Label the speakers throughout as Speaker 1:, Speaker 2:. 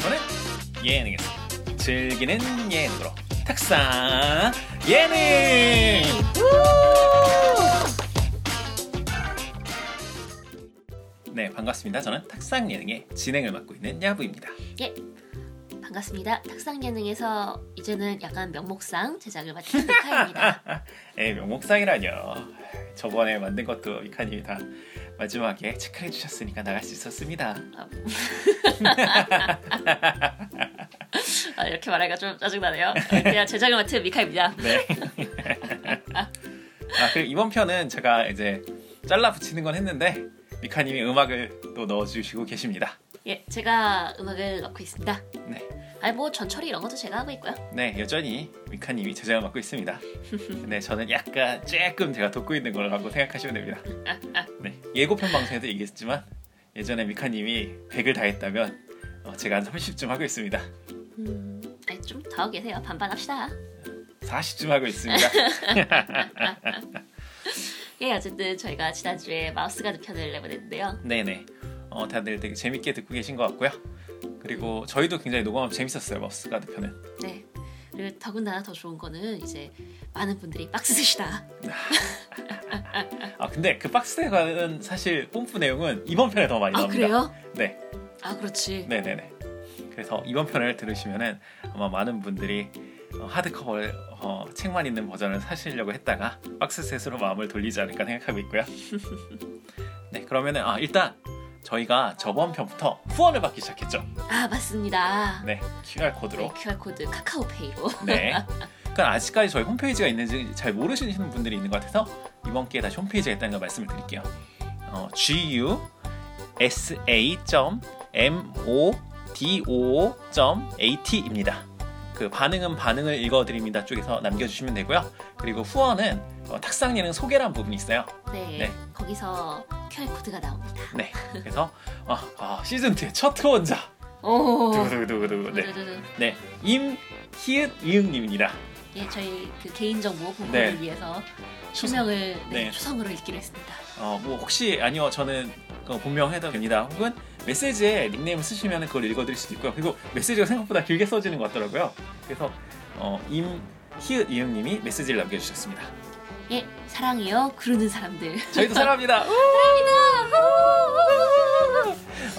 Speaker 1: 저는 예능에서 즐기는 예능으로 탁상 예능 네 반갑습니다 저는 탁상 예능의 진행을 맡고 있는 야부입니다
Speaker 2: 반갑습니다. 탁상 예능에서 이제는 약간 명목상 제작을 맡은 미카입니다.
Speaker 1: 아, 에 명목상이라뇨 저번에 만든 것도 미카님이 다 마지막에 체크해 주셨으니까 나갈 수 있었습니다
Speaker 2: 아, 이렇게 말하기가 좀 짜증나네요. 그냥 제작을 맡은 미카입니다.
Speaker 1: 네. 아 그리고 이번 편은 제가 이제 잘라 붙이는 건 했는데 미카님이 음악을 또 넣어주시고 계십니다.
Speaker 2: 예, 제가 음악을 넣고 있습니다.
Speaker 1: 네,
Speaker 2: 아니 뭐 전처리 이런 것도 제가 하고 있고요.
Speaker 1: 네 여전히 미카님이 제작을 맡고 있습니다. 네, 저는 약간 조금 제가 돕고 있는 거라고 생각하시면 됩니다. 네, 예고편 방송에도 얘기했지만 예전에 미카님이 100을 다했다면 어, 제가 한 30쯤 하고 있습니다.
Speaker 2: 음, 아니 좀더 하고 계세요. 반반 합시다.
Speaker 1: 40쯤 하고 있습니다.
Speaker 2: 예, 어쨌든 저희가 지난주에 마우스가드 편을 내보냈는데요.
Speaker 1: 네네. 어, 다들 되게 재밌게 듣고 계신 것 같고요. 그리고 저희도 굉장히 녹음하면 재밌었어요. 마우스가드 편은.
Speaker 2: 네. 그리고 더군다나 더 좋은 거는 이제 많은 분들이 박스 쓰시다.
Speaker 1: 아 근데 그 박스에 관한 사실 뽐뿌 내용은 이번 편에 더 많이
Speaker 2: 아
Speaker 1: 나옵니다.
Speaker 2: 그래요?
Speaker 1: 네,
Speaker 2: 아 그렇지.
Speaker 1: 네, 네, 네. 그래서 이번 편을 들으시면은 아마 많은 분들이 어, 하드커버 어, 책만 있는 버전을 사시려고 했다가 박스셋으로 마음을 돌리지 않을까 생각하고 있고요. 네, 그러면은 아 일단 저희가 저번 편부터 후원을 받기 시작했죠.
Speaker 2: 아 맞습니다.
Speaker 1: 네, QR 코드로.
Speaker 2: QR 코드 카카오페이로.
Speaker 1: 네. 그러니까 아직까지 저희 홈페이지가 있는지 잘 모르시는 분들이 있는 것 같아서 이번 기회에 다시 홈페이지가 있다는 걸 말씀을 드릴게요. 어, G U S A M O D O A T입니다. 그 반응은 반응을 읽어드립니다 쪽에서 남겨주시면 되고요. 그리고 후원은 어, 탁상 예능 소개란 부분이 있어요.
Speaker 2: 네,
Speaker 1: 네.
Speaker 2: 거기서 QR 코드가 나옵니다.
Speaker 1: 네. 그래서 어, 어, 시즌 2의 첫 후원자
Speaker 2: 오.
Speaker 1: 두구두구두구 네,
Speaker 2: 두두두두.
Speaker 1: 네 임희은 이응님입니다.
Speaker 2: 예, 저희 그 개인 정보 보호를
Speaker 1: 네.
Speaker 2: 위해서 추명을 네,
Speaker 1: 네.
Speaker 2: 추성으로 읽기로 했습니다.
Speaker 1: 어, 뭐 혹시 아니요 저는 그 본명 해도 됩니다. 혹은 메시지에 닉네임 쓰시면 그걸 읽어드릴 수도 있고요. 그리고 메시지가 생각보다 길게 써지는 것 같더라고요. 그래서 어, 임희은 이응님이 메시지를 남겨주셨습니다.
Speaker 2: 예, 사랑해요. 그러는 사람들.
Speaker 1: 저희도 사랑합니다. 우!
Speaker 2: 사랑합니다.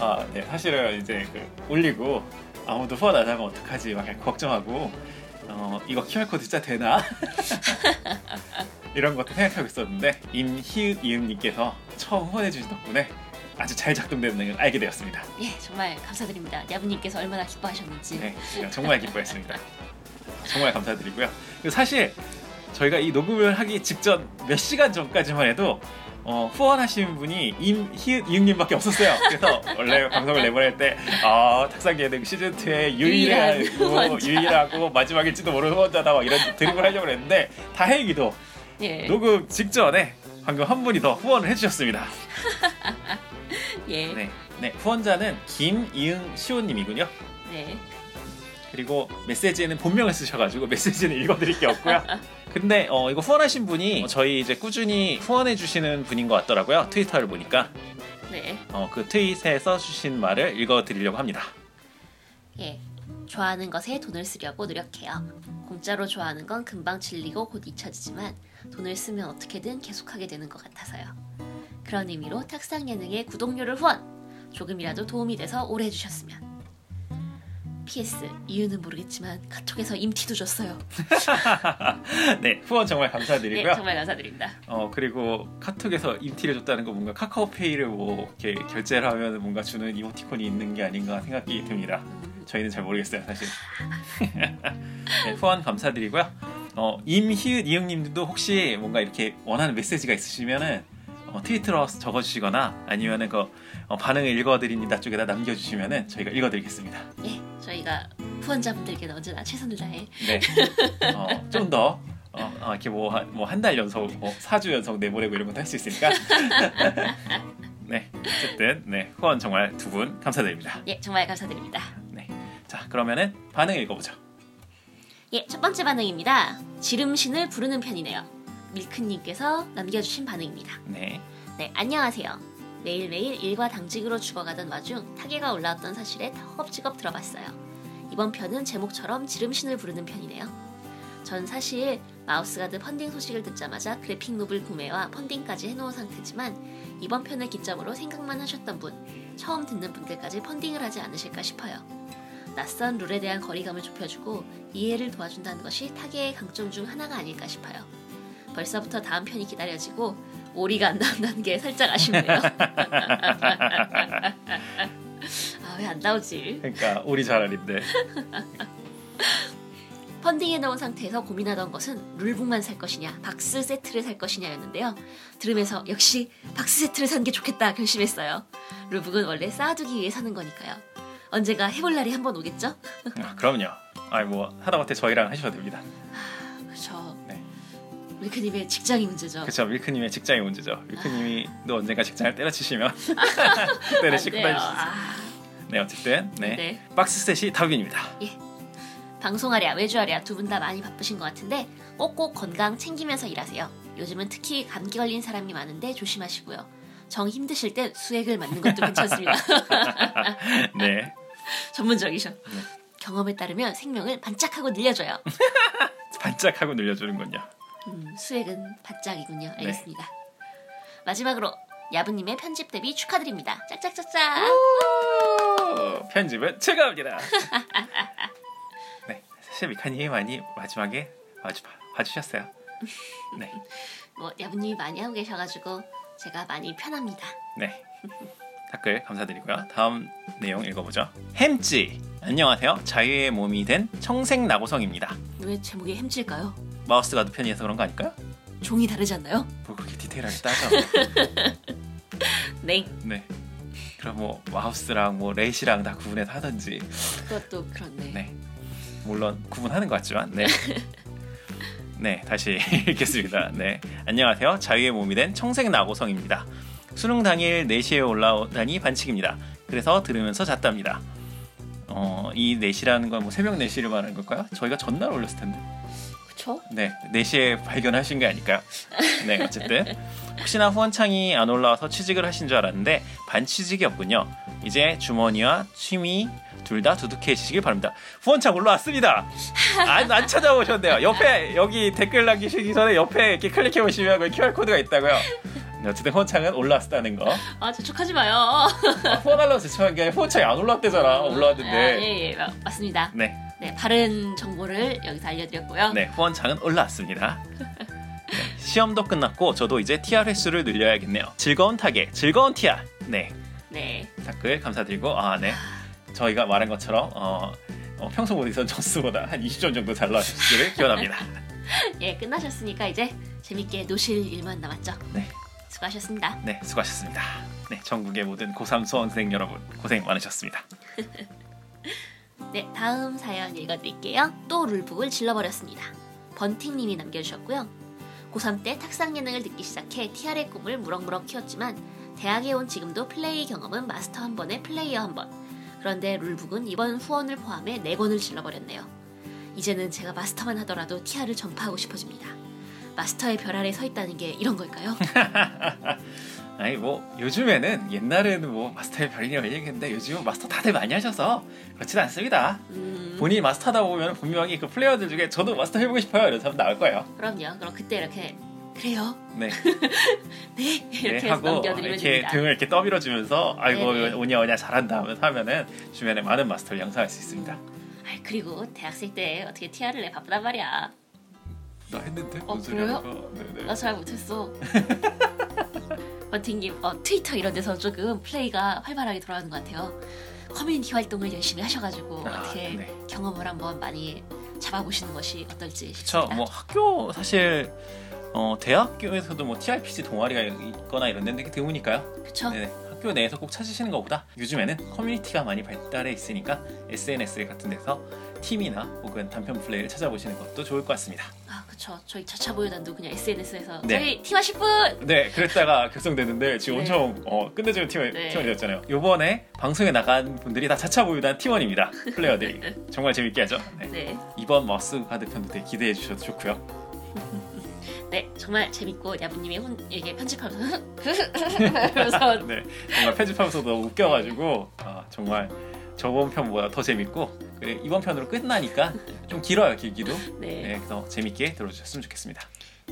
Speaker 1: 아, 네 사실은 이제 그 올리고 아무도 후원 안 하면 어떡하지 막 이렇게 걱정하고 어, 이거 QR 코드 진짜 되나 이런 것도 생각하고 있었는데 임희은 이응님께서 처음 후원해 주신 덕분에 아주 잘 작동되는 걸 알게 되었습니다.
Speaker 2: 예, 정말 감사드립니다. 야부님께서 얼마나 기뻐하셨는지.
Speaker 1: 네, 제가 정말 기뻐했습니다. 정말 감사드리고요. 그리고 사실 저희가 이 녹음을 하기 직전 몇 시간 전까지만 해도 어, 후원하신 분이 임희은 이응님밖에 없었어요. 그래서 원래 방송을 내보낼 때 아, 탁상계등 시즌 2의 유일한
Speaker 2: 유일한 후원자.
Speaker 1: 유일하고 마지막일지도 모르는 후원자다 막 이런 드립을 하려고 했는데 다행히도
Speaker 2: 예,
Speaker 1: 녹음 직전에 방금 한 분이 더 후원을 해주셨습니다.
Speaker 2: 예, 네.
Speaker 1: 네, 네 후원자는 김이응 시호님이군요.
Speaker 2: 네.
Speaker 1: 그리고 메시지에는 본명을 쓰셔가지고 메시지는 읽어드릴 게 없고요. 근데 어, 이거 후원하신 분이 저희 이제 꾸준히 후원해주시는 분인 것 같더라고요. 트위터를 보니까
Speaker 2: 네.
Speaker 1: 어, 그 트윗에 써주신 말을 읽어드리려고 합니다.
Speaker 2: 예. 좋아하는 것에 돈을 쓰려고 노력해요. 공짜로 좋아하는 건 금방 질리고 곧 잊혀지지만 돈을 쓰면 어떻게든 계속하게 되는 것 같아서요. 그런 의미로 탁상 예능의 구독료를 후원! 조금이라도 도움이 돼서 오래 해주셨으면. PS 이유는 모르겠지만 카톡에서 임티도 줬어요.
Speaker 1: 네, 후원 정말
Speaker 2: 예,
Speaker 1: 감사드리고요.
Speaker 2: 정말 감사드립니다.
Speaker 1: 어, 그리고 카톡에서 임티를 줬다는 거 뭔가 카카오페이를 뭐 이렇게 결제를 하면 뭔가 주는 이모티콘이 있는 게 아닌가 생각이 듭니다.
Speaker 2: 음,
Speaker 1: 저희는 잘 모르겠어요 사실 네, 후원 감사드리고요 어, 임희은 이응님도 혹시 뭔가 이렇게 원하는 메시지가 있으시면은 어, 트위터로 적어주시거나 아니면은 그 어, 반응을 읽어드립니다 쪽에다 남겨주시면은 저희가 읽어드리겠습니다
Speaker 2: 예, 저희가 후원자분들께는 언제나 최선을 다해
Speaker 1: 네. 네좀더 어, 어, 이렇게 뭐 한 달 연속 뭐 4주 연속 내보내고 이런 것도 할 수 있으니까 네 어쨌든 네 후원 정말 두 분 감사드립니다
Speaker 2: 예, 정말 감사드립니다.
Speaker 1: 자 그러면은 반응 읽어보죠
Speaker 2: 예, 첫 번째 반응입니다. 지름신을 부르는 편이네요. 밀크님께서 남겨주신 반응입니다.
Speaker 1: 네
Speaker 2: 네, 안녕하세요. 매일매일 일과 당직으로 죽어가던 와중 타계가 올라왔던 사실에 허겁지겁 들어봤어요. 이번 편은 제목처럼 지름신을 부르는 편이네요. 전 사실 마우스가드 펀딩 소식을 듣자마자 그래픽 노블 구매와 펀딩까지 해놓은 상태지만 이번 편을 기점으로 생각만 하셨던 분, 처음 듣는 분들까지 펀딩을 하지 않으실까 싶어요. 낯선 룰에 대한 거리감을 좁혀주고 이해를 도와준다는 것이 타계의 강점 중 하나가 아닐까 싶어요. 벌써부터 다음 편이 기다려지고 오리가 안 나온다는 게 살짝 아쉽네요. 아 왜 안 나오지?
Speaker 1: 그러니까 우리 잘알인데
Speaker 2: 펀딩에 넣은 상태에서 고민하던 것은 룰북만 살 것이냐 박스 세트를 살 것이냐였는데요. 들으면서 역시 박스 세트를 사는 게 좋겠다 결심했어요. 룰북은 원래 쌓아두기 위해 사는 거니까요. 언제가 해볼 날이 한번 오겠죠?
Speaker 1: 아, 그럼요. 아니 뭐 하다못해 저희랑 하셔도 됩니다.
Speaker 2: 그렇죠.
Speaker 1: 네.
Speaker 2: 밀크님의 직장이 문제죠.
Speaker 1: 그렇죠. 밀크님의 직장이 문제죠. 밀크님이 너 언젠가 직장을 때려치시면 그때를 씻고
Speaker 2: 안 돼요.
Speaker 1: 다니시죠.
Speaker 2: 아,
Speaker 1: 네 어쨌든 네.
Speaker 2: 네.
Speaker 1: 박스셋이 답입니다.
Speaker 2: 방송하랴 외주하랴 두 분 다 많이 바쁘신 것 같은데 꼭꼭 건강 챙기면서 일하세요. 요즘은 특히 감기 걸린 사람이 많은데 조심하시고요. 정 힘드실 때 수액을 맞는 것도 괜찮습니다.
Speaker 1: 네.
Speaker 2: 전문적이셔. 경험에 따르면 생명을 반짝하고 늘려줘요.
Speaker 1: 반짝하고 늘려주는군요.
Speaker 2: 음, 수액은 바짝이군요.
Speaker 1: 네.
Speaker 2: 알겠습니다. 마지막으로 야부님의 편집 데뷔 축하드립니다. 짝짝짝짝.
Speaker 1: 오, 편집은 제가 합니다. 네. 사실 미카님이 많이 마지막에 와주, 와주셨어요. 네.
Speaker 2: 뭐 야부님이 많이 하고 계셔가지고 제가 많이 편합니다.
Speaker 1: 네. 댓글 감사드리고요. 다음 내용 읽어보죠. 햄찌. 안녕하세요. 자유의 몸이 된 청생 나고성입니다.
Speaker 2: 왜 제목이 햄찔까요?
Speaker 1: 마우스 가드 편이어서 그런 거 아닐까요?
Speaker 2: 종이 다르지 않나요?
Speaker 1: 뭐 그렇게 디테일하게 따져.
Speaker 2: 네.
Speaker 1: 네. 그럼 뭐 마우스랑 뭐 레이시랑 다 구분해서 하든지.
Speaker 2: 그것도 그렇네.
Speaker 1: 네. 물론 구분하는 것 같지만. 네. 네, 다시 읽겠습니다. 네. 안녕하세요. 자유의 몸이 된 청생 나고성입니다. 수능 당일 4시에 올라오다니 반칙입니다. 그래서 들으면서 잤답니다. 어, 이 4시라는 건 뭐 새벽 4시를 말하는 걸까요? 저희가 전날 올렸을 텐데.
Speaker 2: 그쵸?
Speaker 1: 네, 4시에 발견하신 게 아닐까요? 네, 어쨌든 혹시나 후원창이 안 올라와서 취직을 하신 줄 알았는데 반취직이었군요. 이제 주머니와 취미 둘 다 두둑해지시길 바랍니다. 후원창 올라왔습니다. 안, 안 찾아보셨네요. 옆에 여기 댓글 남기시기 전에 옆에 이렇게 클릭해 보시면 거기 QR 코드가 있다고요. 네, 어쨌든 후원창은 올라왔다는 거.
Speaker 2: 아 저촉하지 마요.
Speaker 1: 아, 후원하려고 제청한 게 아니라 후원창이 안 올라왔대잖아.
Speaker 2: 아,
Speaker 1: 올라왔는데.
Speaker 2: 예, 예, 마- 맞습니다.
Speaker 1: 네,
Speaker 2: 네, 바른 정보를 여기서 알려드렸고요.
Speaker 1: 네, 후원창은 올라왔습니다. 네, 시험도 끝났고 저도 이제 TR 횟수를 늘려야겠네요. 즐거운 타계, 즐거운 TR. 네,
Speaker 2: 네.
Speaker 1: 댓글 감사드리고 아 네, 저희가 말한 것처럼 어, 어, 평소 모드에서 점수보다 한 20점 정도 잘 나왔기를 기원합니다.
Speaker 2: 예, 끝나셨으니까 이제 재밌게 노실 일만 남았죠.
Speaker 1: 네.
Speaker 2: 수고하셨습니다.
Speaker 1: 네, 수고하셨습니다. 네, 전국의 모든 고3 수험생 여러분 고생 많으셨습니다.
Speaker 2: 네, 다음 사연 읽어드릴게요. 또 룰북을 질러버렸습니다. 번팅님이 남겨주셨고요. 고3 때 탁상 예능을 듣기 시작해 TR의 꿈을 무럭무럭 키웠지만 대학에 온 지금도 플레이 경험은 마스터 한 번에 플레이어 한 번. 그런데 룰북은 이번 후원을 포함해 4권을 질러버렸네요. 이제는 제가 마스터만 하더라도 TR을 전파하고 싶어집니다. 마스터의 별 아래 서 있다는 게 이런 걸까요?
Speaker 1: 아니 뭐 요즘에는 옛날에는 뭐 마스터의 별이냐고 얘기했는데 요즘은 마스터 다들 많이 하셔서 그렇진 않습니다.
Speaker 2: 음,
Speaker 1: 본인이 마스터다 보면 분명히 그 플레이어들 중에 저도 마스터 해보고 싶어요 이런 사람 나올 거예요.
Speaker 2: 그럼요. 그럼 그때 이렇게 그래요.
Speaker 1: 네.
Speaker 2: 네 이렇게
Speaker 1: 네,
Speaker 2: 해서
Speaker 1: 하고
Speaker 2: 넘겨드리면
Speaker 1: 이렇게
Speaker 2: 됩니다.
Speaker 1: 등을 이렇게 떠밀어주면서 아이고
Speaker 2: 네네.
Speaker 1: 오냐 오냐 잘한다 하면서 하면은 주변에 많은 마스터를 양성할 수 있습니다.
Speaker 2: 아 그리고 대학생 때 어떻게 티아를 내 바쁘단 말이야.
Speaker 1: 나 했는데 어,
Speaker 2: 뭔 소리야, 어, 그래요? 아,
Speaker 1: 네네.
Speaker 2: 나 잘 못했어. 버팅님 어, 트위터 이런 데서 조금 플레이가 활발하게 돌아가는 것 같아요. 커뮤니티 활동을 열심히 하셔가지고
Speaker 1: 아,
Speaker 2: 어떻게
Speaker 1: 네.
Speaker 2: 경험을 한번 많이 잡아보시는 것이 어떨지 싶습니다.
Speaker 1: 그쵸. 뭐 학교 사실 어, 대학교에서도 뭐 TRPG 동아리가 있거나 이런 데는 되게 드무니까요.
Speaker 2: 그쵸?
Speaker 1: 네네. 학교 내에서 꼭 찾으시는 것보다 요즘에는 커뮤니티가 많이 발달해 있으니까 SNS 같은 데서 팀이나 혹은 단편 플레이를 찾아보시는 것도 좋을 것 같습니다.
Speaker 2: 아 그쵸. 저희 자차 모여단도 그냥 SNS에서
Speaker 1: 네.
Speaker 2: 저희 팀화 10분.
Speaker 1: 네, 그랬다가 결성됐는데 지금
Speaker 2: 네.
Speaker 1: 엄청 어, 끝내주는 팀원,
Speaker 2: 네.
Speaker 1: 팀원이 됐잖아요. 요번에 방송에 나간 분들이 다 차차 보유단 팀원입니다. 플레이어들이 정말 재밌게 하죠. 네.
Speaker 2: 네.
Speaker 1: 이번 머스 가드 편도 되게 기대해 주셔도 좋고요.
Speaker 3: 네, 정말 재밌고 야부님이 혼 이게 편집하면서 그래서
Speaker 1: 네, 정말 편집하면서 너무 웃겨가지고 아, 정말 저번 편보다 더 재밌고 그래, 이번 편으로 끝나니까 좀 길어요 길기도
Speaker 3: 네.
Speaker 1: 네, 그래서 재밌게 들어주셨으면 좋겠습니다.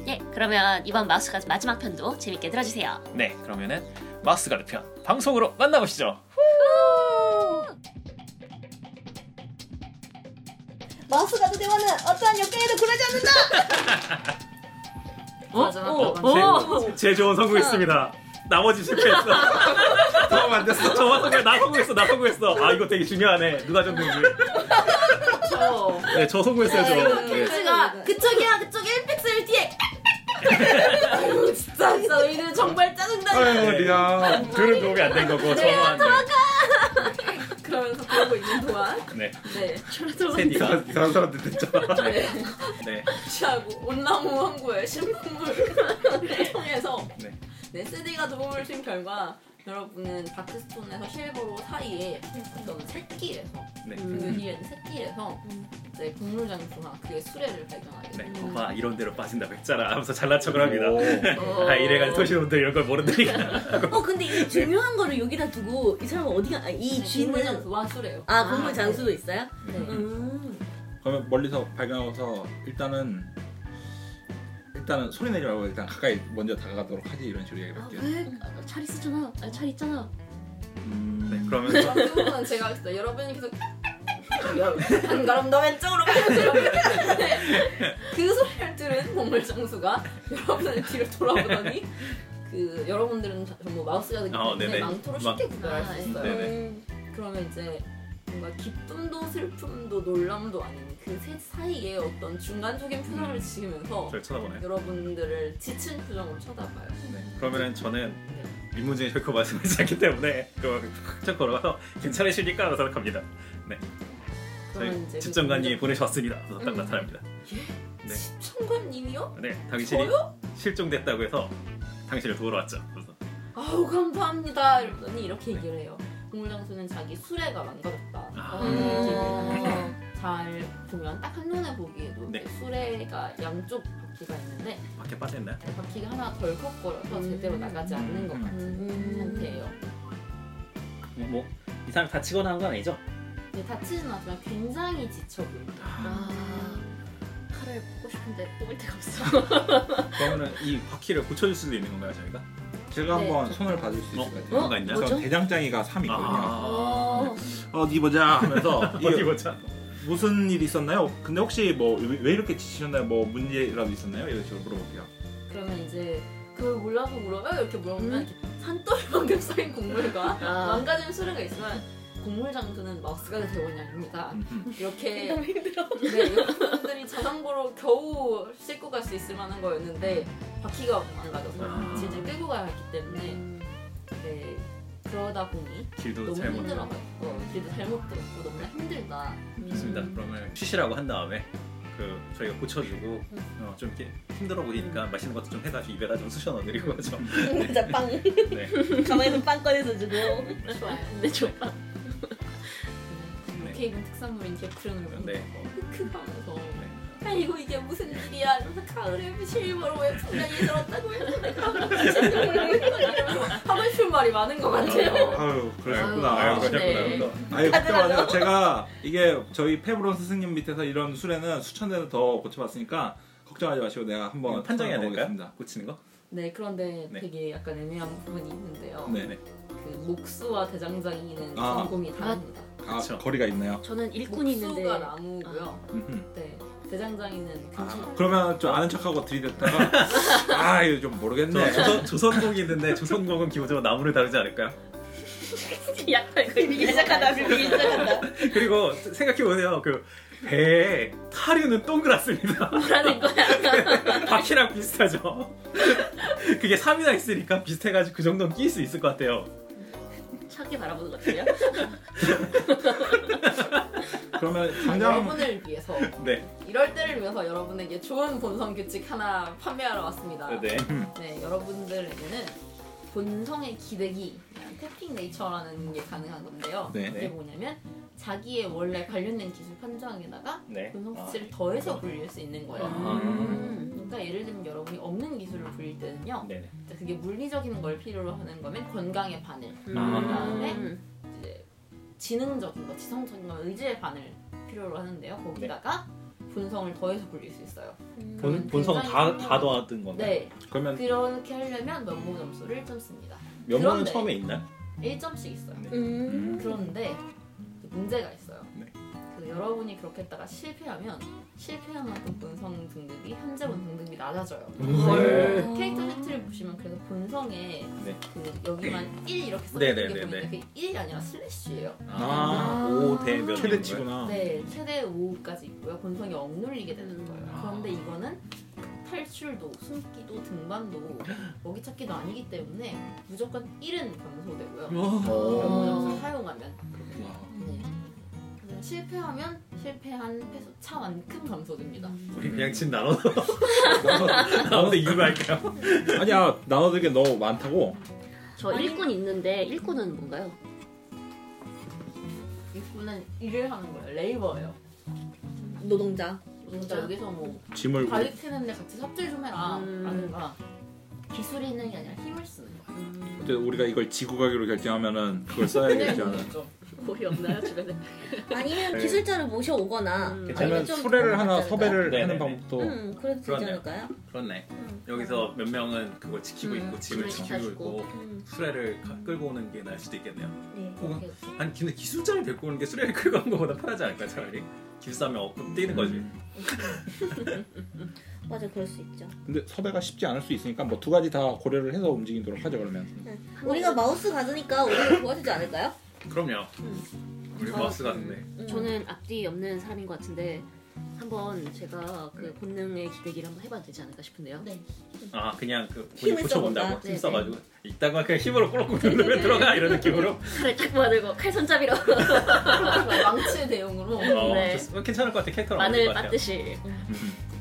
Speaker 3: 예, 그러면 이번 마우스가 마지막 편도 재밌게 들어주세요.
Speaker 1: 네, 그러면은 마우스 가르 편 방송으로 만나보시죠.
Speaker 4: 마우스 가드 대화는 어떠한 역경에도 굴하지 않는다.
Speaker 2: 어?
Speaker 3: 마지막 오,
Speaker 5: 편.
Speaker 3: 오,
Speaker 1: 제 좋은 성공했습니다. 나머지 실패했어.
Speaker 5: 도움 안 됐어.
Speaker 1: 저만 성공, 나 성공했어, 나 성공했어. 아 이거 되게 중요하네. 누가 졌는지. 네, 저 성공했어요, 저. 네.
Speaker 2: 어,
Speaker 5: 가 그쪽이야 그쪽 1픽셀 뒤에. 아이고, 진짜 진짜 너희들 정말 짜증나.
Speaker 6: 아유 리아
Speaker 1: 둘은 도움이 안 된 거고 저만.
Speaker 5: 그러면서 그러고 있는 동안
Speaker 1: 네,
Speaker 5: 네 철저히
Speaker 1: 세디가.
Speaker 6: 이상한- 이상한 사람들 진짜
Speaker 1: 네. 네.
Speaker 5: 무시하고 온나무 항구의 신문물을 통해서
Speaker 1: 네.
Speaker 5: 네 세디가 도움을 준 결과 여러분은 다크스톤에서 실버로 사이에 어떤 새끼에서
Speaker 1: 네.
Speaker 5: 그 뒤에 새끼에서
Speaker 2: 음.
Speaker 5: 이제 국물장수나 그의 수레를 발견하게
Speaker 1: 네,
Speaker 5: 됩니다.
Speaker 1: 오빠 이런 대로 빠진다고 했잖아 하면서 잘난 척을 합니다
Speaker 5: 어.
Speaker 1: 아 이래가지고 도시놈들 이런 걸 모른다니까
Speaker 2: 어 근데 이 중요한 거를 여기다 두고 이 사람은 어디가 아, 이
Speaker 5: 네,
Speaker 2: 주인은
Speaker 5: 국물장수와 수레요.
Speaker 2: 아 공부 장수도 있어요?
Speaker 5: 네.
Speaker 2: 음.
Speaker 6: 그러면 멀리서 발견하고서 일단은 일단은 소리 내지 말고 일단 가까이 먼저 다가가도록 하지 이런 식으로 얘기를 할게요
Speaker 2: 왜? 잘 있었잖아. 아, 잘 있잖아.
Speaker 6: 음,
Speaker 1: 네, 그러면서
Speaker 5: 그부분은 제가 하겠습니다. 여러분이 계속 한 걸음 더 왼쪽으로 그 소리를 들은 동물 장수가 여러분을 뒤로 돌아보더니 그 여러분들은 자- 전부 마우스가 되기
Speaker 1: 어,
Speaker 5: 때문에
Speaker 1: 네네.
Speaker 5: 망토로
Speaker 1: 망-
Speaker 5: 쉽게 구별할
Speaker 3: 아,
Speaker 5: 수 있어요.
Speaker 1: 네네.
Speaker 5: 그러면 이제 뭔가 기쁨도 슬픔도 놀람도 아닌 그 셋 사이에 어떤 중간적인 표정을
Speaker 1: 음.
Speaker 5: 지으면서
Speaker 1: 저를 쳐다보네
Speaker 5: 여러분들을 지친 표정으로 쳐다봐요.
Speaker 1: 네, 그러면은 저는 민문중이 절코 말씀하지 않기 때문에 그걸 확정 걸어가서 괜찮으십니까? 라고 생각합니다 네,
Speaker 5: 그러면 이제
Speaker 1: 저희 집정관님이 보내셨습니다 그래서 딱
Speaker 5: 음.
Speaker 1: 나타납니다 네.
Speaker 5: 집정관님이요?
Speaker 1: 네, 당신이 실종됐다고 해서 당신을 도우러 왔죠 그래서
Speaker 5: 아우 감사합니다 이러더니 이렇게 얘기를 해요 동물장수는 자기 수레가 망가졌다
Speaker 1: 네. 아.
Speaker 5: 음. 잘 보면 딱 한눈에 보기에도
Speaker 1: 네.
Speaker 5: 수레가 양쪽 바퀴가 있는데 그
Speaker 1: 밖에 빠졌나요?
Speaker 5: 바퀴가 하나 덜컥거려서
Speaker 2: 음.
Speaker 5: 제대로 나가지 않는 것 같은
Speaker 2: 음.
Speaker 5: 상태예요
Speaker 1: 뭐 이상 다치거나 한 건 아니죠?
Speaker 5: 근데 다치진 않지만 굉장히 지쳐 보입니다
Speaker 3: 아, 칼을 뽑고 싶은데 뽑을 데가 없어.
Speaker 6: 그러면은 이 바퀴를 고쳐줄 수도 있는 건가요 저희가? 제가
Speaker 5: 네,
Speaker 6: 한번
Speaker 5: 좋죠.
Speaker 6: 손을 봐줄 수 어? 있을 것 같아요
Speaker 1: 뭔가 있나요?
Speaker 6: 저 대장장이가 3 있거든요
Speaker 1: 아,
Speaker 6: 어디 보자 하면서 이게
Speaker 1: 어디 보자
Speaker 6: 무슨 일이 있었나요? 근데 혹시 뭐 왜 이렇게 지치셨나요? 뭐 문제라도 있었나요? 이런 식으로 물어볼게요
Speaker 5: 그러면 이제 그걸 몰라서 물어요 이렇게 물어보면 이렇게 산더미 방금 쌓인 국물과
Speaker 2: 아.
Speaker 5: 망가진 수레가 있으면 국물 장수는 마우스가 대원양입니다
Speaker 6: 음, 음.
Speaker 5: 이렇게 네, 여러분들이 자전거로 겨우 싣고 갈 수 있을 만한 거였는데 바퀴가
Speaker 1: 아.
Speaker 5: 망가져서 질질 끌고 가야 했기 때문에 네, 그러다 보니
Speaker 1: 길도
Speaker 5: 너무
Speaker 1: 잘못
Speaker 5: 힘들어가지고 길도 잘못 들었고 너무 나 힘들다
Speaker 1: 좋습니다.
Speaker 5: 음.
Speaker 1: 그러면 쉬시라고 한 다음에 그 저희가 고쳐주고
Speaker 5: 음.
Speaker 1: 어, 좀 이렇게 힘들어 보이니까 맛있는 것도 좀 해가지고 입에다 좀 쑤셔
Speaker 5: 음.
Speaker 1: 넣어드리고 하죠.
Speaker 2: 진짜 빵.
Speaker 1: 네.
Speaker 2: 가방에서 빵 꺼내서 주고.
Speaker 5: 좋아요
Speaker 2: 근데 저
Speaker 5: 이렇게 입은 특산물인 개푸른을 보는데
Speaker 1: 네. 어,
Speaker 5: 크크하면서
Speaker 1: 네.
Speaker 5: 아이고 이게 무슨 일이야 이러면서 가을에 실버로 왜 분량이 들었다고 했는데 그러면서 하고 싶은 말이 많은 것 같아요
Speaker 6: 아유 그러셨구나
Speaker 5: 아유,
Speaker 1: 아유,
Speaker 6: 아유, 그렇죠.
Speaker 5: 그러셨구나. 네.
Speaker 1: 그러셨구나.
Speaker 6: 아유 걱정 마세요 제가 이게 저희 페브론 스승님 밑에서 이런 수레는 수천 대는 더 고쳐봤으니까 걱정하지 마시고 내가 한번
Speaker 1: 한번 판정해야 될까요?
Speaker 6: 먹어보겠습니다.
Speaker 1: 고치는 거?
Speaker 5: 네 그런데
Speaker 1: 네.
Speaker 5: 되게 약간 애매한 부분이 있는데요
Speaker 6: 네.
Speaker 5: 그 목수와 대장장이는
Speaker 6: 아.
Speaker 5: 전공이 다릅니다.
Speaker 6: 아
Speaker 1: 그쵸.
Speaker 6: 거리가 있나요?
Speaker 2: 저는 일꾼이 있는데 아.
Speaker 5: 목수가 나무고요.
Speaker 6: 음흠.
Speaker 5: 네, 대장장이는 금식.
Speaker 6: 아, 그러면 좀 아는 척하고 들이댔다가 아 이거 좀
Speaker 1: 저
Speaker 6: 모르겠네
Speaker 1: 조선, 조선공이 있는데 조선공은 기본적으로 나무를 다루지 않을까요?
Speaker 2: 약간 그 밀기 시작한다. 밀기 시작한다.
Speaker 1: 그리고 생각해보세요. 그 배에 타류는 동그랗습니다.
Speaker 2: 뭐라는 거야?
Speaker 1: 바퀴랑 비슷하죠? 그게 3이나 있으니까 비슷해가지고 그 정도는 낄 수 있을 것 같아요.
Speaker 2: 차게 바라보는 것 같아요.
Speaker 6: 그러면 당장
Speaker 5: 여러분을 위해서
Speaker 1: 네.
Speaker 5: 이럴 때를 위해서 여러분에게 좋은 본성 규칙 하나 판매하러 왔습니다.
Speaker 1: 네.
Speaker 5: 네, 여러분들에게는 본성의 기대기, 태핑 네이처라는 게 가능한 건데요.
Speaker 6: 네.
Speaker 5: 이게 뭐냐면 자기의 원래 관련된 기술 판정에다가
Speaker 7: 네.
Speaker 1: 아,
Speaker 5: 분석치를 더해서 불릴 수 있는 거예요.
Speaker 7: 아.
Speaker 5: 그러니까 예를 들면 여러분이 없는 기술을 불릴 때는요.
Speaker 7: 네네.
Speaker 5: 이제 그게 물리적인 걸 필요로 하는 거면 건강의 반을,
Speaker 2: 음.
Speaker 5: 이제 지능적인 거, 지성적인 거, 의지의 반을 필요로 하는데요. 거기다가 분성을 더해서 불릴 수 있어요.
Speaker 1: 본, 본성 다, 다 도와둔 건데.
Speaker 5: 네,
Speaker 6: 그러면
Speaker 5: 그렇게 하려면 면모 점수를 1점 씁니다.
Speaker 1: 면모는
Speaker 5: 그런데.
Speaker 1: 처음에 있나?
Speaker 5: 1점씩 있어요.
Speaker 6: 음.
Speaker 5: 그런데 문제가 있어요.
Speaker 6: 네.
Speaker 5: 그 여러분이 그렇게 했다가 실패하면 실패한 만큼 본성 등급이 현재 본 등급이 낮아져요.
Speaker 1: 음. 헐.
Speaker 5: 캐릭터 세트를 보시면 그래서 본성에
Speaker 1: 네.
Speaker 5: 그 여기만 1 이렇게
Speaker 1: 네, 네,
Speaker 5: 써있는 게
Speaker 1: 네,
Speaker 5: 보이는데 그게 1이 아니라 슬래시예요.
Speaker 1: 아, 오 대면. 아.
Speaker 6: 최대치구나.
Speaker 5: 네, 최대 5까지 있고요. 본성이 억눌리게 되는 거예요.
Speaker 1: 아.
Speaker 5: 그런데 이거는 탈출도, 숨기도, 등반도, 먹이 찾기도 아니기 때문에 무조건 1은 감소되고요.
Speaker 6: 어.
Speaker 5: 연구점수를 사용하면
Speaker 6: 그렇구나.
Speaker 5: 네. 그래서 실패하면 실패한 패소 차만큼 감소됩니다.
Speaker 2: 음.
Speaker 1: 우리 그냥 친 나눠. 나눠서 이유로 할까요?
Speaker 6: 아니야 나눠들게 너무 많다고.
Speaker 2: 저 일꾼 있는데 일꾼은 뭔가요?
Speaker 5: 일꾼은 일을 하는 거예요. 레이버예요.
Speaker 8: 노동자.
Speaker 5: 그러니까 여기서 뭐
Speaker 6: 짐을
Speaker 5: 과일 캐는데 같이 삽질 좀 해라
Speaker 2: 음.
Speaker 5: 라든가 기술이 있는 게 아니라 힘을 쓰는 거예요.
Speaker 6: 어쨌든 우리가 이걸 지구 가기로 결정하면은 그걸 써야겠잖아.
Speaker 5: 그렇죠.
Speaker 2: 거의 없나요 주변에?
Speaker 8: 아니면
Speaker 1: 네.
Speaker 8: 기술자를 모셔오거나.
Speaker 2: 음.
Speaker 6: 아니면
Speaker 1: 괜찮아요.
Speaker 8: 좀
Speaker 6: 수레를 하나
Speaker 8: 다르지 않을까?
Speaker 6: 섭외를
Speaker 1: 네네네.
Speaker 6: 하는 방법도
Speaker 8: 음, 그래도 되지
Speaker 1: 그러네요.
Speaker 8: 않을까요?
Speaker 1: 그렇네.
Speaker 8: 음.
Speaker 1: 여기서 몇 명은 그거 지키고
Speaker 5: 음,
Speaker 1: 있고 집을
Speaker 2: 그렇죠.
Speaker 1: 지키고 있고
Speaker 8: 음.
Speaker 1: 수레를 가- 끌고 오는 게 나을 수도 있겠네요.
Speaker 8: 네.
Speaker 1: 혹은 아니 근데 기술자를 데리고 오는 게 수레를 끌고 오는 것보다 편하지 않을까 차라리? 기술사면 없고 뛰는 거지.
Speaker 8: 맞아, 그럴 수 있죠.
Speaker 6: 근데 섭외가 쉽지 않을 수 있으니까 뭐 두 가지 다 고려를 해서 움직이도록 하죠 그러면.
Speaker 8: 우리가 마우스 가지니까 우리를 도와주지 않을까요?
Speaker 1: 그럼요. 우리
Speaker 2: 저-
Speaker 1: 마우스 같은데.
Speaker 8: 음.
Speaker 2: 저는 앞뒤 없는 사람인 것 같은데 한번 제가
Speaker 8: 네.
Speaker 2: 그 본능의 기대기를 한번 해봐도 되지 않을까 싶은데요.
Speaker 5: 네.
Speaker 1: 아 그냥 그
Speaker 8: 힘을
Speaker 1: 붙여본다고
Speaker 8: 써본다.
Speaker 1: 힘
Speaker 2: 네네.
Speaker 1: 써가지고 이따가 그냥 힘으로 꾸럭꾸럭 누르면 들어가 이런 느낌으로.
Speaker 2: 칼을 딱 모아들고 칼 손잡이로
Speaker 5: 그렇죠. 망치 대용으로
Speaker 1: 어,
Speaker 2: 네.
Speaker 1: 좋습니다. 괜찮을 것 같아 캐릭터랑 어울릴
Speaker 2: 마늘
Speaker 1: 것 같아요.
Speaker 2: 맞듯이
Speaker 8: 음.
Speaker 6: 음.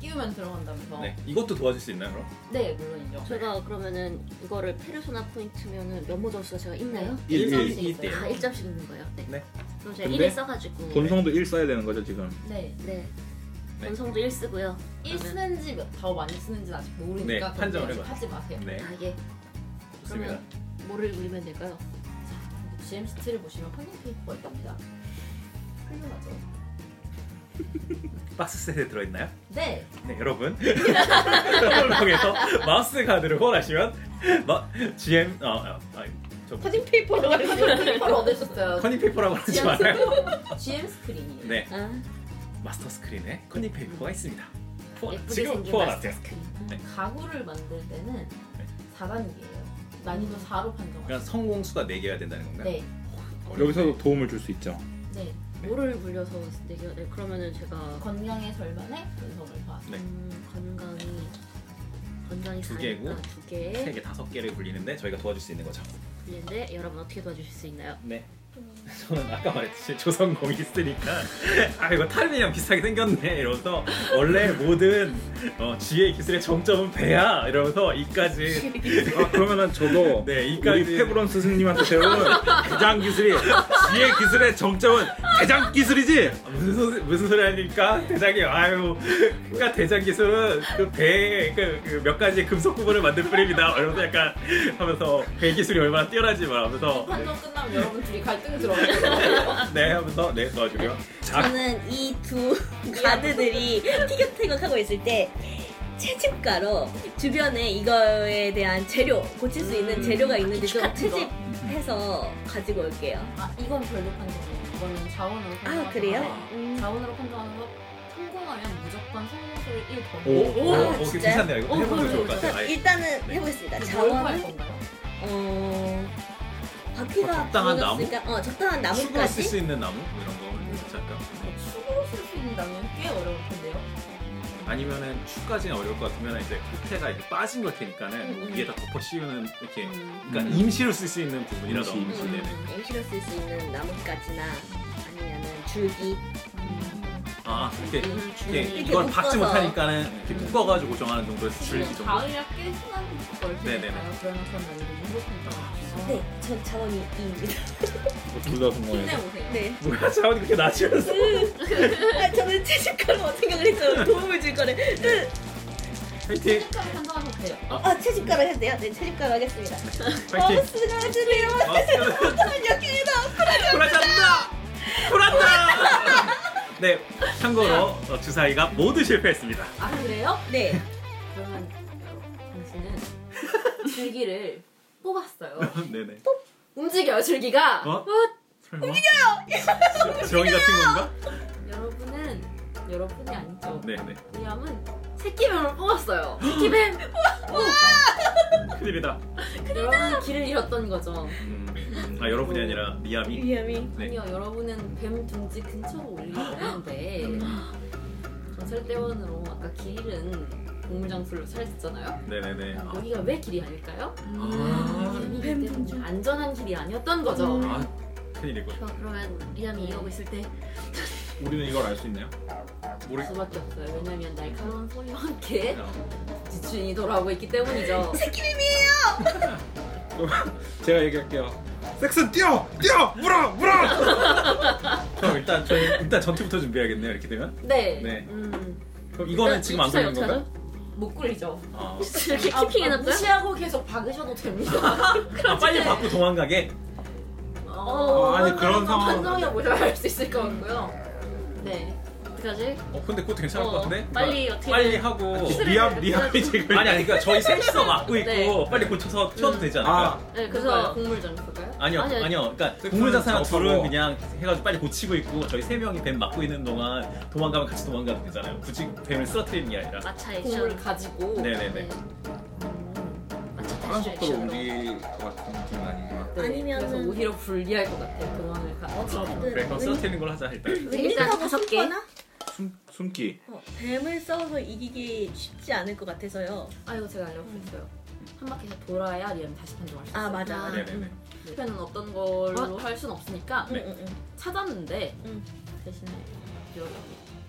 Speaker 5: 끼우면 들어간다면서.
Speaker 1: 네 이것도 도와줄 수 있나요 그럼?
Speaker 5: 네, 물론이죠.
Speaker 2: 제가 그러면은 이거를 페르소나 포인트면은 면모 점수가 제가 있나요?
Speaker 6: 일, 일,
Speaker 5: 네. 일점씩 있어요.
Speaker 8: 네.
Speaker 1: 일,
Speaker 2: 아 1점씩 있는 거예요. 네.
Speaker 1: 네.
Speaker 2: 그럼 제가
Speaker 6: 근데
Speaker 2: 1을 써가지고
Speaker 6: 본성도 1 써야 되는 거죠 지금.
Speaker 5: 네.
Speaker 2: 네.
Speaker 1: 네.
Speaker 2: 본성도 1 쓰고요.
Speaker 5: 1 쓰는지 더 많이 쓰는지 아직
Speaker 1: 네,
Speaker 5: 모르니까
Speaker 1: 판정을
Speaker 5: 그렇게
Speaker 1: 해봐요.
Speaker 5: 하지 마세요.
Speaker 1: 네
Speaker 2: 아 예.
Speaker 1: 좋습니다.
Speaker 2: 뭐를 그리면 될까요?
Speaker 5: GMCT를 보시면 펀딩 페이퍼가 있답니다. 훌륭하죠.
Speaker 1: 박스 셋에 들어있나요?
Speaker 5: 네.
Speaker 1: 네 여러분 홀로에서 마우스 카드를 원하시면 마, GM 어, 어 아니, 저
Speaker 8: 퍼진 페이퍼로 가지고.
Speaker 5: 페이퍼를 얻으셨어요.
Speaker 1: 커닝 페이퍼라고 하지 말아요.
Speaker 5: GM 스크린이에요.
Speaker 1: 네
Speaker 8: 아,
Speaker 1: 마스터 스크린에 커닝 페이퍼가 있습니다. 포,
Speaker 2: 예쁘게
Speaker 1: 지금
Speaker 2: 생긴
Speaker 1: 포화
Speaker 2: 마스터
Speaker 1: 같아요.
Speaker 2: 스크린.
Speaker 5: 음, 가구를 만들 때는
Speaker 1: 네.
Speaker 5: 4단계예요. 난이도 4로 판정하세요.
Speaker 1: 그러니까 성공 수가 4 개여야 된다는 건가요?
Speaker 5: 네.
Speaker 6: 여기서도 도움을 줄 수 있죠.
Speaker 5: 네.
Speaker 2: 뭐를 불려서 내겨? 네. 그러면은 제가
Speaker 5: 건강의 절반에 분성을 봐서.
Speaker 1: 네.
Speaker 2: 음, 건강이 건강이
Speaker 1: 두
Speaker 2: 사니까
Speaker 1: 개고,
Speaker 2: 두 개.
Speaker 1: 3개 5개를 굴리는데 저희가 도와줄 수 있는 거죠.
Speaker 2: 근데 여러분 어떻게 도와주실 수 있나요?
Speaker 1: 네. 저는 아까 말했듯이 조선공이 있으니까 아 이거 탈미랑 비슷하게 생겼네 이러면서 원래 모든 어, 지혜 기술의 정점은 배야 이러면서 이까지
Speaker 6: 아 그러면은 저도
Speaker 1: 네
Speaker 6: 우리
Speaker 1: 이까지
Speaker 6: 페브론스 스님한테 배운 대장 기술이 지혜 기술의 정점은 대장 기술이지.
Speaker 1: 아, 무슨 소리, 무슨 소리 하니까 대장이 아유 그러니까 대장 기술은 그 그배그몇 가지 금속 부분을 만들 뿐입니다 이러면서 약간 하면서 배 기술이 얼마나 뛰어나지 마 하면서
Speaker 5: 판정 끝나면 여러분 둘이 갈등 들어가요.
Speaker 1: 네 하면서 네 도와주고요 아,
Speaker 8: 저는 이 두 가드들이 티격태격하고 있을 때 채집가로 주변에 이거에 대한 재료 고칠 수 있는
Speaker 5: 음,
Speaker 8: 재료가 있는지 좀
Speaker 5: 같은 거.
Speaker 8: 채집해서 가지고 올게요.
Speaker 5: 아, 이건 별로 판정이에요. 이거는 자원으로 판정하는
Speaker 8: 아 그래요?
Speaker 5: 거예요. 자원으로 판정하는 거 성공하면 무조건 성공수를 1더
Speaker 6: 오.
Speaker 5: 넣고
Speaker 1: 오, 오,
Speaker 8: 아, 진짜요? 어,
Speaker 1: 괜찮네요 이거
Speaker 2: 오,
Speaker 1: 해보면
Speaker 2: 그럼
Speaker 1: 좋을 것 같아요 네.
Speaker 8: 일단,
Speaker 1: 아예.
Speaker 8: 일단은 해보겠습니다.
Speaker 5: 자원할
Speaker 8: 자원은
Speaker 5: 건가요?
Speaker 8: 어 바퀴가
Speaker 1: 어, 적당한
Speaker 8: 부러졌으니까- 어 적당한
Speaker 1: 추가 쓸수
Speaker 8: 나무까지
Speaker 1: 있는 나무 이런 거 괜찮을까?
Speaker 5: 축으로 네, 쓸 수 있는 나무는 꽤 어려울 텐데요.
Speaker 1: 아니면은 추까지는 어려울 것 같으면 이제 끝에가 이렇게 빠진 걸 테니까는
Speaker 2: 음.
Speaker 1: 위에다 덮어 씌우는 이렇게
Speaker 2: 음.
Speaker 1: 그러니까
Speaker 6: 음.
Speaker 1: 임시로 쓸 수 있는 부분이라도
Speaker 6: 임시, 임시. 음.
Speaker 1: 네네.
Speaker 8: 임시로 음, 쓸 수 있는 나무까지나 아니면은 줄기
Speaker 1: 아 이렇게 이렇게
Speaker 2: 음.
Speaker 1: 이걸 박지
Speaker 8: 묶어서.
Speaker 1: 못하니까는 이렇게 묶어가지고 정하는 정도의 줄기
Speaker 5: 지금
Speaker 1: 정도.
Speaker 5: 가을이라 꽤 흔한 걸
Speaker 1: 네네네.
Speaker 5: 테니까요. 그러면 저는 이거 무조건
Speaker 8: 네, 전 자원이 이입니다.
Speaker 6: 뭐 둘다 성공해서
Speaker 5: 힘내보세요.
Speaker 8: 네.
Speaker 1: 뭐야 자원이 그렇게 낮으면서
Speaker 8: 아, 저는 채집가로 생각을 했죠. 도움을 줄 거래.
Speaker 1: 파이팅
Speaker 5: 끝까지 한동안 돼요.
Speaker 8: 아, 채집가로 해도 돼요? 네, 채집가로 하겠습니다. 아,
Speaker 1: 파이팅
Speaker 8: 쓰가지네요.
Speaker 1: 불안다 불안다 네 참고로 어, 주사위가 모두 실패했습니다
Speaker 5: 아 그래요?
Speaker 8: 네.
Speaker 5: 그러면 당신은 줄기를 뽑았어요.
Speaker 1: 네네
Speaker 5: 움직여요 줄기가.
Speaker 1: 어?
Speaker 5: 훗!
Speaker 1: 움직여요 지원이 같은 건가
Speaker 5: 여러분은 여러분이 아니죠.
Speaker 1: 네네
Speaker 5: 왜냐면 새끼뱀을 뽑았어요. 새끼뱀.
Speaker 1: 큰일이다
Speaker 5: 여러분은 길을 잃었던 거죠.
Speaker 1: 아 여러분이 아니라 미야미
Speaker 8: 위험이.
Speaker 1: 네.
Speaker 5: 아니요 여러분은 뱀 둥지 근처로
Speaker 1: 네.
Speaker 5: 올리는데 전설 대원으로 아까 길 잃은 동물 장수를 찾았잖아요.
Speaker 1: 네네네 아,
Speaker 5: 여기가 왜 길이 아닐까요?
Speaker 6: 음.
Speaker 1: 아,
Speaker 5: 뱀이 때문에 안전한 길이 아니었던
Speaker 6: 음.
Speaker 5: 거죠.
Speaker 1: 큰일이고
Speaker 5: 저 그러면 리암이 이러고 있을 때
Speaker 6: 우리는 이걸 알 수 있나요?
Speaker 5: 볼
Speaker 6: 우리
Speaker 5: 수밖에 없어요. 왜냐면 날카로운 소리와 함께 지춘이 돌아오고 있기 때문이죠.
Speaker 6: 제가 얘기할게요 섹슨 뛰어! 뛰어! 물어! 물어!
Speaker 1: 그럼 일단 저희 일단 전투부터 준비해야겠네요 이렇게 되면
Speaker 5: 네.
Speaker 1: 네.
Speaker 5: 음.
Speaker 1: 그럼 이거는 지금 안 걸리는 건가?
Speaker 5: 못 굴리죠.
Speaker 2: 어,
Speaker 1: 아,
Speaker 8: 이렇게 키핑해놨어요?
Speaker 5: 무시하고 계속 박으셔도 됩니다.
Speaker 1: 아, 빨리 받고 도망가게
Speaker 6: 어, 아니, 그런 상황은
Speaker 5: 판정해 보셔야 할 수 있을 것 같고요. 네.
Speaker 2: 어떡하지?
Speaker 1: 어 근데 그것도 괜찮을
Speaker 2: 어,
Speaker 1: 것 같은데?
Speaker 2: 빨리 어떻게
Speaker 1: 빨리 하고
Speaker 6: 리암, 리암이 지금
Speaker 1: 아니 아니 그러니까 저희 셋이서 막고 있고
Speaker 2: 네.
Speaker 1: 빨리 고쳐서 튀어도 되지 않을까?
Speaker 6: 아
Speaker 2: 네,
Speaker 5: 그래서
Speaker 2: 그래서
Speaker 5: 공물전일까요?
Speaker 1: 아니요,
Speaker 2: 아니,
Speaker 1: 아니,
Speaker 2: 아니.
Speaker 1: 요 그러니까
Speaker 6: 그
Speaker 1: 공물자사랑
Speaker 6: 그건
Speaker 1: 둘은
Speaker 6: 저거.
Speaker 1: 그냥 해가지고 빨리 고치고 있고 저희 세 명이 뱀 막고 있는 동안 도망가면 같이 도망가도 되잖아요. 굳이 뱀을 쓰러뜨리는 게 아니라.
Speaker 2: 마차
Speaker 5: 공을
Speaker 2: 액션
Speaker 5: 가지고 음.
Speaker 1: 네네네.
Speaker 2: 마차
Speaker 6: 빠른
Speaker 2: 다시
Speaker 6: 속도로
Speaker 2: 액션으로
Speaker 6: 움직일 것 같은 느낌은 아닌 것 같아요
Speaker 5: 네,
Speaker 8: 아니면은-
Speaker 5: 그래서 오히려 불리할 것 같아요. 도망을 가.
Speaker 1: 어, 그래, 그럼 쓰러뜨리는 걸 하자 일단.
Speaker 2: 일단
Speaker 8: 일단
Speaker 2: 다섯
Speaker 8: 다섯
Speaker 2: 개.
Speaker 8: 개.
Speaker 6: 숨, 숨기
Speaker 8: 뱀을 싸워서 이기기 쉽지 않을 것 같아서요.
Speaker 5: 아 이거 제가
Speaker 2: 음.
Speaker 5: 알려드렸어요. 한 바퀴에서 돌아야 리암 다시 판정할 수 있어요.
Speaker 8: 아 맞아.
Speaker 2: 네,
Speaker 1: 네네네.
Speaker 5: 실패는 어떤 걸로 할 순 없으니까
Speaker 8: 응, 응, 응.
Speaker 5: 찾았는데
Speaker 2: 음.
Speaker 8: 응.
Speaker 5: 대신에 여기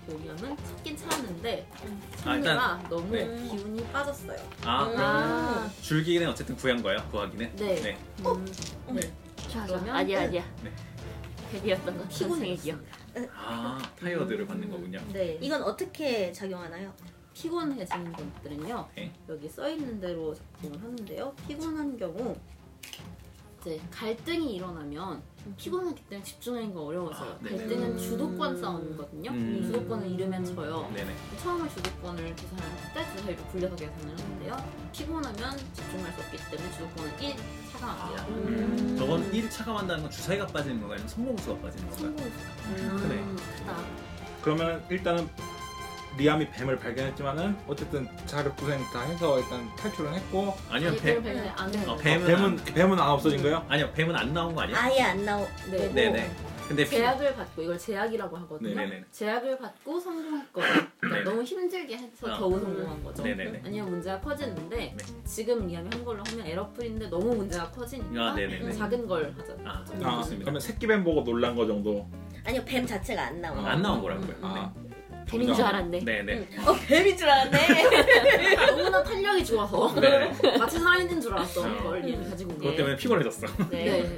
Speaker 5: 보면은 찾긴 찾았는데
Speaker 2: 음.
Speaker 1: 아 일단
Speaker 5: 하느라 너무
Speaker 1: 네.
Speaker 5: 기운이 빠졌어요.
Speaker 1: 아 그럼
Speaker 5: 아,
Speaker 1: 줄기는 어쨌든 구한 거예요. 구하기는.
Speaker 5: 네.
Speaker 2: 음,
Speaker 5: 네.
Speaker 2: 좋아, 좋아.
Speaker 5: 그러면-
Speaker 2: 아니야 아니야
Speaker 1: 네.
Speaker 2: 백이었던 건
Speaker 5: 피곤해요.
Speaker 2: 전생의 기억
Speaker 1: 아 타이어드를 받는 거군요.
Speaker 5: 네.
Speaker 8: 이건 어떻게 작용하나요?
Speaker 5: 피곤해지는 분들은요
Speaker 1: 네.
Speaker 5: 여기 써 있는 대로 작동을 하는데요. 피곤한 경우 이제 갈등이 일어나면 피곤하기 때문에 집중하기가 어려워져요.
Speaker 1: 아, 네.
Speaker 5: 갈등은
Speaker 8: 음.
Speaker 5: 주도권 싸움이거든요.
Speaker 1: 음.
Speaker 5: 주도권을 잃으면 져요.
Speaker 1: 네네.
Speaker 5: 처음에 주도권을 계산할 때 주사위를 굴려서 계산을 하는데요. 피곤하면 집중할 수 없기 때문에 주도권은 1 차감합니다.
Speaker 1: 음. 저건 1 차감한다는 건 주사위가 빠지는 건가요? 아니면 성공수가 빠지는 건가요? 그래.
Speaker 5: 크다.
Speaker 6: 그러면 일단은 리암이 뱀을 발견했지만은 어쨌든 자력 고생 다 해서 일단 탈출은 했고 어,
Speaker 1: 아니면
Speaker 5: 뱀,
Speaker 1: 뱀
Speaker 5: 뱀, 안
Speaker 1: 어, 뱀은
Speaker 5: 뱀.
Speaker 6: 뱀은 뱀은 안 없어진 거예요?
Speaker 1: 아니요 뱀은 안 나온 거 아니에요?
Speaker 8: 아예 안 나오.
Speaker 5: 네.
Speaker 1: 네네. 근데 피-
Speaker 5: 제약을 받고 이걸 제약이라고 하거든요.
Speaker 1: 네네네.
Speaker 5: 제약을 받고 성공했거든요.
Speaker 1: 네.
Speaker 5: 너무 힘들게 해서
Speaker 1: 어.
Speaker 5: 겨우 성공한 거죠.
Speaker 1: 네네네.
Speaker 5: 아니면 문제가 커지는데
Speaker 1: 네.
Speaker 5: 지금 리암이 한 걸로 하면 에러풀인데 너무 문제가 커지니까
Speaker 1: 아 네네네.
Speaker 5: 작은 걸 하자.
Speaker 1: 아
Speaker 6: 아,
Speaker 1: 좋습니다.
Speaker 6: 그러면 새끼 뱀 보고 놀란 거 정도.
Speaker 8: 아니요 뱀 자체가 안 나와.
Speaker 1: 안 나온 거라고요.
Speaker 6: 아,
Speaker 2: 뱀인 줄 알았네
Speaker 1: 네네. 음.
Speaker 8: 응. 어 뱀인 줄 알았네.
Speaker 5: 너무나 탄력이 좋아서
Speaker 1: 네.
Speaker 5: 마치 살아있는 줄 알았어.
Speaker 1: 어.
Speaker 5: 그걸 리암이 가지고 온 게.
Speaker 1: 그것 때문에 피곤해졌어.
Speaker 5: 네.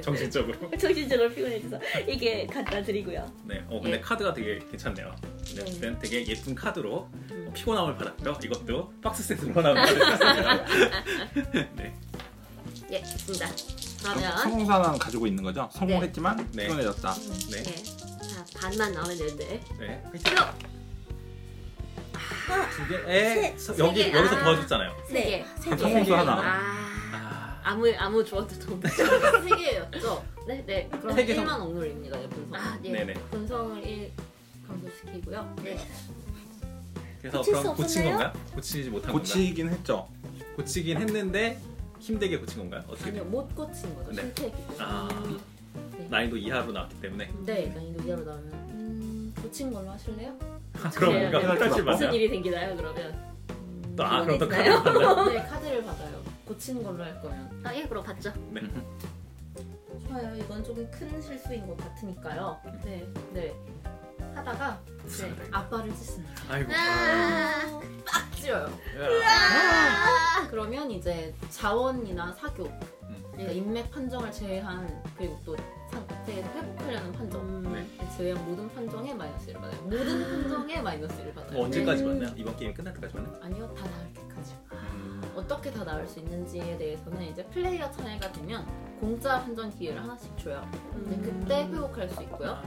Speaker 1: 정신적으로.
Speaker 8: 정신적으로 피곤해져서 이게 갖다 드리고요.
Speaker 1: 네. 어 근데
Speaker 5: 예. 되게
Speaker 1: 카드가 되게 괜찮네요. 네. 그냥 되게 예쁜 카드로 어, 피곤함을 받았고요. 이것도 박스 세트로 하나 받았습니다. 네.
Speaker 2: 예 좋습니다
Speaker 5: 그러면
Speaker 6: 성공사는 가지고 있는 거죠? 성공했지만
Speaker 1: 네.
Speaker 6: 피곤해졌다.
Speaker 1: 네.
Speaker 2: 네. 자 반만 나오면 되는데
Speaker 1: 네. 두 개. 에 서- 여기
Speaker 2: 개.
Speaker 1: 여기서
Speaker 2: 아.
Speaker 1: 도와줬잖아요.
Speaker 8: 네.
Speaker 2: 세개
Speaker 6: 성공사 하나.
Speaker 2: 아,
Speaker 1: 아.
Speaker 2: 아무 아무 조언도 도움
Speaker 5: 세 개였죠.
Speaker 2: 네네
Speaker 5: 그럼
Speaker 1: 세개
Speaker 5: 1만 억눌입니다. 분성.
Speaker 2: 아네 예.
Speaker 1: 네네.
Speaker 5: 분성을 1 감소시키고요.
Speaker 1: 네. 그래서
Speaker 8: 고칠
Speaker 1: 그럼
Speaker 8: 수
Speaker 1: 고친
Speaker 8: 없었나요?
Speaker 1: 건가요? 고치지 못한 건가요?
Speaker 6: 고치긴 했죠.
Speaker 1: 고치긴 했는데 힘들게 고친 건가요? 어떻게?
Speaker 5: 아니요
Speaker 1: 돼요?
Speaker 5: 못 고친 거죠.
Speaker 1: 네.
Speaker 5: 실패했기 때문에.
Speaker 1: 아. 난이도 이하로 나왔기 때문에.
Speaker 5: 네, 난이도 이하로 나오면 음, 고친 걸로 하실래요?
Speaker 1: 아, 그럼
Speaker 2: 네,
Speaker 1: 뭔가
Speaker 2: 네.
Speaker 1: 흩어지 마세요.
Speaker 2: 무슨 일이 생기나요 그러면
Speaker 1: 또 아 그럼 또 카드
Speaker 8: 피곤했나요?
Speaker 1: 받나?
Speaker 5: 네, 카드를 받아요. 고친 걸로 할 거면.
Speaker 2: 아 예 그럼 봤죠
Speaker 1: 네.
Speaker 5: 좋아요. 이건 조금 큰 실수인 것 같으니까요. 네, 네. 하다가 네, 아빠를 찢습니다.
Speaker 1: 아이고.
Speaker 2: 아
Speaker 5: 찢어요. 아! 그러면
Speaker 1: 음.
Speaker 5: 이제 자원이나 사교, 그러니까 인맥 판정을 제외한 그리고 또 상- 상태에서 회복하려는 판정.
Speaker 1: 네.
Speaker 5: 제외한 모든 판정에 마이너스를 받아요. 모든 판정에 마이너스를 받아요.
Speaker 1: 어, 언제까지 만나? 이번 게임 끝날 때까지 만나?
Speaker 5: 아니요, 다 나을 때까지.
Speaker 1: 음.
Speaker 5: 어떻게 다 나을 수 있는지에 대해서는 이제 플레이어 차례가 되면 공짜 판정 기회를 하나씩 줘요. 근데 그때 회복할 수 있고요.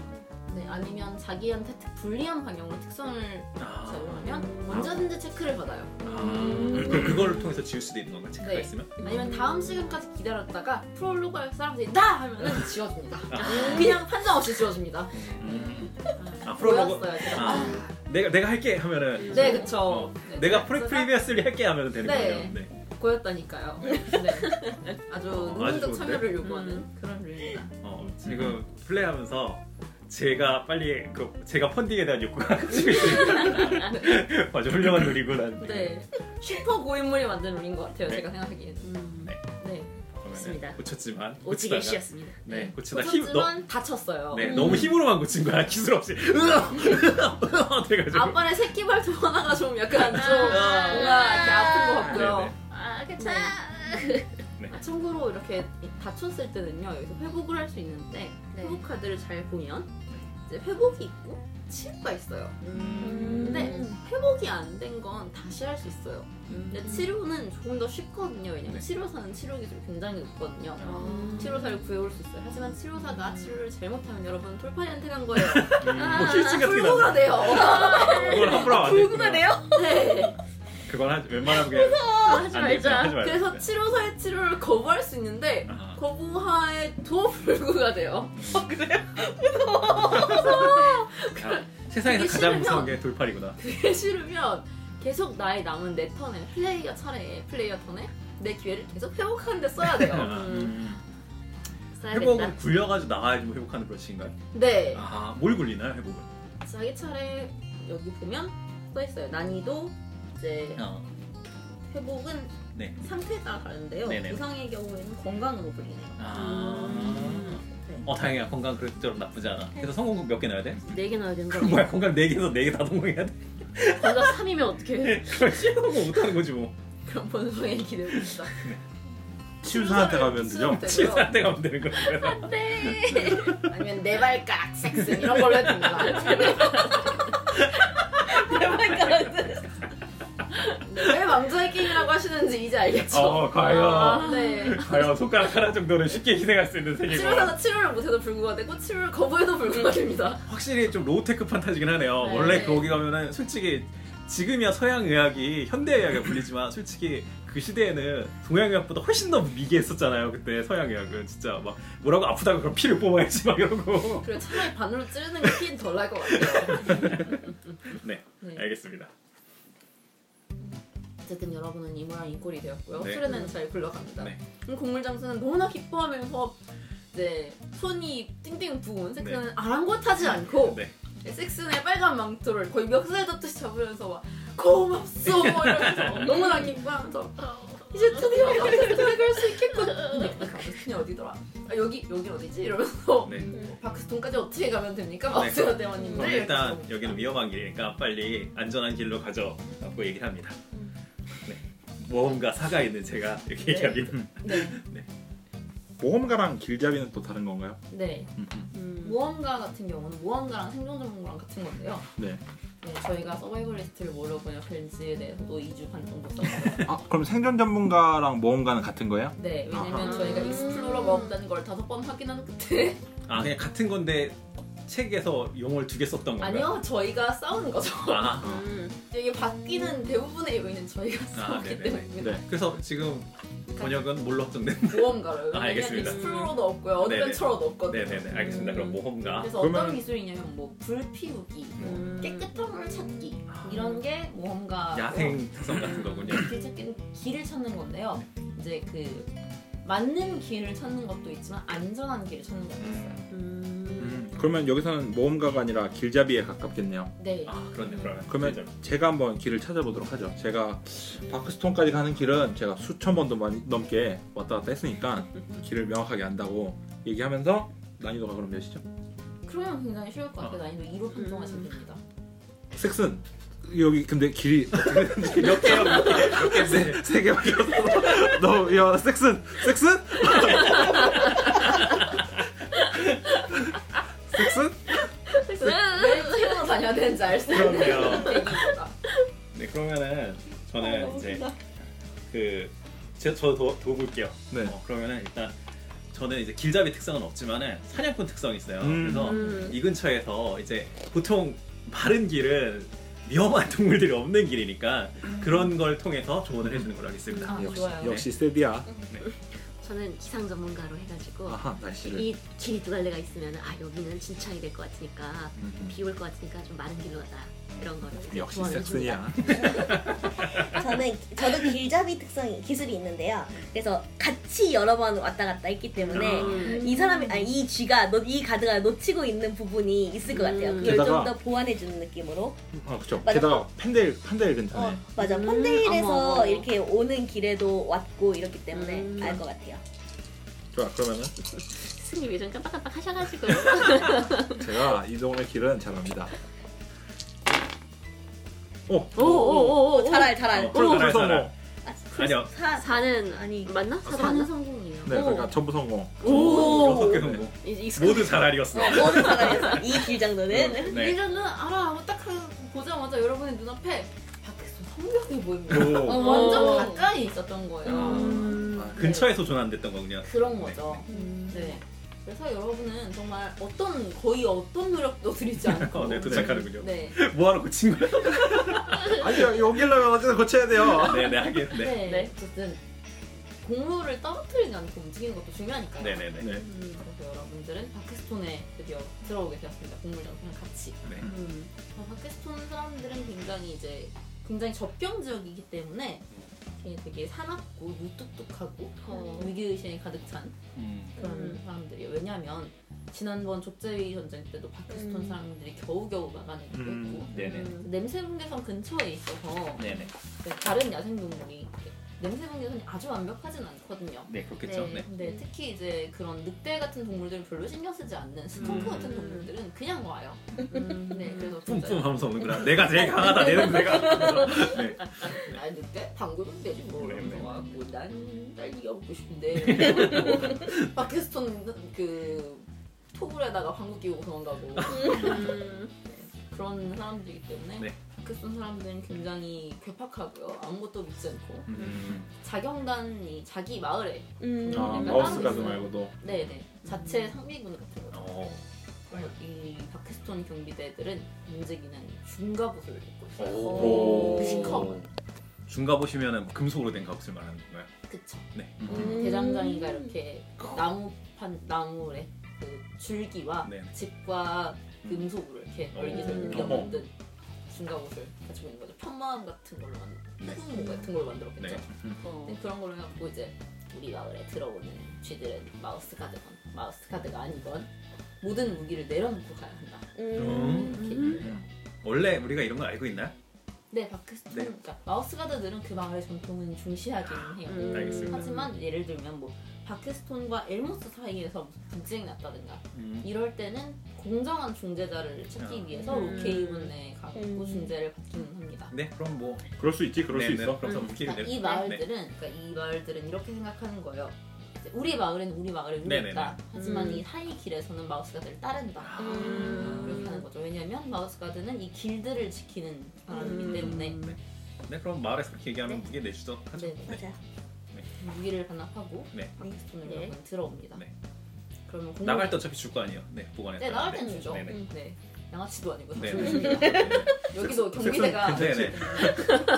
Speaker 5: 네, 아니면 자기한테 특- 불리한 방향으로 특성을
Speaker 1: 아.
Speaker 5: 작용하면 언제든지 체크를 받아요.
Speaker 1: 그럼 그걸 통해서 지울 수도 있는 건가? 체크가
Speaker 5: 네.
Speaker 1: 있으면?
Speaker 5: 아니면 다음 시간까지 기다렸다가 프롤로그 할 사람들이 나!
Speaker 1: 음.
Speaker 5: 하면은 지워줍니다. 그냥 판정 없이 지워줍니다.
Speaker 1: 아,
Speaker 5: 보였어요,
Speaker 1: 프롤로그.
Speaker 5: 제가.
Speaker 1: 아, 내가 내가 할게 하면은.
Speaker 5: 네, 그쵸.
Speaker 1: 어,
Speaker 5: 네,
Speaker 1: 내가 프리
Speaker 5: 그래서
Speaker 1: 프리비어스리 할게 하면 되는
Speaker 5: 네.
Speaker 1: 거예요. 네.
Speaker 5: 보였다니까요. 네. 아주
Speaker 1: 아주
Speaker 5: 능동적
Speaker 1: 좋은데? 음.
Speaker 5: 참여를 요구하는 그런 룰입니다.
Speaker 1: 어, 지금 플레이하면서 제가 빨리 그 제가 펀딩에 대한 욕구가 가지고 있으니까 아주 훌륭한 룰이구나.
Speaker 5: 네. 슈퍼 고인물이 만든 룰인 것 같아요,
Speaker 1: 네.
Speaker 5: 제가 생각하기에는.
Speaker 2: 음,
Speaker 5: 네.
Speaker 2: 맞습니다.
Speaker 1: 그러면은 고쳤지만
Speaker 2: 오지게
Speaker 1: 고치다가-
Speaker 2: 씨였습니다.
Speaker 1: 네, 고치다 힘 너,
Speaker 5: 고쳤지만 다쳤어요.
Speaker 1: 네, 너무 힘으로만 고친 거야. 기술 없이. 으악! 돼가지고.
Speaker 5: 아빠의 새끼 발톱 하나가 좀 약간 좀
Speaker 1: 아.
Speaker 5: 뭔가 이렇게 아픈 것
Speaker 1: 네,
Speaker 5: 같고요.
Speaker 1: 네.
Speaker 2: 아 괜찮아.
Speaker 5: 아, 참고로 이렇게 다쳤을 때는요 여기서 회복을 할 수 있는데
Speaker 2: 네.
Speaker 5: 회복 카드를 잘 보면 이제 회복이 있고 치료가 있어요.
Speaker 2: 네.
Speaker 8: 음.
Speaker 5: 근데 회복이 안 된 건 다시 할 수 있어요. 근데 치료는 조금 더 쉽거든요. 왜냐면
Speaker 1: 네. 아.
Speaker 5: 치료사는 치료 기술이 굉장히 높거든요. 치료사를 구해올 수 있어요. 하지만 치료사가
Speaker 1: 음.
Speaker 5: 치료를 잘못하면 여러분 돌팔이한테 간 거예요.
Speaker 1: 뭐 힐링 같은 거.
Speaker 5: 아, 불구가 돼요.
Speaker 1: 그걸 함부로 하면 안
Speaker 8: 불구가
Speaker 1: 돼.
Speaker 8: 돼요?
Speaker 5: 네.
Speaker 1: 그건 하지 웬만하면 그냥
Speaker 2: 하지
Speaker 1: 안 돼. 그냥 하지
Speaker 2: 말자.
Speaker 1: 말자.
Speaker 5: 그래서 치료사의 치료를 거부할 수 있는데
Speaker 1: 아하.
Speaker 5: 거부하에도 불구가 돼요.
Speaker 1: 아, 세상에서
Speaker 5: 그게
Speaker 1: 가장
Speaker 5: 싫으면-
Speaker 1: 무서운 게 돌팔이구나.
Speaker 5: 그게 싫으면 계속 나의 남은 내 턴에 플레이어 차례에 플레이어 턴에 내 기회를 계속 회복하는데 써야 돼요.
Speaker 1: 아,
Speaker 5: 써야
Speaker 1: 회복은 굴려가지고 나와야지 뭐 회복하는 브러쉬인가요?
Speaker 5: 네.
Speaker 1: 아, 뭘 굴리나요, 회복은?
Speaker 5: 자기 차례 여기 보면 써 있어요. 난이도 이제
Speaker 1: 어.
Speaker 5: 회복은
Speaker 1: 네.
Speaker 5: 상태에 따라 다른데요.
Speaker 1: 네네.
Speaker 5: 부상의 경우에는 건강으로 불리네요.
Speaker 1: 아. 어, 다행이야. 건강 그럭저럭 나쁘지 않아. 그래서 성공 몇 개 넣어야 돼?
Speaker 2: 네개 넣어야 되는 거
Speaker 1: 그럼
Speaker 2: 아니야?
Speaker 1: 뭐야, 건강 4개에서 4개 다 성공해야 돼?
Speaker 2: 거기가 3이면 어떡해?
Speaker 1: 그걸 싫어하는 거 못하는 거지 뭐.
Speaker 5: 그럼 본성에 기대봅시다.
Speaker 9: 치유사한테 가면 되죠?
Speaker 6: 네.
Speaker 1: 치사한테 가면 되는 거야.
Speaker 5: 아니면 내 발가락 섹스 이런 걸로 해줍니다. 왜 망자의 게임이라고 하시는지 이제 알겠죠?
Speaker 1: 어, 과연.
Speaker 5: 네.
Speaker 1: 과연 손가락 하나 정도는 쉽게 희생할 수 있는 세계고.
Speaker 5: 치료사가 치료를 못해도 불구가 되고 치료를 거부해도 불구가 됩니다.
Speaker 1: 확실히 좀 로우테크 판타지긴 하네요.
Speaker 5: 네.
Speaker 1: 원래 거기 가면은 솔직히 지금이야 서양 의학이 현대 의학에 불리지만 솔직히 그 시대에는 동양 의학보다 훨씬 더 미개했었잖아요. 그때 서양 의학은 진짜 막 뭐라고 아프다고 그럼 피를 뽑아야지 막 이러고.
Speaker 5: 그리고 차라리 반으로 찌르는 게 피는 덜 날 것 같아요.
Speaker 1: 네,
Speaker 5: 네.
Speaker 1: 알겠습니다.
Speaker 5: 어쨌든 여러분은 이모랑 인골이 되었고요.
Speaker 1: 네.
Speaker 5: 수련회는 잘 굴러갑니다.
Speaker 1: 네.
Speaker 5: 그럼 곡물 장수는 너무나 기뻐하면서 이제 손이 띵띵 부은 섹스는 아랑곳하지 않고
Speaker 1: 네.
Speaker 5: 섹슨의 빨간 망토를 거의 멱살 잡듯이 잡으면서 막 고맙소 뭐 이러면서 너무나 기뻐하면서 이제 드디어 박스톤에 갈 수 있겠군 근데 그 박스톤이 어디더라? 아, 여기 여기 어디지? 이러면서
Speaker 1: 네.
Speaker 5: 박스톤까지 어떻게 가면 됩니까?
Speaker 1: 네,
Speaker 5: 박스톤
Speaker 1: 그럼
Speaker 5: 대원님들
Speaker 1: 일단 여기는 위험한 길이니까 빨리 안전한 길로 가져라고 얘기를 합니다. 네. 모험가 사가 있는 제가 이렇게 얘기합니다.
Speaker 5: 네,
Speaker 6: 모험가랑 길잡이는 또 다른 건가요?
Speaker 5: 네.
Speaker 1: 음,
Speaker 5: 모험가 같은 경우는 모험가랑 생존 전문가랑 같은 건데요
Speaker 6: 네.
Speaker 5: 네, 저희가 서바이벌 리스트를 모르고 그냥 벤지에 대해서도 2주 반 정도 썼어요
Speaker 6: 아, 그럼 생존 전문가랑 모험가는 같은 거예요?
Speaker 5: 네, 왜냐면
Speaker 6: 아하.
Speaker 5: 저희가 익스플로러가 없다는 걸 다섯 번 확인한 끝에
Speaker 1: 아 그냥 같은 건데 책에서 용어를 두 개 썼던 건가요?
Speaker 5: 아니요, 저희가 싸우는 거죠.
Speaker 1: 아,
Speaker 8: 음.
Speaker 5: 이게 바뀌는 대부분의 요인은 저희가
Speaker 1: 아,
Speaker 5: 싸우기
Speaker 1: 네네네.
Speaker 5: 때문입니다.
Speaker 6: 네.
Speaker 1: 그래서 지금 번역은 뭘로 확정된?
Speaker 5: 모험가로요.
Speaker 1: 아, 알겠습니다. 음.
Speaker 5: 익스플로러도 없고요,
Speaker 1: 네네.
Speaker 5: 어드벤처러도 없거든요.
Speaker 1: 네네네 알겠습니다. 그럼 뭐 모험가.
Speaker 5: 그래서 어떤
Speaker 6: 그러면은-
Speaker 5: 기술이냐면 뭐 불피우기,
Speaker 2: 어.
Speaker 1: 음. 아.
Speaker 5: 깨끗한 물을 찾기 이런 게 모험가
Speaker 1: 야생 특성 같은 거군요.
Speaker 5: 길 찾기는 길을 찾는 건데요. 이제 그 맞는 길을 찾는 것도 있지만 안전한 길을 찾는 것도
Speaker 1: 음.
Speaker 5: 있어요.
Speaker 2: 음.
Speaker 6: 그러면 여기서는 모험가가 아니라 길잡이에 가깝겠네요.
Speaker 5: 네.
Speaker 1: 아 그렇네 그러면.
Speaker 6: 그러면 제가 한번 길을 찾아보도록 하죠. 제가 바크스톤까지 가는 길은 제가 수천 번도 많이 넘게 왔다 갔다 했으니까 길을 명확하게 안다고 얘기하면서 난이도가 그럼 몇이죠?
Speaker 5: 그러면 굉장히 쉬울 것
Speaker 1: 어.
Speaker 5: 같아요. 난이도 2로 판정하시면 됩니다.
Speaker 6: 색슨 여기 근데 길이
Speaker 1: 몇 개요? 몇 개? 몇 개?
Speaker 6: 세 개밖에 없어. 너야 색슨 색슨
Speaker 1: 섹스?
Speaker 5: 왜 치료로 다녀야 되는지 알 수 있는
Speaker 1: 그럼요.
Speaker 5: 얘기입니다.
Speaker 1: 네 그러면은 저는 이제 그 제가 저 도, 도울게요.
Speaker 6: 네.
Speaker 1: 어, 그러면은 일단 저는 이제 길잡이 특성은 없지만은 사냥꾼 특성이 있어요.
Speaker 6: 음.
Speaker 1: 그래서
Speaker 8: 음.
Speaker 1: 이 근처에서 이제 보통 마른 길은 위험한 동물들이 없는 길이니까 그런 걸 통해서 조언을 해주는 걸로 하겠습니다.
Speaker 5: 아,
Speaker 6: 역시
Speaker 5: 좋아요.
Speaker 6: 역시 세디야.
Speaker 8: 저는 기상 전문가로 해가지고
Speaker 6: 아하 날씨를.
Speaker 8: 이 길이 누갈래가 있으면 아 여기는 진창이 될 것 같으니까
Speaker 6: 음,
Speaker 8: 비 올 것 같으니까 좀 마른 길로 가자 이런 거를 이제
Speaker 6: 역시
Speaker 8: 조언을 줍니다.
Speaker 6: 섹스니야.
Speaker 9: 저는 저도 길잡이 특성이 기술이 있는데요.
Speaker 8: 그래서 같이 여러 번 왔다 갔다 했기 때문에
Speaker 1: 음.
Speaker 8: 이 사람이 아니 이 쥐가 놓- 이 가드가 놓치고 있는 부분이 있을 것 같아요.
Speaker 2: 음.
Speaker 8: 그걸 좀
Speaker 6: 게다가-
Speaker 8: 더 보완해 주는 느낌으로.
Speaker 6: 아 그렇죠.
Speaker 9: 맞아.
Speaker 6: 게다가 팬데일 팬데일
Speaker 9: 어,
Speaker 6: 근처네.
Speaker 9: 맞아.
Speaker 8: 맞아.
Speaker 9: 음,
Speaker 8: 펀데일에서
Speaker 2: 어머.
Speaker 8: 이렇게 오는 길에도 왔고 이렇기 때문에
Speaker 2: 음.
Speaker 8: 알 것 같아요.
Speaker 6: 좋아 그러면은
Speaker 2: 스님이 좀 깜빡깜빡 하셔가지고
Speaker 6: 제가 이 동네 길은 잘 압니다. 어, 오.
Speaker 2: 오오오오
Speaker 8: 잘 알, 잘 알.
Speaker 1: 어, 그럼
Speaker 6: 그래서
Speaker 1: 잘 알아.
Speaker 6: 뭐.
Speaker 1: 아니요.
Speaker 8: 사, 사,
Speaker 2: 사는
Speaker 8: 아니.
Speaker 2: 맞나? 사는
Speaker 8: 사는
Speaker 2: 성공이에요.
Speaker 6: 네 그러니까 전부 성공.
Speaker 1: 여섯 개 성공. 뭐 모두 잘 알이었어.
Speaker 8: 어, 모든 사람에서 이 길장도는
Speaker 1: 네.
Speaker 5: 리저는 알아. 뭐딱 그- 보자마자 여러분의 눈앞에 밖에서 성벽이 보이는 거예요.
Speaker 6: 오.
Speaker 5: 완전 가까이 있었던 거예요.
Speaker 2: 음.
Speaker 6: 아,
Speaker 1: 근처에서 조난됐던 거군요.
Speaker 5: 그런 거죠.
Speaker 1: 음.
Speaker 5: 네. 그래서 여러분은 정말 어떤 거의 어떤 노력도 들이지 않고
Speaker 1: 어, 네 도착하는군요.
Speaker 5: 네.
Speaker 1: 뭐하러 그 고친 거야?
Speaker 6: 아니요 여기려면 어쨌든 고쳐야 돼요.
Speaker 1: 네네 하긴 네.
Speaker 5: 네.
Speaker 2: 네.
Speaker 5: 어쨌든 공물을 떨어뜨리지 않고 움직이는 것도 중요하니까요.
Speaker 1: 네네네.
Speaker 6: 네.
Speaker 5: 음, 그래서 여러분들은 바크스톤에 드디어 들어오게 되었습니다. 공물 정수랑 같이.
Speaker 1: 네.
Speaker 5: 음. 어, 바크스톤 사람들은 굉장히 이제 굉장히 접경 지역이기 때문에 이렇게 되게 사납고 무뚝뚝하고
Speaker 2: 어.
Speaker 5: 위기 의식이 가득 찬
Speaker 6: 음.
Speaker 5: 그런
Speaker 2: 음.
Speaker 5: 사람들이에요. 왜냐하면 지난번 족제위 전쟁 때도 바크스톤
Speaker 2: 음.
Speaker 5: 사람들이 겨우겨우 막아내고
Speaker 6: 음.
Speaker 5: 있고
Speaker 1: 네네.
Speaker 5: 냄새 분개선 근처에 있어서
Speaker 1: 네네.
Speaker 5: 네, 다른 야생동물이 이렇게 냄새 분개선이 아주 완벽하진 않거든요.
Speaker 1: 네 그렇겠죠.
Speaker 2: 네.
Speaker 1: 네.
Speaker 5: 근데 특히 이제 그런 늑대 같은 동물들은 별로 신경 쓰지 않는 스토크
Speaker 1: 음.
Speaker 5: 같은 동물들은 그냥 와요. 네, 그래서
Speaker 1: 뿜뿜
Speaker 5: 진짜
Speaker 1: 하면서 오는구나. 내가 제일 강하다. 내는 내가. 네.
Speaker 5: 나 늑대 방구면 되지 뭐
Speaker 1: 네, 네.
Speaker 5: 이러면서 와갖고 난날 이겨먹고 싶은데 파키스톤 그 토굴에다가 방구 끼고 도망가고 그런 사람들이기 때문에
Speaker 1: 네.
Speaker 5: 파키스톤 사람들은 굉장히 괴팍하고요 아무것도 믿지 않고
Speaker 6: 음.
Speaker 5: 자경단이 자기 마을에
Speaker 8: 음.
Speaker 6: 아
Speaker 5: 약간
Speaker 6: 마우스
Speaker 5: 다른
Speaker 6: 가드
Speaker 5: 있어요.
Speaker 6: 말고도.
Speaker 5: 네네
Speaker 1: 음.
Speaker 5: 자체 상비군 같은 거
Speaker 1: 어.
Speaker 5: 이 파키스톤 경비대들은 움직이는 중갑옷을 입고 있어요.
Speaker 1: 오.
Speaker 5: 뮤지컬.
Speaker 1: 중가 보시면은 뭐 금속으로 된 갑옷을 말하는 건가요?
Speaker 5: 그쵸.
Speaker 1: 네.
Speaker 8: 음.
Speaker 5: 대장장이가 이렇게 나무판 나무에 그 줄기와
Speaker 1: 네네.
Speaker 5: 집과 금속으로 이렇게
Speaker 1: 어.
Speaker 5: 얼기서
Speaker 1: 어.
Speaker 5: 옮겨 만든 중갑옷을 가지고 있는 거죠. 편마음 같은 걸로 만든 후금 같은 걸로 만들었겠죠.
Speaker 1: 네.
Speaker 5: 근데 그런 걸로 해갖고 이제 우리 마을에 들어오는 쥐들은 마우스 가드건 마우스 가드가 아니건 모든 무기를 내려놓고 가야 한다.
Speaker 1: 음.
Speaker 5: 이렇게
Speaker 1: 원래 우리가 이런 걸 알고 있나요?
Speaker 5: 네, 바크스톤.
Speaker 1: 네.
Speaker 5: 그러니까 마우스 가드들은 그 마을의 전통은 중시하긴 해요.
Speaker 2: 음.
Speaker 1: 알겠습니다.
Speaker 5: 하지만 예를 들면 뭐 바크스톤과 엘모스 사이에서 무슨 분쟁이 났다든가 이럴 때는 공정한 중재자를 찾기
Speaker 1: 아.
Speaker 5: 위해서
Speaker 2: 음.
Speaker 5: 로케이문에 가고
Speaker 9: 음.
Speaker 5: 중재를 받기는 합니다.
Speaker 1: 네 그럼 뭐
Speaker 6: 그럴 수 있지 그럴 수
Speaker 1: 네네,
Speaker 6: 있어.
Speaker 1: 그래서
Speaker 2: 음.
Speaker 1: 무기를
Speaker 5: 그러니까 이
Speaker 1: 내리고. 네.
Speaker 5: 마을들은 그러니까 이 마을들은 이렇게 생각하는 거예요. 이제 우리 마을에는 우리 마을에
Speaker 1: 네네네. 아.
Speaker 5: 우리다. 하지만
Speaker 2: 음.
Speaker 5: 이 하이 길에서는 마우스 가드를 따른다.
Speaker 2: 음.
Speaker 5: 이렇게 하는 거죠. 왜냐하면 마우스 가드는 이 길들을 지키는 사람이기
Speaker 2: 음.
Speaker 5: 때문에
Speaker 1: 네 그럼 마을에서 그렇게 얘기하면 무기 내주죠. 하죠.
Speaker 5: 네.
Speaker 9: 맞아.
Speaker 5: 무기를 반납하고
Speaker 1: 네.
Speaker 5: 바켓톤을
Speaker 2: 네.
Speaker 5: 여러분 들어옵니다.
Speaker 1: 네.
Speaker 5: 그러면 공룡...
Speaker 1: 나갈 때 어차피 줄 거 아니에요. 네
Speaker 5: 네
Speaker 1: 보관했다.
Speaker 5: 나갈 땐 주죠.
Speaker 1: 네네.
Speaker 5: 음, 네. 양아치도 아니고 다
Speaker 1: 네네.
Speaker 5: 주십니다.
Speaker 1: 네네.
Speaker 5: 여기도 경비대가
Speaker 1: 네네.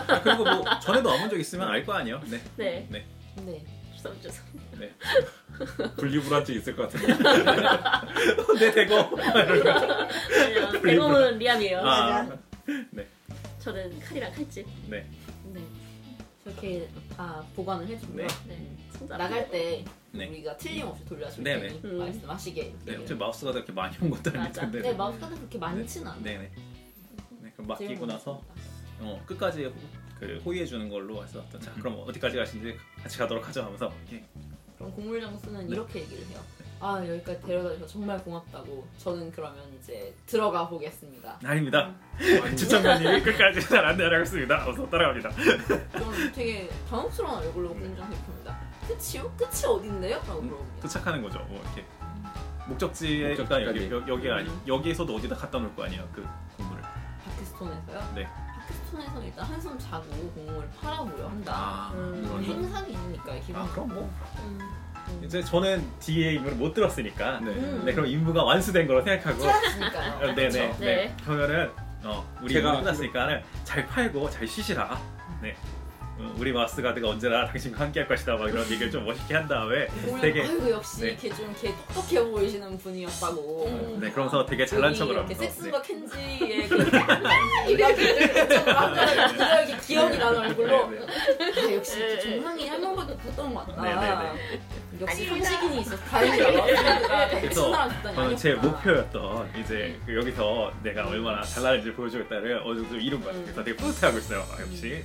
Speaker 1: 아, 그리고 뭐 전에도 와본 적 있으면 알 거 아니에요. 네.
Speaker 2: 네.
Speaker 1: 네.
Speaker 5: 네.
Speaker 2: 주섬주섬.
Speaker 6: 분리불안증 있을 것 같은데.
Speaker 1: 네 대고.
Speaker 2: 그냥 대검은 리암이에요.
Speaker 1: 아.
Speaker 2: 저는 칼이랑 칼집.
Speaker 1: 네.
Speaker 5: 네. 저렇게 다 보관을
Speaker 1: 네.
Speaker 5: 해주고요.
Speaker 2: 네. 손잡이.
Speaker 5: 나갈 때
Speaker 1: 네.
Speaker 5: 우리가 틀림없이 돌려줄
Speaker 1: 네네.
Speaker 5: 테니
Speaker 2: 음.
Speaker 5: 말씀하시게.
Speaker 1: 네.
Speaker 5: 네.
Speaker 1: 어차피 마우스가 그렇게 많이 온 것도 아닐
Speaker 2: 맞아.
Speaker 1: 텐데.
Speaker 5: 네, 마우스가 그렇게 많지는 않아요.
Speaker 1: 네네. 네, 그럼 맡기고 나서 어, 끝까지 호, 그 호의해 주는 걸로 해서 어떤- 자 그럼 뭐 어디까지 가시는지 같이 가도록 하죠 하면서 예. 이렇게
Speaker 5: 그럼 곡물 장수는
Speaker 1: 네.
Speaker 5: 이렇게 얘기를 해요. 아 여기까지 데려다 줘서 정말 고맙다고. 저는 그러면 이제 들어가 보겠습니다.
Speaker 1: 아닙니다.
Speaker 5: 음.
Speaker 1: 주청관님이 끝까지 잘 안내하라고 했습니다. 하면서 따라갑니다.
Speaker 5: 그럼 되게 당혹스러운
Speaker 1: 음.
Speaker 5: 얼굴로 공장 대표입니다. 끝이요? 끝이 어딘데요? 라고 물어봅니다.
Speaker 1: 도착하는 거죠. 뭐 이렇게 목적지에 일단
Speaker 6: 목적지까지.
Speaker 1: 여기 여- 여기
Speaker 5: 음.
Speaker 1: 아니 여기에서도 어디다 갖다 놓을 거 아니야 그 공물을.
Speaker 5: 파키스톤에서요?
Speaker 1: 네.
Speaker 5: 파키스톤에서는 일단 한숨 자고 공을 팔아보려 한다.
Speaker 1: 아,
Speaker 9: 음.
Speaker 1: 그런 거.
Speaker 5: 행사가 있으니까 기본.
Speaker 1: 아 그럼 뭐
Speaker 5: 음.
Speaker 1: 이제 저는 뒤에 임무를 못 들었으니까.
Speaker 6: 네.
Speaker 1: 네 그럼 임무가 완수된 거로 생각하고.
Speaker 5: 그러니까요.
Speaker 1: 어, 뭐. 네, 네,
Speaker 7: 그쵸.
Speaker 1: 네. 그러면은 어, 우리
Speaker 6: 제가
Speaker 1: 제가 끝났으니까는 잘 팔고 잘 쉬시라. 네. 어, 우리 마우스 가드가 언제나 당신과 함께할 것이다. 막 이런 얘기를 좀 멋있게 한 다음에
Speaker 5: 오히려
Speaker 1: 되게-
Speaker 5: 아이고 역시
Speaker 1: 네.
Speaker 5: 걔좀걔 똑똑해 보이시는 분이었다고.
Speaker 1: 음. 네, 그러면서 되게 잘난 척을 네.
Speaker 5: 이렇게
Speaker 1: 하면서,
Speaker 5: 섹스가 켄지의 그 이렇게 기억이 나는 얼굴로
Speaker 1: 네, 네.
Speaker 5: 아, 역시 이렇게 종상이 할머니밖에 못던 것 같다.
Speaker 8: 아,
Speaker 1: 네,
Speaker 5: 역시
Speaker 9: 아닙니다.
Speaker 5: 상식인이 있어. 다행이야.
Speaker 1: 그래서 저는 제
Speaker 5: 목표.
Speaker 1: 목표였던 이제 그 여기서 내가 얼마나 잘나는지 보여주겠다를 어느 정도 이룬 것 같아요. 그래서 되게 뿌듯해하고 있어요. 아, 역시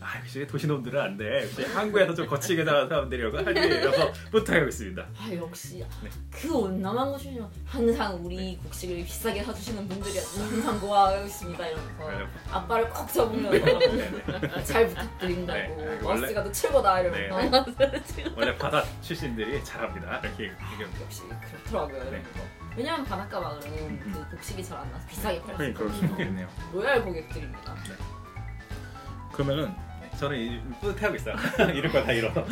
Speaker 1: 아 역시 도시놈들은 안 돼. 역시 한국에서 좀 거칠게 자란 사람들이라고 할 일이라서 뿌듯하고 있습니다.
Speaker 5: 아 역시
Speaker 1: 네.
Speaker 5: 그 온남한 곳이면 항상 우리
Speaker 1: 네.
Speaker 5: 곡식을 비싸게 사주시는 분들이 항상 고마워요 있습니다 이러면서
Speaker 1: 네.
Speaker 5: 아빠를 꼭
Speaker 1: 네,
Speaker 5: 잡으면서
Speaker 1: 네, 네.
Speaker 5: 잘 부탁드린다고
Speaker 1: 네,
Speaker 5: 마우스가
Speaker 1: 원래-
Speaker 5: 또 최고다 이러면서
Speaker 1: 네. 원래 바다 출신들이 잘합니다. 이렇게 얘기합니다.
Speaker 5: 역시 그렇더라고요
Speaker 1: 네.
Speaker 5: 이러면서 왜냐면 바닷가
Speaker 1: 음,
Speaker 5: 마을은 그 곡식이 잘 안 나서 비싸게 팔아요
Speaker 6: 그러니 그럴 수도 있겠네요.
Speaker 5: 로얄 고객들입니다
Speaker 6: 그러면은
Speaker 1: 저는 이- 뿌듯해하고 있어요. 이럴 거다 아, 이뤄서.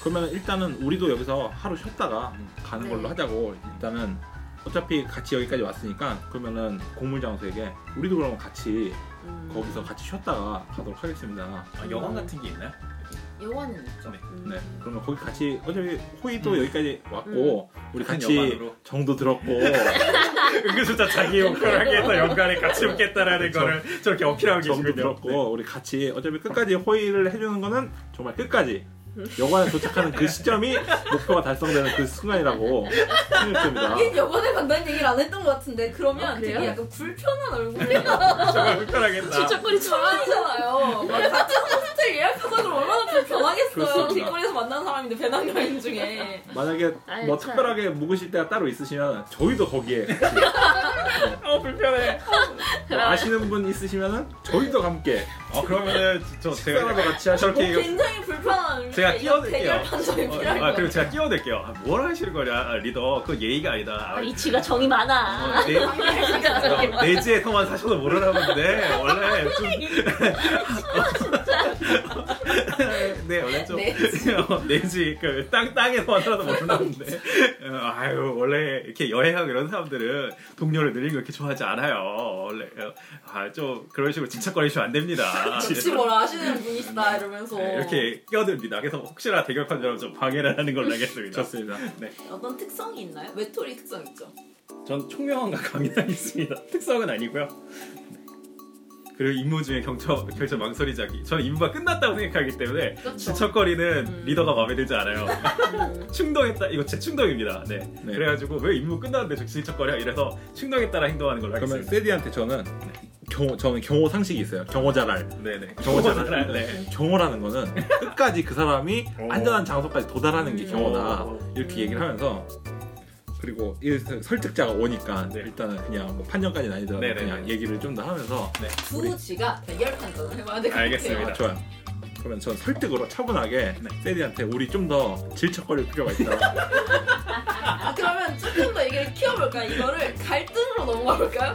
Speaker 6: 그러면 일단은 우리도 여기서 하루 쉬었다가
Speaker 1: 음.
Speaker 6: 가는 걸로
Speaker 2: 네.
Speaker 6: 하자고 일단은 어차피 같이 여기까지 왔으니까 그러면은 곡물 장소에게 우리도 그러면 같이
Speaker 2: 음.
Speaker 6: 거기서 같이 쉬었다가 가도록 하겠습니다.
Speaker 1: 아, 여관 같은 게 있나요?
Speaker 5: 여관은 있죠
Speaker 1: 네.
Speaker 2: 음.
Speaker 6: 네, 그러면 거기 같이 어차피 호의도
Speaker 1: 음.
Speaker 6: 여기까지 왔고 우리
Speaker 1: 같은
Speaker 6: 같이
Speaker 1: 여관으로.
Speaker 6: 정도 들었고
Speaker 1: 은근슬쩍 자기 목표하게 해서 연간에 같이 웃겠다라는
Speaker 6: 그렇죠.
Speaker 1: 거를 저렇게 어필하고
Speaker 6: 정도
Speaker 1: 계시군요.
Speaker 6: 들었고 우리 같이 어차피 끝까지 호의를 해주는 거는 정말 끝까지
Speaker 1: 음.
Speaker 6: 여관에 도착하는 그 시점이 목표가 달성되는 그 순간이라고 생각됩니다.
Speaker 5: 얘 여관에 간다는 얘기를 안 했던 것 같은데 그러면
Speaker 2: 아, 그래요?
Speaker 5: 되게 약간 불편한 얼굴이
Speaker 1: 네. 정말 불편하겠다.
Speaker 8: 뭐
Speaker 5: 출척거리지 말아니잖아요. 같은 호스텔 예약하자 그럼 얼마나 불편하겠어요.
Speaker 6: 그렇습니다.
Speaker 5: 길거리에서 만난 사람인데 배낭 여행 중에.
Speaker 6: 만약에
Speaker 2: 아유,
Speaker 6: 뭐
Speaker 2: 참.
Speaker 6: 특별하게 묵으실 때가 따로 있으시면 저희도 거기에 같이
Speaker 1: 어 불편해.
Speaker 6: 뭐 아시는 분 있으시면은 저희도 함께
Speaker 1: 어 그러면은 저
Speaker 6: 식사라도
Speaker 1: 제가
Speaker 6: 같이 하실
Speaker 1: 저렇게 이거-
Speaker 5: 굉장히 불편한
Speaker 8: 뭐
Speaker 5: 얼굴.
Speaker 1: 제가 끼워드릴게요.
Speaker 5: 대결 판정이
Speaker 1: 어,
Speaker 5: 필요할
Speaker 1: 아
Speaker 5: 것
Speaker 1: 그리고
Speaker 5: 같아요.
Speaker 1: 제가 끼워댈게요. 아, 뭘 하시는 거냐 아, 리더 그건 예의가 아니다.
Speaker 8: 아, 이 쥐가 정이 많아.
Speaker 1: 어, 내, 어, 내지에서만 사셔도 모르나 본데 원래 좀 네 원래 좀 어, 내지 그 땅 땅에서만 살아도 모르나 본데 어, 아유 원래 이렇게 여행하고 이런 사람들은 동료를 늘린 거 이렇게 좋아하지 않아요 원래 어, 아좀 그런 식으로 집착거리시면 안 됩니다
Speaker 5: 혹시 뭐라 하시는 분이시다 이러면서
Speaker 1: 아, 네, 이렇게 끼어듭니다 그래서 혹시나 대결판처럼 좀 방해를 하는 걸로 하겠습니다
Speaker 6: 좋습니다.
Speaker 5: 어떤 특성이 있나요? 외톨이 특성 있죠.
Speaker 1: 전 총명함과 강인함이 있습니다. 특성은 아니고요. 그리고 임무 중에 경처, 결처 망설이자기. 저는 임무가 끝났다고 생각하기 때문에
Speaker 5: 그렇죠.
Speaker 1: 지척거리는
Speaker 5: 음.
Speaker 1: 리더가 마음에 들지 않아요.
Speaker 8: 음.
Speaker 1: 충동했다. 이거 제 충동입니다. 네.
Speaker 6: 네.
Speaker 1: 그래가지고 왜 임무 끝났는데 저 지척거려? 이래서 충동에 따라 행동하는 걸로
Speaker 6: 그러면
Speaker 1: 하겠습니다.
Speaker 6: 세디한테 저는 경호 저는 경호 상식이 있어요. 경호자랄.
Speaker 1: 네네.
Speaker 6: 경호잖아요.
Speaker 1: 네.
Speaker 6: 경호라는 거는 끝까지 그 사람이
Speaker 1: 오.
Speaker 6: 안전한 장소까지 도달하는
Speaker 2: 음.
Speaker 6: 게 경호다
Speaker 1: 오.
Speaker 6: 이렇게 얘기를 하면서 그리고 이 설득자가 오니까
Speaker 1: 네.
Speaker 6: 일단은 그냥 뭐 판정까지 는 아니더라도
Speaker 1: 네네네.
Speaker 6: 그냥 얘기를 좀 더 하면서 우리-
Speaker 5: 두 쥐가 대결 판정을 해봐야 될 것 같아요.
Speaker 1: 알겠습니다.
Speaker 6: 아, 좋아요. 그러면 전 설득으로 차분하게
Speaker 1: 네.
Speaker 6: 세디한테 우리 좀 더 질척거릴 필요가 있다.
Speaker 5: 아, 그러면 조금 더 얘기를 키워볼까요? 이거를 갈등으로 넘어가 볼까요?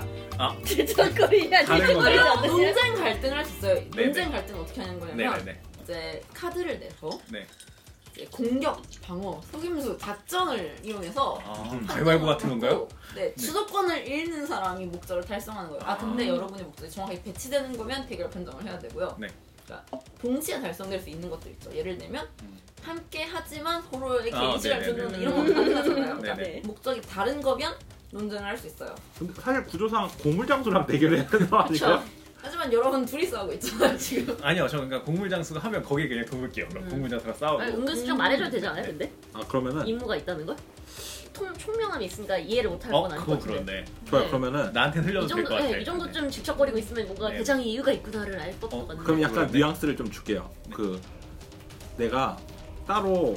Speaker 8: 그 들적거리냐,
Speaker 1: 다른
Speaker 8: 들적거리지
Speaker 1: 건가요?
Speaker 8: 않는 거야.
Speaker 5: 논쟁 갈등을 할 수 있어요.
Speaker 1: 네,
Speaker 5: 논쟁
Speaker 1: 네.
Speaker 5: 갈등은 어떻게 하는 거냐면
Speaker 1: 네네네.
Speaker 5: 이제 카드를 내서
Speaker 1: 네.
Speaker 5: 이제 공격, 방어, 속임수, 작전을 이용해서
Speaker 1: 아,
Speaker 6: 음.
Speaker 1: 가위바위보 같은 건가요?
Speaker 5: 네, 주도권을 잃는 사람이 목적을 달성하는 거예요. 아 근데 여러분의 목적이 정확하게 배치되는 거면 대결 판정을 해야 되고요.
Speaker 1: 네.
Speaker 5: 그러니까 동시에 달성될 수 있는 것도 있죠. 예를 들면 함께 하지만 서로에게
Speaker 1: 음. 아,
Speaker 5: 이지를
Speaker 1: 네네네.
Speaker 5: 주는 이런 것도 가능하잖아요.
Speaker 8: 음.
Speaker 1: 네네.
Speaker 5: 그러니까 목적이 다른 거면 논쟁을 할 수 있어요.
Speaker 6: 근데 사실 구조상 고물장수랑 대결해야 되는 거 아닐까요?
Speaker 5: 하지만 여러분 둘이 싸우고 있잖아요 지금.
Speaker 1: 아니요, 저는 그러니까 공물장수가 하면 거기에 그냥 도울게요. 그럼 공물장수가 싸우고.
Speaker 8: 음. 아니, 은근슬쩍 말해줘도 되지 않아요, 근데?
Speaker 6: 아
Speaker 1: 네.
Speaker 6: 그러면은
Speaker 8: 임무가 있다는 걸? 통, 총명함이 있으니까 이해를 못할
Speaker 1: 어,
Speaker 8: 건 아닌 것
Speaker 1: 그거
Speaker 8: 같은데.
Speaker 1: 그렇네.
Speaker 6: 좋아요.
Speaker 8: 네.
Speaker 6: 그러면은
Speaker 1: 나한테
Speaker 8: 이
Speaker 1: 흘려도 될 것
Speaker 8: 정도,
Speaker 1: 같아.
Speaker 8: 예, 이 정도쯤 질척거리고 있으면 뭔가
Speaker 1: 네.
Speaker 8: 대장이 이유가 있구나를 알 법도
Speaker 1: 어,
Speaker 8: 같네.
Speaker 6: 그럼 약간
Speaker 1: 그러네. 네.
Speaker 6: 뉘앙스를 좀 줄게요. 그 내가 따로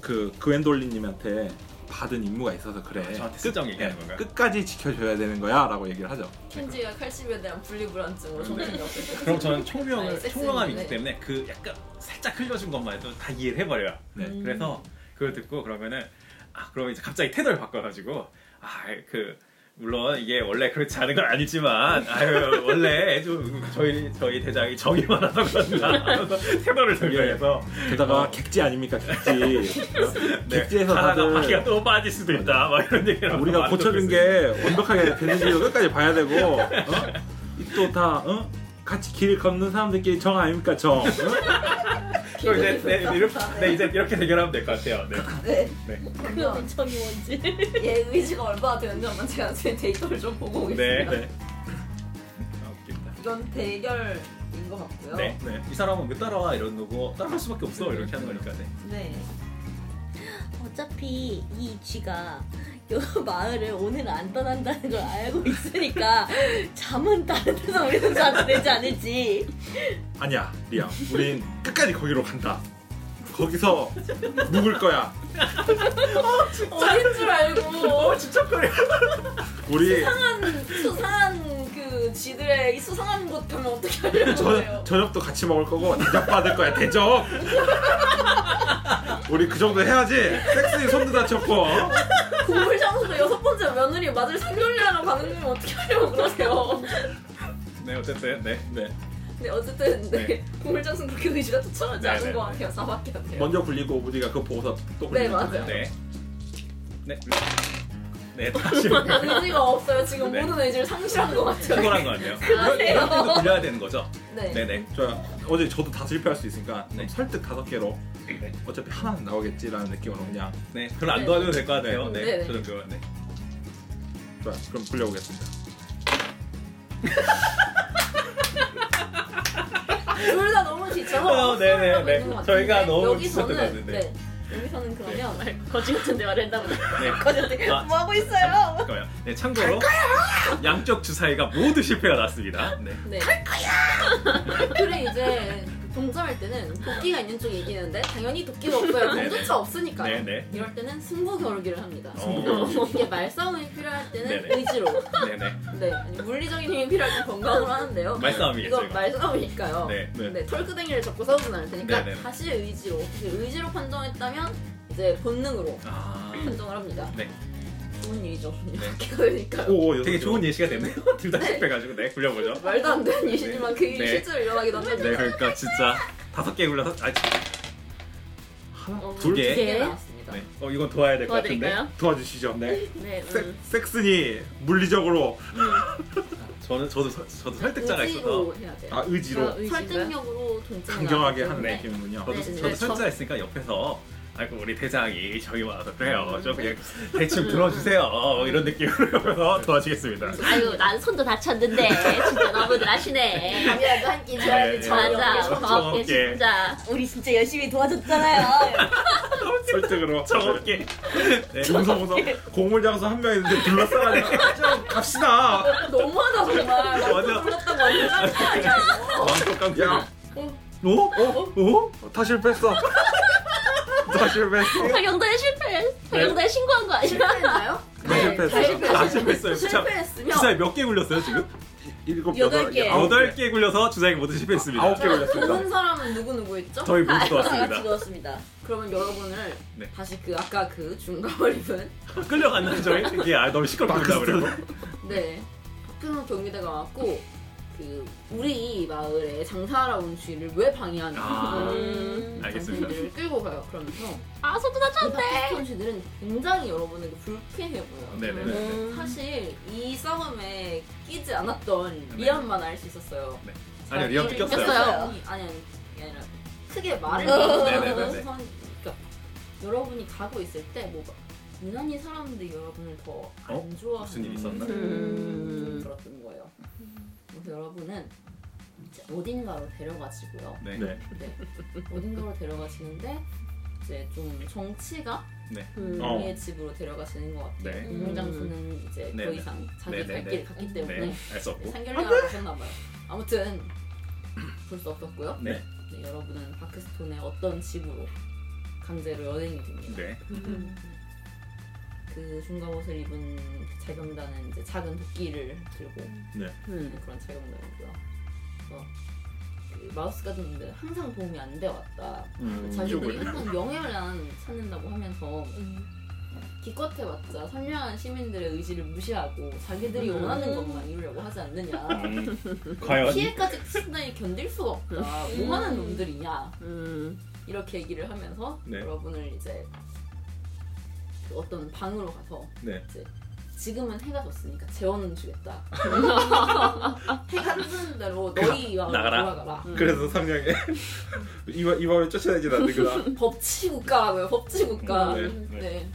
Speaker 6: 그 그웬돌리님한테 받은 임무가 있어서 그래.
Speaker 1: 네. 저한테 쓰정 얘기하는
Speaker 6: 예,
Speaker 1: 건가요?
Speaker 6: 끝까지 지켜줘야 되는 거야라고 얘기를 하죠.
Speaker 5: 켄지가 칼집에 대한 분리불안증으로
Speaker 1: 네.
Speaker 5: 정신이 없어요.
Speaker 1: 그럼 저는
Speaker 5: 아니,
Speaker 1: 총명을
Speaker 5: 섹스는
Speaker 1: 총명함이
Speaker 5: 네.
Speaker 1: 있기 때문에
Speaker 5: 음.
Speaker 1: 그 약간 살짝 흘려준 것만 해도 다 이해를 해버려요.
Speaker 6: 네.
Speaker 1: 그래서 그걸 듣고 그러면은 아, 그러면 이제 갑자기 태도를 바꿔가지고 아 그 물론 이게 원래 그렇지 않은 건 아니지만 아유 원래 좀 저희 저희 대장이 정이 많아서 그런다 하면서
Speaker 6: 네.
Speaker 1: 태도를 변경해서
Speaker 6: 게다가
Speaker 1: 어. 네.
Speaker 6: 객지 아닙니까 객지 객지에서
Speaker 1: 하다가
Speaker 6: 다들
Speaker 1: 바퀴가 또 빠질 수도 있다 막 이런 얘기를
Speaker 6: 우리가
Speaker 1: 하면서
Speaker 6: 고쳐준 게 완벽하게 되는지 끝까지 봐야 되고 어? 또다 어? 같이 길 걷는 사람들끼리 정 아닙니까 정 어?
Speaker 1: 그럼 이제 네, 이렇게, 네, 이제 이렇게 대결하면 될 것 같아요. 네.
Speaker 8: 그거는 정이 뭔지.
Speaker 5: 얘 의지가 얼마나 되는지만 제가 나중에 데이터를 좀 보고
Speaker 1: 네.
Speaker 5: 오겠습니다.
Speaker 1: 네. 아, 웃긴다.
Speaker 5: 이건 대결인 것 같고요.
Speaker 1: 네. 네. 이 사람은 왜 따라와 이런 거고 따라갈 수밖에 없어 이렇게 하는 거니까. 네.
Speaker 5: 네.
Speaker 8: 어차피 이 쥐가 요 마을을 오늘 안 떠난다는 걸 알고 있으니까 잠은 다른 데서 우리는 자도 되지 않을지.
Speaker 6: 아니야 리아 우린 끝까지 거기로 간다 거기서 묵을 거야
Speaker 5: 어딘 줄 알고
Speaker 1: 어 진짜 거려.
Speaker 6: 우리
Speaker 5: 수상한 수상한 그 쥐들의 이 수상한 곳 가면 어떻게 하려고
Speaker 6: 저,
Speaker 5: 그래요?
Speaker 6: 저녁도 같이 먹을 거고 대접 받을 거야 대접 우리 그 정도 해야지 섹스에 손도 다쳤고 어?
Speaker 5: 국물 장수도 여섯 번째 며느리 맞을 생존이라는 반응이면 어떻게 하려고 그러세요?
Speaker 1: 네 어쨌든 네. 네.
Speaker 5: 근데 어쨌든 네.
Speaker 1: 네.
Speaker 5: 국물 장수 그렇게 의지가 투철하지
Speaker 1: 네,
Speaker 5: 않은
Speaker 1: 네,
Speaker 5: 것
Speaker 1: 네.
Speaker 5: 같아요. 사밖에 안 돼요.
Speaker 6: 먼저 굴리고 우리가 그거 보고서 또
Speaker 5: 네
Speaker 6: 굴리고
Speaker 5: 맞아요.
Speaker 1: 네. 네. 네 다시
Speaker 5: 의지가 없어요. 지금
Speaker 1: 네.
Speaker 5: 모든 의지를 상실한 것 같아요.
Speaker 1: 충분한 거 아니에요? 이런 데도 굴려야 되는 거죠?
Speaker 5: 네.
Speaker 1: 네네.
Speaker 6: 자, 어제 저도 다 실패할 수 있으니까
Speaker 1: 네.
Speaker 6: 설득 다섯 개로 어차피 하나는 나오겠지라는 느낌으로 그냥
Speaker 1: 네. 별로 안
Speaker 5: 네.
Speaker 1: 도와줘도 될 것 같아요. 네.
Speaker 5: 네, 네.
Speaker 1: 저 정도면 네.
Speaker 6: 자, 그럼 굴려보겠습니다.
Speaker 5: 둘 다 너무 지쳐서
Speaker 1: 어, 네네,
Speaker 5: 하고
Speaker 1: 네.
Speaker 5: 있는 것 같은데
Speaker 1: 저희가 너무 네. 지쳤던 것
Speaker 5: 여기서는
Speaker 1: 같은데.
Speaker 5: 네. 여기서는 그러면
Speaker 8: 거지 같은 대화를 했나 보다.
Speaker 1: 네. 아,
Speaker 9: 뭐 하고 있어요?
Speaker 1: 잠깐만요. 네 참고로 양쪽 주사위가 모두 실패가 났습니다. 네.
Speaker 5: 네. 그래 이제 동점할 때는 도끼가 있는 쪽이 이기는데 당연히 도끼가 없어요.
Speaker 1: 네네.
Speaker 5: 공조차 없으니까.
Speaker 1: 네,
Speaker 5: 요
Speaker 1: 네.
Speaker 5: 이럴 때는 승부 겨루기를 합니다.
Speaker 1: 승부
Speaker 5: 어, 이게 말싸움이 필요할 때는
Speaker 1: 네네.
Speaker 5: 의지로,
Speaker 1: 네, 네.
Speaker 5: 네 아니, 물리적인 힘이 필요할 때는 건강으로 하는데요.
Speaker 1: 말싸움이에요,
Speaker 5: 이거
Speaker 1: 제가.
Speaker 5: 말싸움이니까요.
Speaker 1: 네.
Speaker 6: 네.
Speaker 5: 네, 털끄댕이를 잡고 싸우진 않을 테니까
Speaker 1: 네네.
Speaker 5: 다시 의지로. 이제 의지로 판정했다면 이제 본능으로
Speaker 1: 아.
Speaker 5: 판정을 합니다.
Speaker 1: 네.
Speaker 5: 좋은 일이죠.
Speaker 1: 네.
Speaker 5: 이렇게 되니까요.
Speaker 6: 오,
Speaker 1: 되게 좋은 예시가 됐네요. 둘 다 실패가지고 네 굴려보죠.
Speaker 5: 말도 안 되는 일이지만 그 일이
Speaker 1: 네.
Speaker 5: 실제로 일어나기도 합니다.
Speaker 1: 네 그러니까 진짜 다섯 개 굴려서 아,
Speaker 6: 하나,
Speaker 5: 어,
Speaker 6: 둘,
Speaker 1: 개.
Speaker 5: 두개 나왔습니다.
Speaker 1: 네. 어 이건 도와야 될 것 같은데.
Speaker 8: 뭐 도와드릴까요?
Speaker 6: 도와주시죠. 네.
Speaker 8: 네.
Speaker 6: 섹, 섹스니 물리적으로
Speaker 1: 저는 저도 서- 저도 설득자가 있어서
Speaker 5: 의지로 해야 돼요.
Speaker 6: 아 의지로
Speaker 5: 설득력으로 동점을 나왔기
Speaker 6: 강경하게 하는
Speaker 5: 때문에.
Speaker 6: 느낌이군요.
Speaker 1: 저도
Speaker 5: 네,
Speaker 1: 저도
Speaker 5: 네, 저-
Speaker 1: 설득자 있으니까 옆에서 아이고 우리 대장이 저기 와서
Speaker 5: 음.
Speaker 1: 그래요. 저 그냥 대충 들어주세요. 어, 이런 느낌으로 옆에서 도와주겠습니다.
Speaker 5: 네,
Speaker 8: 아유 난 손도 다쳤는데 진짜 너무들 하시네.
Speaker 5: 강경하게 아, 한끼 줘야지.
Speaker 1: 네,
Speaker 5: 저녁에
Speaker 8: 맞아.
Speaker 5: 저녁에.
Speaker 8: 고맙게
Speaker 1: 어깨.
Speaker 8: 진짜.
Speaker 9: 우리 진짜 열심히 도와줬잖아요.
Speaker 6: 설득으로
Speaker 1: 네. 저렇게 네.
Speaker 6: 중성서 곡물 장수 한 명 있는데 둘러싸가지고 아, 좀 갑시다. 어,
Speaker 5: 아, 너무하다 정말.
Speaker 1: 맞아.
Speaker 5: 불렀던 거 아니야?
Speaker 1: 마음껏 깜짝이야.
Speaker 6: 야. 어? 어? 어? 다 실패했어. 다 실패했어.
Speaker 8: 경도에 실패. 경도에 신고한 거
Speaker 5: 네.
Speaker 8: 아니야?
Speaker 5: 실패했나요?
Speaker 6: 네, 다
Speaker 5: 다
Speaker 6: 실패했어.
Speaker 1: 아, 실패했어요. 진짜
Speaker 5: 실패했으면
Speaker 1: 주사위 몇개 굴렸어요 지금?
Speaker 6: 일곱
Speaker 8: 여덟
Speaker 6: 여덟
Speaker 8: 개.
Speaker 6: 아홉
Speaker 1: 여덟 개 굴려서 주사위 모두 실패했습니다.
Speaker 6: 아홉 개
Speaker 5: 보는
Speaker 6: 올렸습니다.
Speaker 5: 사람은 누구 누구였죠?
Speaker 1: 저희 모두
Speaker 8: 같이
Speaker 1: 도왔습니다.
Speaker 8: 넣었습니다.
Speaker 5: 그러면 여러분을
Speaker 1: 네.
Speaker 5: 다시 그 아까 그 중감을 입은
Speaker 1: 끌려갔나 저희? 이게 아, 너무 시끄럽다 그래서.
Speaker 5: 네 박근호 경비대가 왔고 그 우리 마을에 장사하러 온 쥐를 왜 방해하는
Speaker 1: 아.
Speaker 5: 그런
Speaker 1: 알겠습니다.
Speaker 5: 장사인들을 끌고 가요 그러면서
Speaker 8: 아 손도
Speaker 5: 이 박근호 쥐들은 굉장히 여러분에게 불쾌해 보여요
Speaker 1: 네네.
Speaker 5: 음.
Speaker 8: 음.
Speaker 5: 사실 이 싸움에 끼지 않았던
Speaker 1: 네.
Speaker 5: 리안만 알 수 있었어요.
Speaker 1: 아니요 리언 뜯겼어요.
Speaker 8: 뜯겼어요. 어.
Speaker 5: 아니 아니 그게 아니라 크게 말을
Speaker 1: 네네네네.
Speaker 5: 못하는 선- 그러니까 여러분이 가고 있을 때뭐 유난히 사람들이 여러분을 더 안
Speaker 1: 어?
Speaker 5: 좋아하는
Speaker 1: 무슨 일 있었나?
Speaker 5: 음... 그랬던 거예요. 그래서 여러분은 이제 어딘가로 데려가지고요.
Speaker 1: 네.
Speaker 6: 네.
Speaker 5: 네. 어딘가로 데려가시는데 이제 좀 정치가
Speaker 1: 네.
Speaker 5: 음,
Speaker 6: 어.
Speaker 5: 우리의 집으로 데려가시는 것 같아요.
Speaker 1: 네.
Speaker 8: 음.
Speaker 5: 공장수는 이제 더
Speaker 1: 네네.
Speaker 5: 이상 자기
Speaker 1: 네네네.
Speaker 5: 갈 길을 갔기 때문에
Speaker 1: 네. 알 수 없고.
Speaker 5: 상견례가 하셨나봐요. 아무튼 볼 수 없었고요.
Speaker 1: 네.
Speaker 5: 네, 여러분은 바크스톤의 어떤 집으로 강제로 연행이 됩니다.
Speaker 1: 네.
Speaker 5: 그 중간 옷을 입은 재경단은 이제 작은 도끼를 들고
Speaker 6: 네.
Speaker 8: 음.
Speaker 5: 있는 그런 재경단이고요. 그래서 그 마우스 같은 분들 항상
Speaker 1: 음,
Speaker 5: 음. 도움이 안 돼 왔다. 자기들이
Speaker 1: 욕을.
Speaker 5: 항상 명예를 안 찾는다고 하면서 기껏해 봤자 선량한 시민들의 의지를 무시하고 자기들이
Speaker 7: 음.
Speaker 5: 원하는 것만 이루려고 하지 않느냐.
Speaker 1: 음.
Speaker 7: 과연
Speaker 5: 피해까지 치신다니 견딜 수가 없다. 뭐 하는 놈들이냐.
Speaker 2: 음,
Speaker 5: 이렇게 얘기를 하면서
Speaker 1: 네.
Speaker 5: 여러분을 이제 그 어떤 방으로 가서
Speaker 1: 네.
Speaker 5: 이제 지금은 해가 졌으니까 재원은 주겠다. 해가 뜨는 대로 너희 왕으로
Speaker 1: 나가라.
Speaker 5: 돌아가라.
Speaker 6: 그래서 상냥해 이봐 이봐에 쫓아야지 나도 그다
Speaker 5: 법치국가라고요. 법치국가.
Speaker 1: 음,
Speaker 6: 네.
Speaker 5: 네.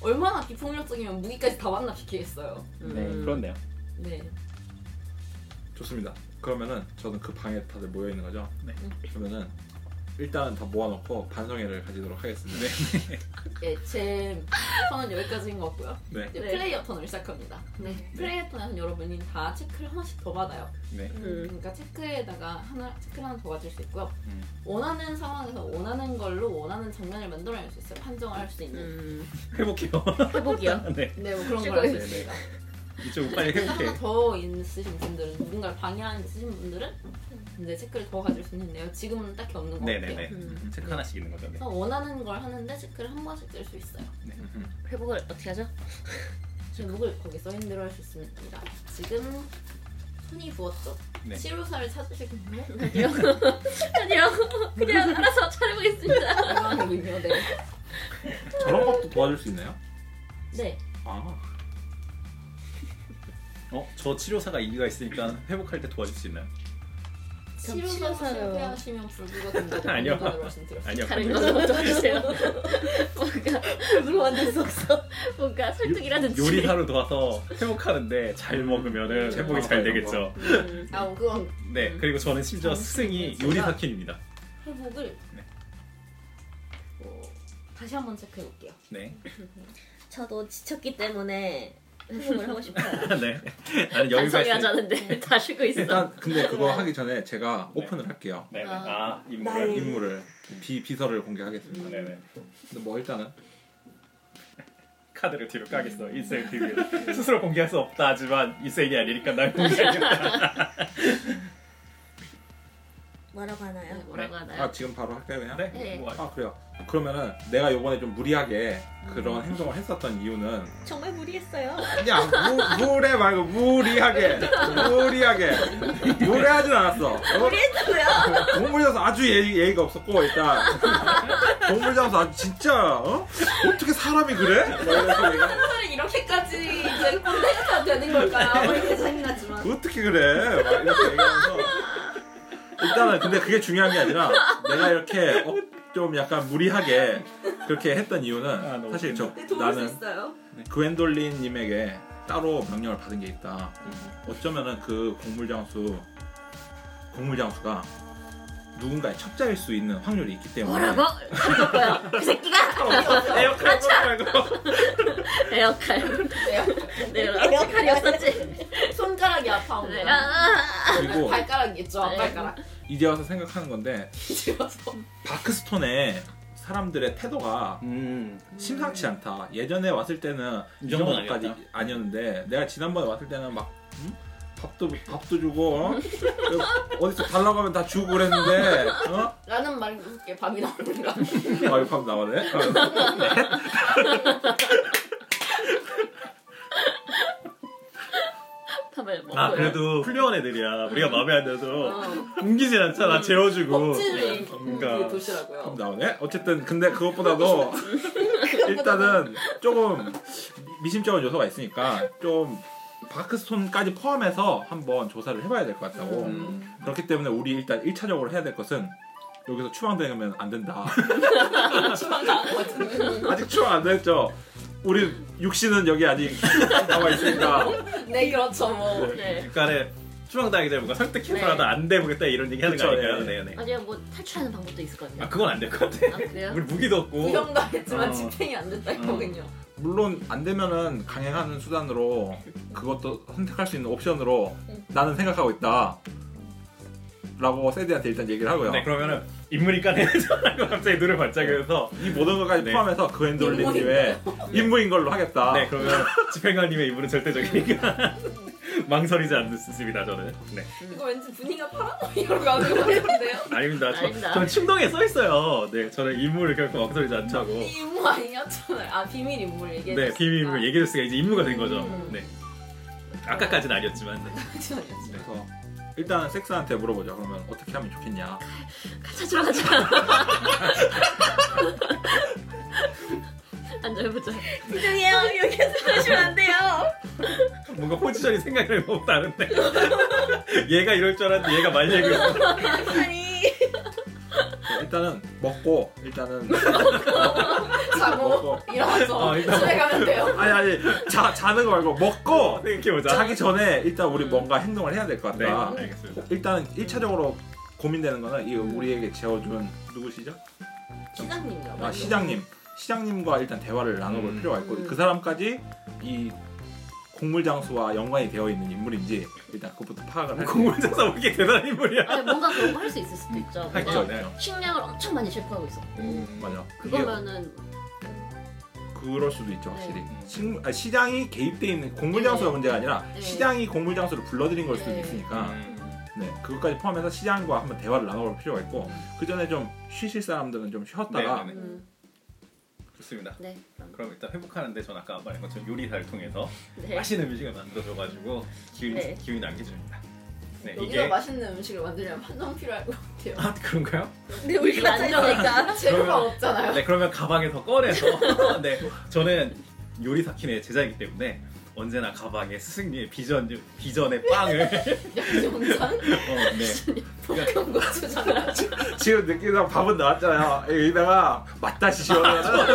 Speaker 5: 얼마나 비폭력적이면 무기까지 다 만납시키겠어요.
Speaker 7: 네 그렇네요.
Speaker 5: 네.
Speaker 6: 좋습니다 그러면은 저는 그 방에 다들 모여 있는 거죠
Speaker 7: 네.
Speaker 6: 그러면은 일단 다 모아놓고 반성회를 가지도록 하겠습니다
Speaker 5: 예, 제 턴은 여기까지인 것 같고요.
Speaker 6: 네.
Speaker 5: 이제
Speaker 8: 네.
Speaker 5: 플레이어 턴을 시작합니다.
Speaker 2: 네.
Speaker 5: 플레이어 턴에는 여러분이 다 체크를 하나씩 더 받아요.
Speaker 7: 네.
Speaker 5: 그러니까 체크에다가 하나 체크를 하나 더 받을 수 있고요.
Speaker 7: 음.
Speaker 5: 원하는 상황에서 원하는 걸로 원하는 장면을 만들어낼 수 있어요. 판정을 할 수 있는.
Speaker 2: 음,
Speaker 1: 회복해요.
Speaker 2: 회복이요.
Speaker 1: 네.
Speaker 5: 네, 뭐 그런 걸 할 수
Speaker 1: 네네. 네.
Speaker 5: 있습니다.
Speaker 1: 이쪽 빨리
Speaker 5: 하나
Speaker 1: 회복해.
Speaker 5: 더 있으신 분들은 누군가를 방해하는 있으신 분들은 이제 체크를 더 가질 수 있는데요. 지금은 딱히 없는 것 같아요.
Speaker 7: 네네네.
Speaker 2: 음.
Speaker 7: 체크 하나씩 있는 거죠. 네.
Speaker 5: 그래서 원하는 걸 하는데 체크를 한 번씩 뜰 수 있어요.
Speaker 6: 음.
Speaker 2: 회복을 어떻게 하죠?
Speaker 5: 제목을 거기 써있는 대로 할 수 있습니다. 지금 손이 부었죠.
Speaker 7: 네.
Speaker 5: 치료사를 찾으시군요.
Speaker 8: 아니요. 그냥 알아서 잘해보겠습니다.
Speaker 5: 이상하군요. 네.
Speaker 6: 저런 것도 도와줄 수 있나요?
Speaker 5: 네.
Speaker 6: 아
Speaker 7: 어, 저 치료사가 이기가 있으니까 회복할 때 도와줄 수 있나요?
Speaker 8: 그럼
Speaker 5: 치료사
Speaker 8: 치료사요.
Speaker 5: 실패하시면 불구가 된다고
Speaker 7: 아니요.
Speaker 5: 전문가로 말씀드렸어요.
Speaker 7: 아니요.
Speaker 8: 다른 거좀 도와주세요. 뭔가 불로 만들 수 없어. 뭔가 설득이라든지.
Speaker 7: 요리사로 도와서 회복하는데 잘 먹으면은 회복이 잘 되겠죠.
Speaker 8: 음.
Speaker 5: 아, 뭐 그건
Speaker 7: 네. 그리고 저는 심지어 스승이 요리사 퀸입니다.
Speaker 5: 회복을
Speaker 7: 네.
Speaker 5: 어, 다시 한번 체크해 볼게요.
Speaker 7: 네.
Speaker 8: 저도 지쳤기 때문에 회복을 하고 싶어요.
Speaker 7: 네. 나는 여유가
Speaker 8: 반성이
Speaker 7: 있으니까.
Speaker 8: 하자는데 다 쉬고 있어.
Speaker 6: 일단 근데 그거 하기 전에 제가
Speaker 7: 네.
Speaker 6: 오픈을 할게요
Speaker 7: 네네. 아,
Speaker 6: 그런
Speaker 7: 인물.
Speaker 6: 인물을 비 비서를 공개하겠습니다
Speaker 7: 네네.
Speaker 6: 근데 뭐 일단은
Speaker 7: 카드를 뒤로 까겠어. 일생 뒤로. 스스로 공개할 수 없다 하지만 일생이 아니니까 난 공개하겠다.
Speaker 8: 뭐라고 하나요?
Speaker 2: 네, 뭐라고 하나요?
Speaker 6: 아 지금 바로 할까요 그냥?
Speaker 7: 네.
Speaker 2: 네.
Speaker 7: 뭐,
Speaker 6: 아 그래요 그러면은 내가 요번에 좀 무리하게
Speaker 7: 음.
Speaker 6: 그런 행동을 했었던 이유는
Speaker 8: 정말 무리했어요.
Speaker 6: 그냥 무, 무례 말고 무리하게 무리하게 무례하진 않았어
Speaker 8: 무리했다고요?
Speaker 6: 동물장수 아주 예의, 예의가 없었고 일단 동물장수 아주 진짜 어? 어떻게 사람이 그래? 막 이러면서 얘가,
Speaker 5: 사람들은 이렇게까지 이제 꼰대가 되는 걸까요? 이렇게 네, 생각하지만
Speaker 6: 어떻게 그래? 막 이렇게 얘기하면서 일단은 근데 그게 중요한 게 아니라 내가 이렇게 어, 좀 약간 무리하게 그렇게 했던 이유는
Speaker 7: 아, 너무
Speaker 6: 사실 저
Speaker 5: 네, 도울 수
Speaker 6: 나는
Speaker 5: 있어요.
Speaker 6: 그웬돌린님에게 따로 명령을 받은 게 있다.
Speaker 7: 음.
Speaker 6: 어쩌면은 그 곡물장수 곡물장수가 누군가의 첩자일 수 있는 확률이 있기 때문에
Speaker 8: 뭐라고? 그거야. 그 새끼가
Speaker 1: 에어컨 말고.
Speaker 8: 에어칼. 내가 에어칼이었었지.
Speaker 5: 네.
Speaker 8: 네.
Speaker 5: 손가락이 네. 아파 오늘.
Speaker 8: 내가
Speaker 6: 그리고
Speaker 5: 네. 아,
Speaker 7: 아,
Speaker 5: 발가락이 있죠. 발가락.
Speaker 6: 이제 와서 생각하는 건데
Speaker 5: 집어서.
Speaker 6: 바크스톤의 사람들의 태도가
Speaker 7: 음.
Speaker 6: 심상치 않다. 예전에 왔을 때는 이
Speaker 7: 이 정도는
Speaker 6: 정도까지
Speaker 7: 아니었다.
Speaker 6: 아니었는데 내가 지난번에 왔을 때는 막 음? 밥도 밥도 주고 어? 어디서 달라고 하면 다 주고 그랬는데 어?
Speaker 5: 라는 말이 무섭게 밤이 나오는 거.
Speaker 6: 아, 이거 밥 나오네?
Speaker 8: 밥을 먹고.
Speaker 1: 아 그래도 훌륭한 애들이야. 우리가 마음에 안 들어서
Speaker 6: 그
Speaker 1: 옮기진 않잖아. 재워주고.
Speaker 5: 억지로 입고
Speaker 1: 뭔가
Speaker 6: 밥
Speaker 5: 그 도시라고요.
Speaker 6: 나오네? 어쨌든, 근데 그것보다도 일단은 조금 미심쩍은 요소가 있으니까 좀 바크스톤까지 포함해서 한번 조사를 해봐야 될 것 같다고.
Speaker 1: 음.
Speaker 6: 그렇기 때문에 우리 일단 1차적으로 해야 될 것은 여기서 추방되면 안 된다.
Speaker 5: 심한 강한 것 같은데.
Speaker 6: 아직 추방 안 됐죠? 우리 육신은 여기 아직 남아 있으니까
Speaker 5: 네 그렇죠 뭐.
Speaker 8: 네.
Speaker 1: 약간의 추방당하기 전에 뭔가 설득해서라도 안 돼보겠다 이런 얘기 하는 거
Speaker 6: 그쵸,
Speaker 1: 아닐까요? 네,
Speaker 6: 네.
Speaker 1: 네.
Speaker 8: 아니요 뭐 탈출하는 방법도 있을 것
Speaker 1: 아
Speaker 8: 같아요.
Speaker 1: 그건 안 될 것 같아.
Speaker 8: 아 그래요?
Speaker 1: 우리 무기도 없고.
Speaker 5: 구형당했지만
Speaker 1: 어.
Speaker 5: 집행이 안 됐다 이거군요.
Speaker 6: 물론 안 되면은 강행하는 수단으로 그것도 선택할 수 있는 옵션으로 나는 생각하고 있다. 라고 세디한테 일단 얘기를 하고요.
Speaker 1: 네 그러면은 인물이 까내잖아고 갑자기 눈을 반짝여서
Speaker 6: 이 모든 것까지
Speaker 1: 네.
Speaker 6: 포함해서 그 그앤돌리님의 임무인 걸로 하겠다.
Speaker 1: 네 그러면 집행관님의 이분은 절대적이니까 망설이지 않습니다 저는. 네.
Speaker 5: 이거 왠지 분위기가 파라노이아로 가는 것 같은데요?
Speaker 1: 아닙니다. 저,
Speaker 2: 아닙니다.
Speaker 1: 저는 침동에 써 있어요. 네, 저는 인물을 결코 망설이지 않자고.
Speaker 5: 이 임무 아니었잖아요. 아 비밀 인물 얘기해.
Speaker 1: 어. 네, 비밀을 얘기해줄 수가 이제 임무가 된 거죠.
Speaker 5: 음.
Speaker 1: 네. 아까까지는 아니었지만. 네.
Speaker 6: 그래서 일단 섹스한테 물어보자. 그러면 어떻게 하면 좋겠냐?
Speaker 2: 찾으러 가자. 앉아보자.
Speaker 8: 죄송해요. 여기서 그러시면 안 돼요.
Speaker 1: 뭔가 포지션이 생각이 너무 다른데. 얘가 이럴 줄 알았는데 얘가 말 얘기를.
Speaker 8: 아니.
Speaker 6: 일단은 먹고 일단은
Speaker 5: 자고
Speaker 6: 먹고
Speaker 5: 일어나서
Speaker 1: 아, 일단-
Speaker 5: 집에 가면 돼요.
Speaker 6: 아니 아니 자 자는 거 말고 먹고
Speaker 1: 생각해보자.
Speaker 6: 자기 전에 일단
Speaker 5: 음.
Speaker 6: 우리 뭔가 행동을 해야 될 것
Speaker 1: 네,
Speaker 6: 같다.
Speaker 1: 알겠습니다.
Speaker 6: 일단 1차적으로 고민되는 거는 이 우리에게 재워준 누구시죠?
Speaker 5: 시장님이라고.
Speaker 6: 아, 시장님. 시장님과 일단 대화를 나눠볼
Speaker 1: 음.
Speaker 6: 필요가 있고
Speaker 5: 음.
Speaker 6: 그 사람까지 이 곡물 장수와 연관이 되어 있는 인물인지 일단 그것부터 파악을 할
Speaker 1: 공을 쳐서 그게 대단한 인물이야.
Speaker 2: 아니, 뭔가 그런 거 할 수 있을 수도 있죠.
Speaker 6: 할
Speaker 2: 그냥
Speaker 6: 죠
Speaker 1: 그렇죠. 음,
Speaker 6: 네.
Speaker 2: 식량을 엄청 많이 제공하고 있었고
Speaker 6: 맞아. 그게
Speaker 2: 그거면은
Speaker 6: 그럴 수도 있죠 확실히.
Speaker 1: 네.
Speaker 6: 식- 아니, 시장이 개입돼 있는 곡물 장수가
Speaker 2: 네.
Speaker 6: 문제가 아니라
Speaker 2: 네.
Speaker 6: 시장이 곡물 장수를 불러들인 걸 수도
Speaker 5: 네.
Speaker 1: 아.
Speaker 6: 있으니까
Speaker 1: 음.
Speaker 6: 네 그것까지 포함해서 시장과 한번 대화를 나눠볼 필요가 있고 그 전에 좀 쉬실 사람들은 좀 쉬었다가
Speaker 1: 네, 네, 네.
Speaker 2: 음,
Speaker 1: 좋습니다.
Speaker 2: 네. 그럼.
Speaker 1: 그럼 일단 회복하는데 전 아까 말한 것처럼 요리사를 통해서
Speaker 2: 네.
Speaker 8: 아,
Speaker 1: 맛있는 음식을 만들어줘가지고 기운이
Speaker 2: 네.
Speaker 1: 기운이 남겨줍니다. 네
Speaker 5: 여기서
Speaker 1: 이게
Speaker 5: 맛있는 음식을 만들려면 판정 필요할 것 같아요.
Speaker 1: 아 그런가요?
Speaker 8: 근데 우리가
Speaker 2: 안
Speaker 8: 앉아있으니까.
Speaker 5: 재료가
Speaker 1: 그러면-
Speaker 5: 없잖아요.
Speaker 1: 네 그러면 가방에서 꺼내서 네 저는 요리 사킨의 제자이기 때문에 언제나 가방에 스승님의 비전 비전의 빵을
Speaker 5: 양념장,
Speaker 1: 어, 네.
Speaker 5: 볶은 고추장.
Speaker 6: 지금 느끼는 밥은 나왔잖아요. 예, 여기다가 맛다시 시원하잖아.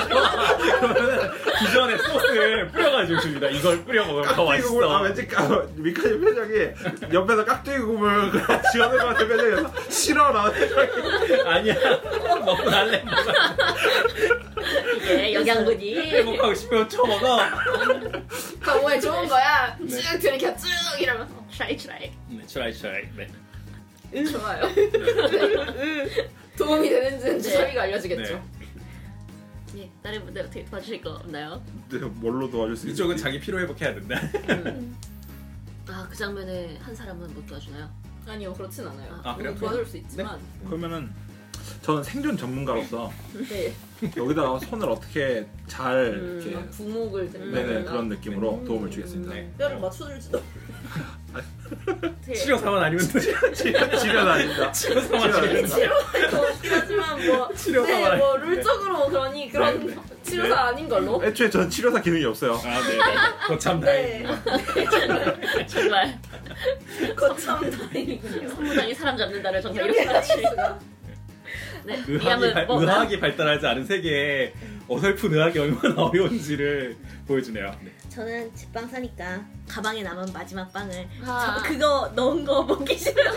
Speaker 1: 그러면은 비전의 소스를 뿌려가지고 줍니다. 이걸 뿌려 먹으면 더
Speaker 6: 깍두기 국물, 아
Speaker 1: 맛있어.
Speaker 6: 왠지 까, 미카님 표정이 옆에서 깍두기 국물 지원을 받은 표정이어서 싫어 나
Speaker 1: 아니야 먹고 날래.
Speaker 2: 예, 영양분이
Speaker 1: 행복하고 싶으면 쳐먹어.
Speaker 5: 정말 아, 좋은 거야.
Speaker 1: 네.
Speaker 5: 쭉 들이켜 쭉 이러면서
Speaker 2: 트라이 트라이.
Speaker 1: 네 트라이 트라이. 네.
Speaker 5: 좋아요. 도움이 되는지는 주사위가 알려주겠죠.
Speaker 1: 네.
Speaker 2: 예, 다른 분들 어떻게 도와주실 거 없나요?
Speaker 6: 네, 뭘로 도와줄 수 있지?
Speaker 1: 이쪽은 자기 피로 회복해야 된다.
Speaker 2: 아 그 장면에 한 사람은 못 도와주나요?
Speaker 5: 아니요 그렇진 않아요.
Speaker 1: 아, 그래요?
Speaker 5: 도와줄 수 있지만
Speaker 1: 음.
Speaker 6: 그러면은 저는 생존 전문가로서
Speaker 5: 네. 음.
Speaker 6: 여기다가 손을 어떻게 잘 이렇게 음.
Speaker 5: 막 부목을
Speaker 6: 네네
Speaker 5: 든다든가
Speaker 6: 그런 느낌으로 도움을 주겠습니다.
Speaker 1: 네.
Speaker 9: 뼈를 맞춰줄지도
Speaker 1: 치료 사만 아니면 치료
Speaker 6: 지면 아닙니다.
Speaker 1: 치료 사만 아니면
Speaker 5: 하지만 뭐
Speaker 1: 치료
Speaker 5: 네,
Speaker 1: 사만.
Speaker 5: 뭐 룰적으로 그러니 그런
Speaker 1: 네,
Speaker 5: 치료사 아닌 걸로
Speaker 6: 애초에 저는 치료사 기능이 없어요.
Speaker 1: 아, 네. 거참 다행.
Speaker 2: 정말
Speaker 6: 네.
Speaker 5: 거참 다행이군요.
Speaker 2: 선무당이 사람 잡는다를 정말 이렇게 같이. 네,
Speaker 1: 의학이, 발,
Speaker 2: 미암을 뭐
Speaker 1: 의학이 그 발달하지 않은 세계에 어설픈 의학이 얼마나 어려운지를 보여주네요. 네.
Speaker 8: 저는 제빵 사니까 가방에 남은 마지막 빵을
Speaker 2: 아, 그,
Speaker 8: 그거 넣은 거 먹기 싫어요.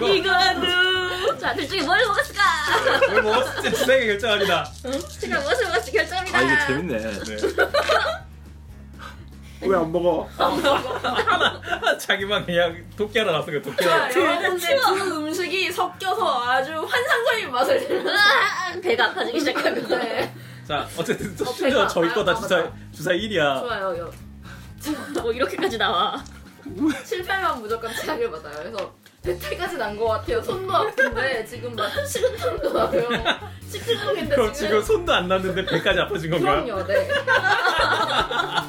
Speaker 8: 이거는
Speaker 2: 자, 둘 중에 뭘 먹었을까?
Speaker 1: 오늘 뭐 어쨌든 진행이 결정합니다.
Speaker 2: 제가 무엇을 먹었을지 결정합니다.
Speaker 6: 아 이게 재밌네.
Speaker 1: 네.
Speaker 6: 왜 안 먹어?
Speaker 1: 자기만 그냥 도끼 하나 놨어요. 도끼 하나.
Speaker 5: 아, 여러분들 두 음식이 섞여서 아주 환상적인 맛을 내는
Speaker 2: 으아, 배가 아파지기 시작하고.
Speaker 5: 네.
Speaker 1: 자, 어쨌든
Speaker 5: 어,
Speaker 1: 심지어
Speaker 5: 배가
Speaker 1: 저희 거다
Speaker 5: 아파요.
Speaker 1: 주사, 주사 1이야.
Speaker 5: 좋아요. 여-
Speaker 2: 뭐 이렇게까지 나와.
Speaker 5: 실패만 무조건 치약을 받아요. 그래서 배탈까지 난 것 같아요. 손도 아픈데 지금 막 식은땀도 나고요.
Speaker 1: 그럼
Speaker 5: 식중독인데
Speaker 1: 지금
Speaker 5: 지금
Speaker 1: 손도 안 났는데 배까지 아파진 건가요?
Speaker 5: 그럼요. 네.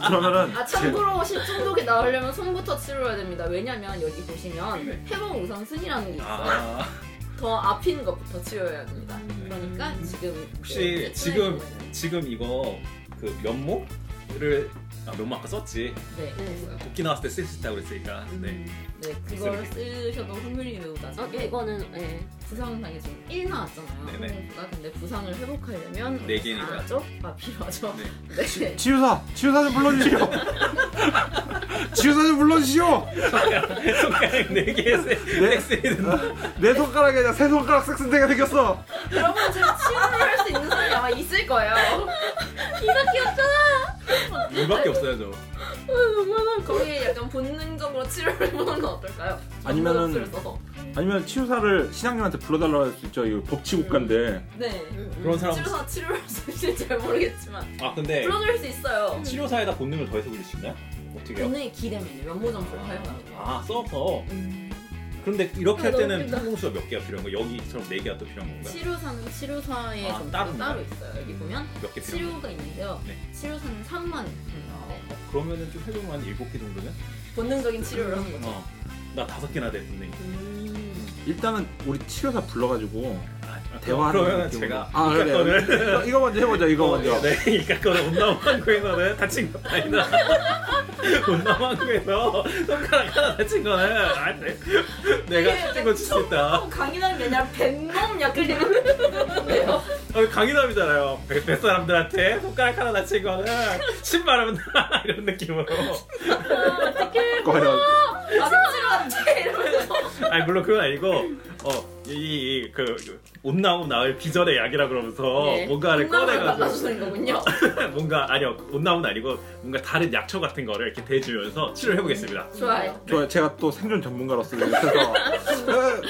Speaker 6: 그러면은
Speaker 5: 아 참고로 식중독이 나오려면 손부터 치료해야 됩니다. 왜냐면 여기 보시면 회복 우선순위라는 게 있어요.
Speaker 1: 네. 아, 음.
Speaker 5: 더 앞인 것부터 치료해야 됩니다. 그러니까 지금
Speaker 1: 혹시
Speaker 5: 그
Speaker 1: 지금, 지금 이거 그 면목을 아, 면목 아까 썼지.
Speaker 5: 네, 네,
Speaker 1: 도끼 나왔을 때 쓸 수 있다고 그랬으니까. 네.
Speaker 5: 네 그걸 쓰셔도 확률이 매우 낮아.
Speaker 2: 예, 이거는 예.
Speaker 5: 부상 당해서 1 나왔잖아요.
Speaker 1: 네네.
Speaker 5: 그러니까 근데 부상을 회복하려면
Speaker 1: 네 개니까.
Speaker 5: 아죠? 아 필요하죠.
Speaker 1: 네.
Speaker 5: 네. 네.
Speaker 6: 치유사, 치유사 좀 불러주시오. 치유사 좀 불러주시오.
Speaker 1: 네. 손가락 4개에 섹스해야 된다.
Speaker 6: 내 손가락에 그냥 세 손가락 섹스대가 생겼어.
Speaker 5: 여러분 제가 치료를 할 수 있는 사람이 아마 있을 거예요.
Speaker 1: 이밖에 없어요, 저.
Speaker 5: 거기에 약간 본능적으로 치료를 해보는 건 어떨까요?
Speaker 6: 아니면은-
Speaker 5: 전문의술을 써서.
Speaker 6: 아니면 치유사를 신학님한테 불러달라고 할 수 있죠. 이거 법치 국가인데.
Speaker 5: 네.
Speaker 1: 그런 사람.
Speaker 5: 치료사 치료할 수 있을지 잘 모르겠지만
Speaker 1: 아, 근데
Speaker 5: 불러줄 수 있어요.
Speaker 1: 치료사에다 본능을 더해서 부릴 수 있나요? 어떻게요?
Speaker 5: 오늘 기대면 면모점수를 사용하는 거.
Speaker 1: 아 음. 서퍼. 그런데 이렇게 할
Speaker 8: 아,
Speaker 1: 때는
Speaker 8: 너무
Speaker 1: 평공수가몇 개가 필요한 거예요? 여기처럼 네 개가 또 필요한 건가요?
Speaker 5: 치료사는 치료사의
Speaker 1: 아,
Speaker 5: 점수가
Speaker 1: 따로
Speaker 5: 따로, 있어요. 여기 보면
Speaker 1: 몇 개 필요한 거예요?
Speaker 5: 치료가 있는데요.
Speaker 1: 네.
Speaker 5: 치료사는 3만
Speaker 1: 아,
Speaker 5: 있는데
Speaker 1: 어, 그러면은 좀 해보면 한 일곱 개 정도는?
Speaker 5: 본능적인 치료를 하는 거죠.
Speaker 1: 어. 나 다섯 개나 아, 됐는데.
Speaker 6: 일단은 우리 치료사 불러가지고
Speaker 1: 아,
Speaker 6: 대화하는
Speaker 1: 그러면
Speaker 6: 느낌으로.
Speaker 1: 제가
Speaker 6: 아,
Speaker 1: 이까
Speaker 6: 그래요.
Speaker 1: 거는
Speaker 6: 이거- 이거 먼저 해보자 이거 먼저
Speaker 1: 네, 그러니까 그거는 온나무항구에서는 다친 거 아니다. 온나무항구에서 손가락 하나 다친 거는 아, 네. 내가 찍어 칠수 있다.
Speaker 5: 강인한 게 아니라 백놈 약을 내는 거예요.
Speaker 1: 어, 강인함이잖아요. 백, 백 사람들한테 손가락 하나 다친 거는 신발하면 나 이런 느낌으로.
Speaker 6: 꺼려
Speaker 5: 아침치료한테 이러면서
Speaker 1: 아니 물론 그건 아니고 어, 어이그 온나무 나을 비전의 약이라 그러면서
Speaker 5: 네.
Speaker 1: 뭔가를
Speaker 5: 깎아
Speaker 1: 꺼내가지고. 네,
Speaker 5: 주는 거군요.
Speaker 1: 뭔가 아니요 온나무는 아니고 뭔가 다른 약초 같은 거를 이렇게 대주면서 치료를 해보겠습니다.
Speaker 5: 좋아요.
Speaker 6: 좋아요 제가 또 생존 전문가로서 그래서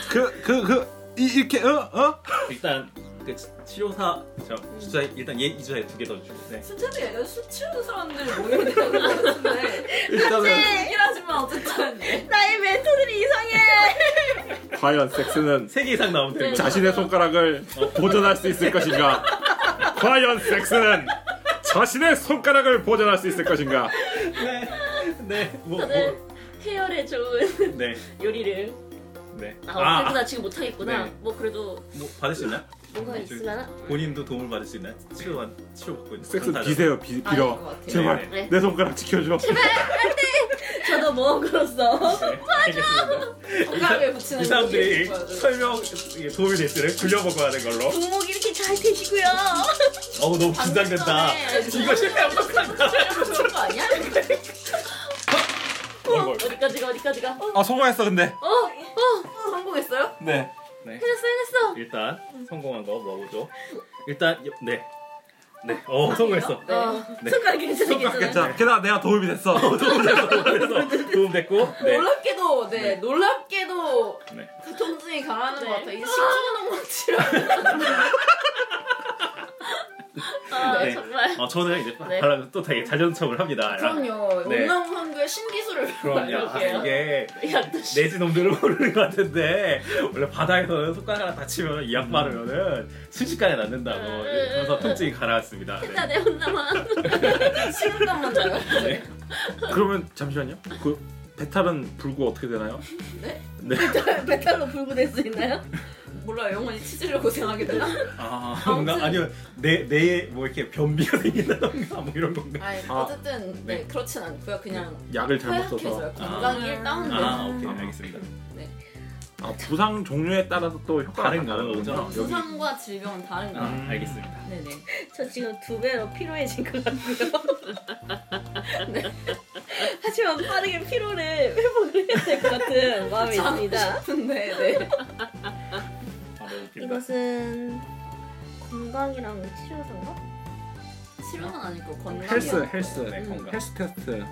Speaker 6: 그그그 이렇게 어어
Speaker 1: 일단 그 치- 치료사 저 주사 일단 얘 이주사에 두 개 더 주고 네.
Speaker 5: 수첩이 아니라 술 치우는 사람들 모여야 되는 거 같은데
Speaker 6: 일단은
Speaker 5: 얘기를 하지만 어쨌든
Speaker 8: 나의 멘토들이 이상해.
Speaker 6: 과연 섹스는
Speaker 1: 세개 이상 나오면 되는 거죠.
Speaker 6: 자신의 손가락을 보존할 수 있을 것인가? 과연 섹스는 자신의 손가락을 보존할 수 있을 것인가?
Speaker 1: 네. 네네뭐
Speaker 2: 다들 해열에 좋은
Speaker 1: 네.
Speaker 2: 요리를
Speaker 1: 네.
Speaker 2: 아, 아,
Speaker 1: 아,
Speaker 2: 나 지금 못하겠구나.
Speaker 1: 네.
Speaker 2: 뭐 그래도
Speaker 1: 뭐 받을 수 있나?
Speaker 2: 뭔가
Speaker 1: 네,
Speaker 2: 있으려나?
Speaker 1: 본인도 도움을 받을 수 있나? 치료만 치료 받고 있는
Speaker 6: 섹스
Speaker 1: 상태에서.
Speaker 6: 비세요, 비,
Speaker 5: 아닐 것
Speaker 6: 빌어.
Speaker 5: 같아요.
Speaker 6: 제발
Speaker 2: 네.
Speaker 6: 내 손가락 지켜줘.
Speaker 8: 저도 모험으로써
Speaker 1: 네, 알겠습니다.
Speaker 5: 건강에 붙이는
Speaker 1: 이 사람들이 설명 이게 도움이 될 때를 굴려보고 하는 걸로.
Speaker 8: 종목 이렇게 잘 되시고요.
Speaker 1: 어우 너무 긴장된다. 이거 실패하면 어떡한다.
Speaker 5: 그런 거 아니야?
Speaker 6: 뭐.
Speaker 1: 어이구,
Speaker 2: 어디까지가 어디까지가? 어,
Speaker 6: 아 성공했어 근데.
Speaker 5: 성공했어요?
Speaker 6: 네.
Speaker 1: 네.
Speaker 2: 해냈어 해냈어.
Speaker 1: 일단 성공한 거뭐 먹어보죠. 일단 여- 네. 네. 어 성공했어.
Speaker 5: 네.
Speaker 8: 손가락 괜찮아
Speaker 6: 손가락
Speaker 8: 괜찮아.
Speaker 6: 괜찮아. 네. 게다가 내가 도움이 됐어.
Speaker 1: 성공했어. 도움 됐고. 네.
Speaker 5: 놀랍게도 네,
Speaker 1: 네.
Speaker 5: 놀랍게도
Speaker 1: 네.
Speaker 5: 통증이 강하는 것 같아요. 이제 식중독 치료.
Speaker 2: 아
Speaker 1: 네.
Speaker 2: 정말.
Speaker 1: 어 저는 이제 바-
Speaker 2: 네.
Speaker 1: 바로 또 되게 자전척을 합니다.
Speaker 5: 그럼요.
Speaker 1: 네.
Speaker 5: 온나무 한구의 신기술을
Speaker 1: 그럼요. 아,
Speaker 5: 알려줄게요.
Speaker 1: 이게
Speaker 2: 야, 또 씨.
Speaker 1: 내지 놈들을 모르는 것 같은데 원래 바닥에서는 손가락 하나 다치면 이약 바르면은 순식간에 낫는다고 그래서 통증이 가라앉습니다. 네.
Speaker 2: 나 혼나만.
Speaker 5: 식은땀만 자요.
Speaker 6: 그러면 잠시만요. 그 배탈은 불고 어떻게 되나요?
Speaker 8: 배탈로 불고 될 수 있나요?
Speaker 5: 몰라 영원히 치질로 고생하게 되나?
Speaker 1: 아 뭔가 아니면 내내뭐 이렇게 변비가 생긴다던가 뭐 이런 건가.
Speaker 5: 아니,
Speaker 6: 아.
Speaker 5: 어쨌든 네,
Speaker 1: 네.
Speaker 5: 그렇진 않고요. 그냥
Speaker 6: 약을 잘못 써서.
Speaker 5: 허약해져요. 건강이 다운돼요.
Speaker 1: 아 오케이 알겠습니다.
Speaker 6: 아 부상 종류에 따라서 또 효과가
Speaker 1: 다른
Speaker 6: 다른
Speaker 1: 거죠?
Speaker 6: 거죠. 여기
Speaker 5: 부상과 질병은 다른 거.
Speaker 1: 아 알겠습니다.
Speaker 5: 네네.
Speaker 8: 저 지금 두 배로 피로해진 것 같고요. 네. 하지만 빠르게 피로를 회복을 해야 될 것 같은 마음이 있습니다.
Speaker 5: 네네.
Speaker 1: 아, 너무 웃긴다.
Speaker 8: 이것은 건강이랑 치료상가?
Speaker 5: 치료는 아니고 건강.
Speaker 6: 헬스, 헬스,
Speaker 1: 네, 건강.
Speaker 6: 헬스 테스트.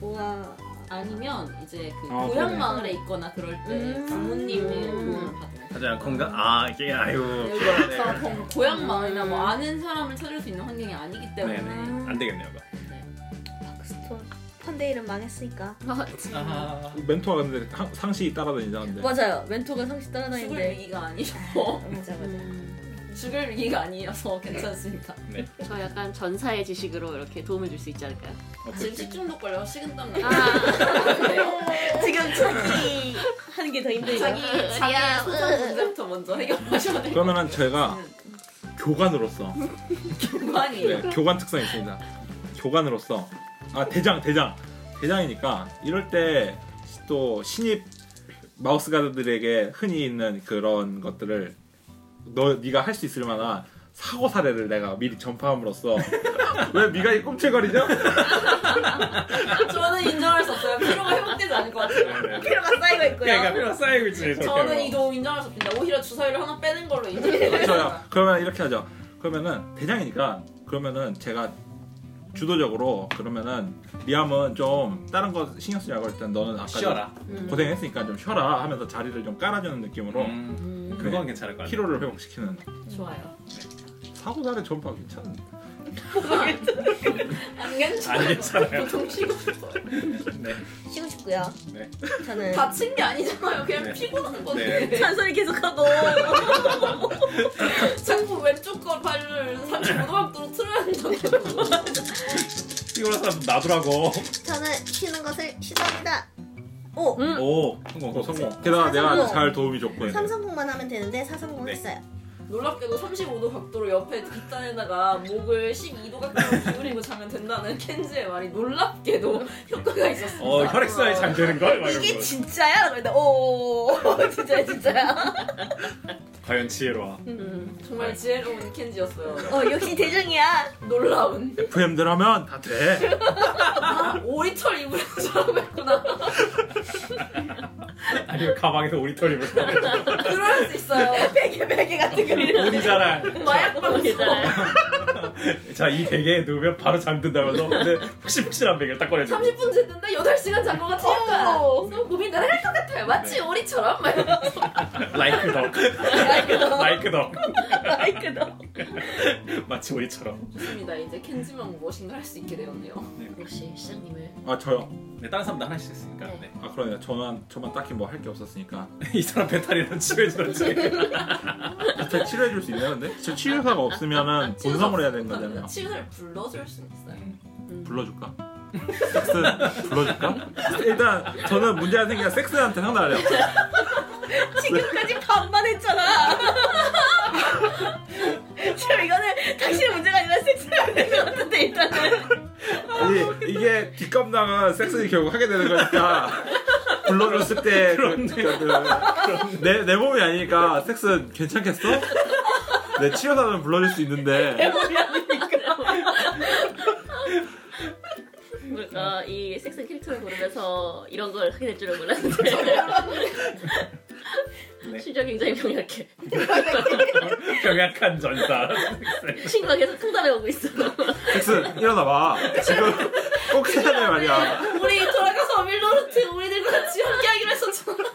Speaker 8: 우와.
Speaker 5: 아니면 이제 그
Speaker 6: 아,
Speaker 5: 고향
Speaker 6: 그러네.
Speaker 5: 마을에 있거나 그럴 때
Speaker 8: 음.
Speaker 5: 부모님의
Speaker 8: 음.
Speaker 5: 도움을 받는.
Speaker 1: 하지만 건강 아 이게 아유 네,
Speaker 5: 여기서 뭐 고향 마을이나 뭐 아는 사람을 찾을 수 있는 환경이 아니기 때문에.
Speaker 1: 네네 안 되겠네요.
Speaker 8: 박스톤. 펀데일은 망했으니까.
Speaker 1: 네. 이거. 아,
Speaker 6: 멘토가 근데 하- 상식이 따라다니자는데.
Speaker 8: 맞아요. 멘토가 상식
Speaker 1: 네.
Speaker 5: 죽을
Speaker 8: 따라다니는데. 어.
Speaker 5: 위기가
Speaker 1: 어.
Speaker 5: 아니셔서
Speaker 8: 맞아 맞아.
Speaker 5: 죽을 위기가 아니어서 괜찮습니다.
Speaker 1: 네
Speaker 2: 저 약간 전사의 지식으로 이렇게 도움을 줄 수 있지 않을까요?
Speaker 5: 지금 식중독 걸려 식은땀 나.
Speaker 2: 아,
Speaker 8: 지금 자기 하는 게 더 힘들죠.
Speaker 5: 자기 자기 소장 문제부터 먼저 해결하셔야 돼요.
Speaker 6: 그러면은 제가 교관으로서
Speaker 5: 공간이
Speaker 6: 네, 교관 특성이 있습니다. 교관으로서 아 대장 대장 대장이니까 이럴 때 또 신입 마우스 가드들에게 흔히 있는 그런 것들을 너 네가 할 수 있을 만한 사고 사례를 내가 미리 전파함으로써 왜 미가 꿈틀거리죠?
Speaker 5: 저는 인정할 수 없어요. 피로가 회복되지 않을 것 같아요.
Speaker 8: 피로가 쌓이고
Speaker 1: 네, 그러니까
Speaker 8: 있고요.
Speaker 1: 필요 쌓이고 있지
Speaker 5: 저는
Speaker 1: 저렇게.
Speaker 5: 이도 인정할 수 없습니다. 오히려 주사위를 하나 빼는 걸로 인정해요.
Speaker 6: 저요. 그렇죠. 그러면 이렇게 하죠. 그러면은 대장이니까 그러면은 제가 주도적으로 그러면은 리암은 좀 다른 거 신경 쓰지 말고 일단 너는 아까 좀
Speaker 1: 쉬어라.
Speaker 5: 음,
Speaker 6: 고생했으니까 좀 쉬어라 하면서 자리를 좀 깔아주는 느낌으로
Speaker 1: 음, 그건 괜찮을 것 같아요.
Speaker 6: 피로를 회복시키는
Speaker 5: 좋아요.
Speaker 6: 사고 날의 전파 괜찮은데
Speaker 5: 안 괜찮아.
Speaker 1: 안 괜찮아요.
Speaker 5: 보통 쉬고 싶어요.
Speaker 1: 네.
Speaker 8: 쉬고 싶고요.
Speaker 7: 네.
Speaker 8: 저는
Speaker 5: 다친 게 아니잖아요. 그냥
Speaker 7: 네.
Speaker 5: 피곤한 건데.
Speaker 8: 잔소리 계속하고
Speaker 5: 자꾸 왼쪽 거 발을 35도각도로 틀어야 한다고.
Speaker 1: 피곤한 사람 나더라고.
Speaker 8: 저는 쉬는 것을 시도합니다.
Speaker 1: 네,
Speaker 8: 오
Speaker 1: 오.
Speaker 6: 성공 성공 게다가 내가
Speaker 8: 성공.
Speaker 6: 잘 도움이 줬고
Speaker 8: 삼성공만 하면 되는데 사성공
Speaker 1: 네.
Speaker 8: 했어요.
Speaker 5: 놀랍게도 35도 각도로 옆에 뒷단에다가 목을 12도 각도로 기울이고 자면 된다는 켄즈의 말이 놀랍게도 효과가 있었습니다.
Speaker 1: 어 혈액순환이 잘 되는 걸. 막 이런
Speaker 8: 이게
Speaker 1: 거.
Speaker 8: 진짜야? 어. 그런데 오 진짜야 진짜야.
Speaker 1: 과연 지혜로워.
Speaker 5: 정말 지혜로운 켄지였어요.
Speaker 8: 어 역시 대중이야.
Speaker 5: 놀라운.
Speaker 6: FM들 하면 다돼
Speaker 5: 아, 오리털 입으려고 저러했구나
Speaker 1: 아니면 가방에서 오리털입을
Speaker 5: 그럴 수 있어요.
Speaker 8: 베개 베개 같은 거.
Speaker 1: 오리자라.
Speaker 5: 마약 방송.
Speaker 1: 자 이 베개에 누우면 바로 잠든다면서 근데 푹신푹신한 베개를 딱 꺼내줘.
Speaker 5: 30분 잤는데 8시간 잔 것 같으니까 너무 고민 안 할 것 같아요.
Speaker 6: 네.
Speaker 5: 마치 오리처럼. 막 이러면서.
Speaker 1: 라이크 덕. 라이크 덕.
Speaker 8: 마이크 너.
Speaker 1: 마치 오리처럼.
Speaker 5: 좋습니다. 이제 켄지만 무엇인가 할 수 있게 되었네요.
Speaker 2: 역시 시장님을
Speaker 6: 아 저요
Speaker 7: 네, 다른 사람도 하나씩 있으니까.
Speaker 2: 네.
Speaker 7: 네.
Speaker 6: 아 그러네요 저만 저만 딱히 뭐 할 게 없었으니까
Speaker 1: 네. 이 사람 배탈이랑 치료해주는지.
Speaker 6: 제 치료해 줄 수 있나요 근데? 저 아, 치료사가 없으면은 본성으로 해야 되는 거잖아요
Speaker 5: 치유사를 불러줄 수 있어요.
Speaker 6: 불러줄까? 섹스 불러줄까? 일단 저는 문제가 생기면 섹스한테 상담하려고
Speaker 8: 지금까지 반만 했잖아. 지금 이거는 당신의 문제가 아니라 섹스가 문제가 같은데 일단은
Speaker 6: 아니 이게 뒷감 나가 섹스를 결국 하게 되는 거니까 불러줬을 그 때내내 몸이 아니니까 섹스 괜찮겠어? 내 치료사면 불러줄 수 있는데
Speaker 2: 우리가 어, 이 섹스 캐릭터를 고르면서 이런 걸 하게 될 줄은 몰랐는데
Speaker 6: 네.
Speaker 2: 심지어 굉장히 병약해
Speaker 1: 병약한 전사.
Speaker 2: 친구가 계속 통달해 오고 있어
Speaker 6: 섹스 일어나봐 지금 꼭 해야 돼 말이야
Speaker 5: 우리 돌아가서 밀로르트 우리들과 같이 함께하기로 했었잖아.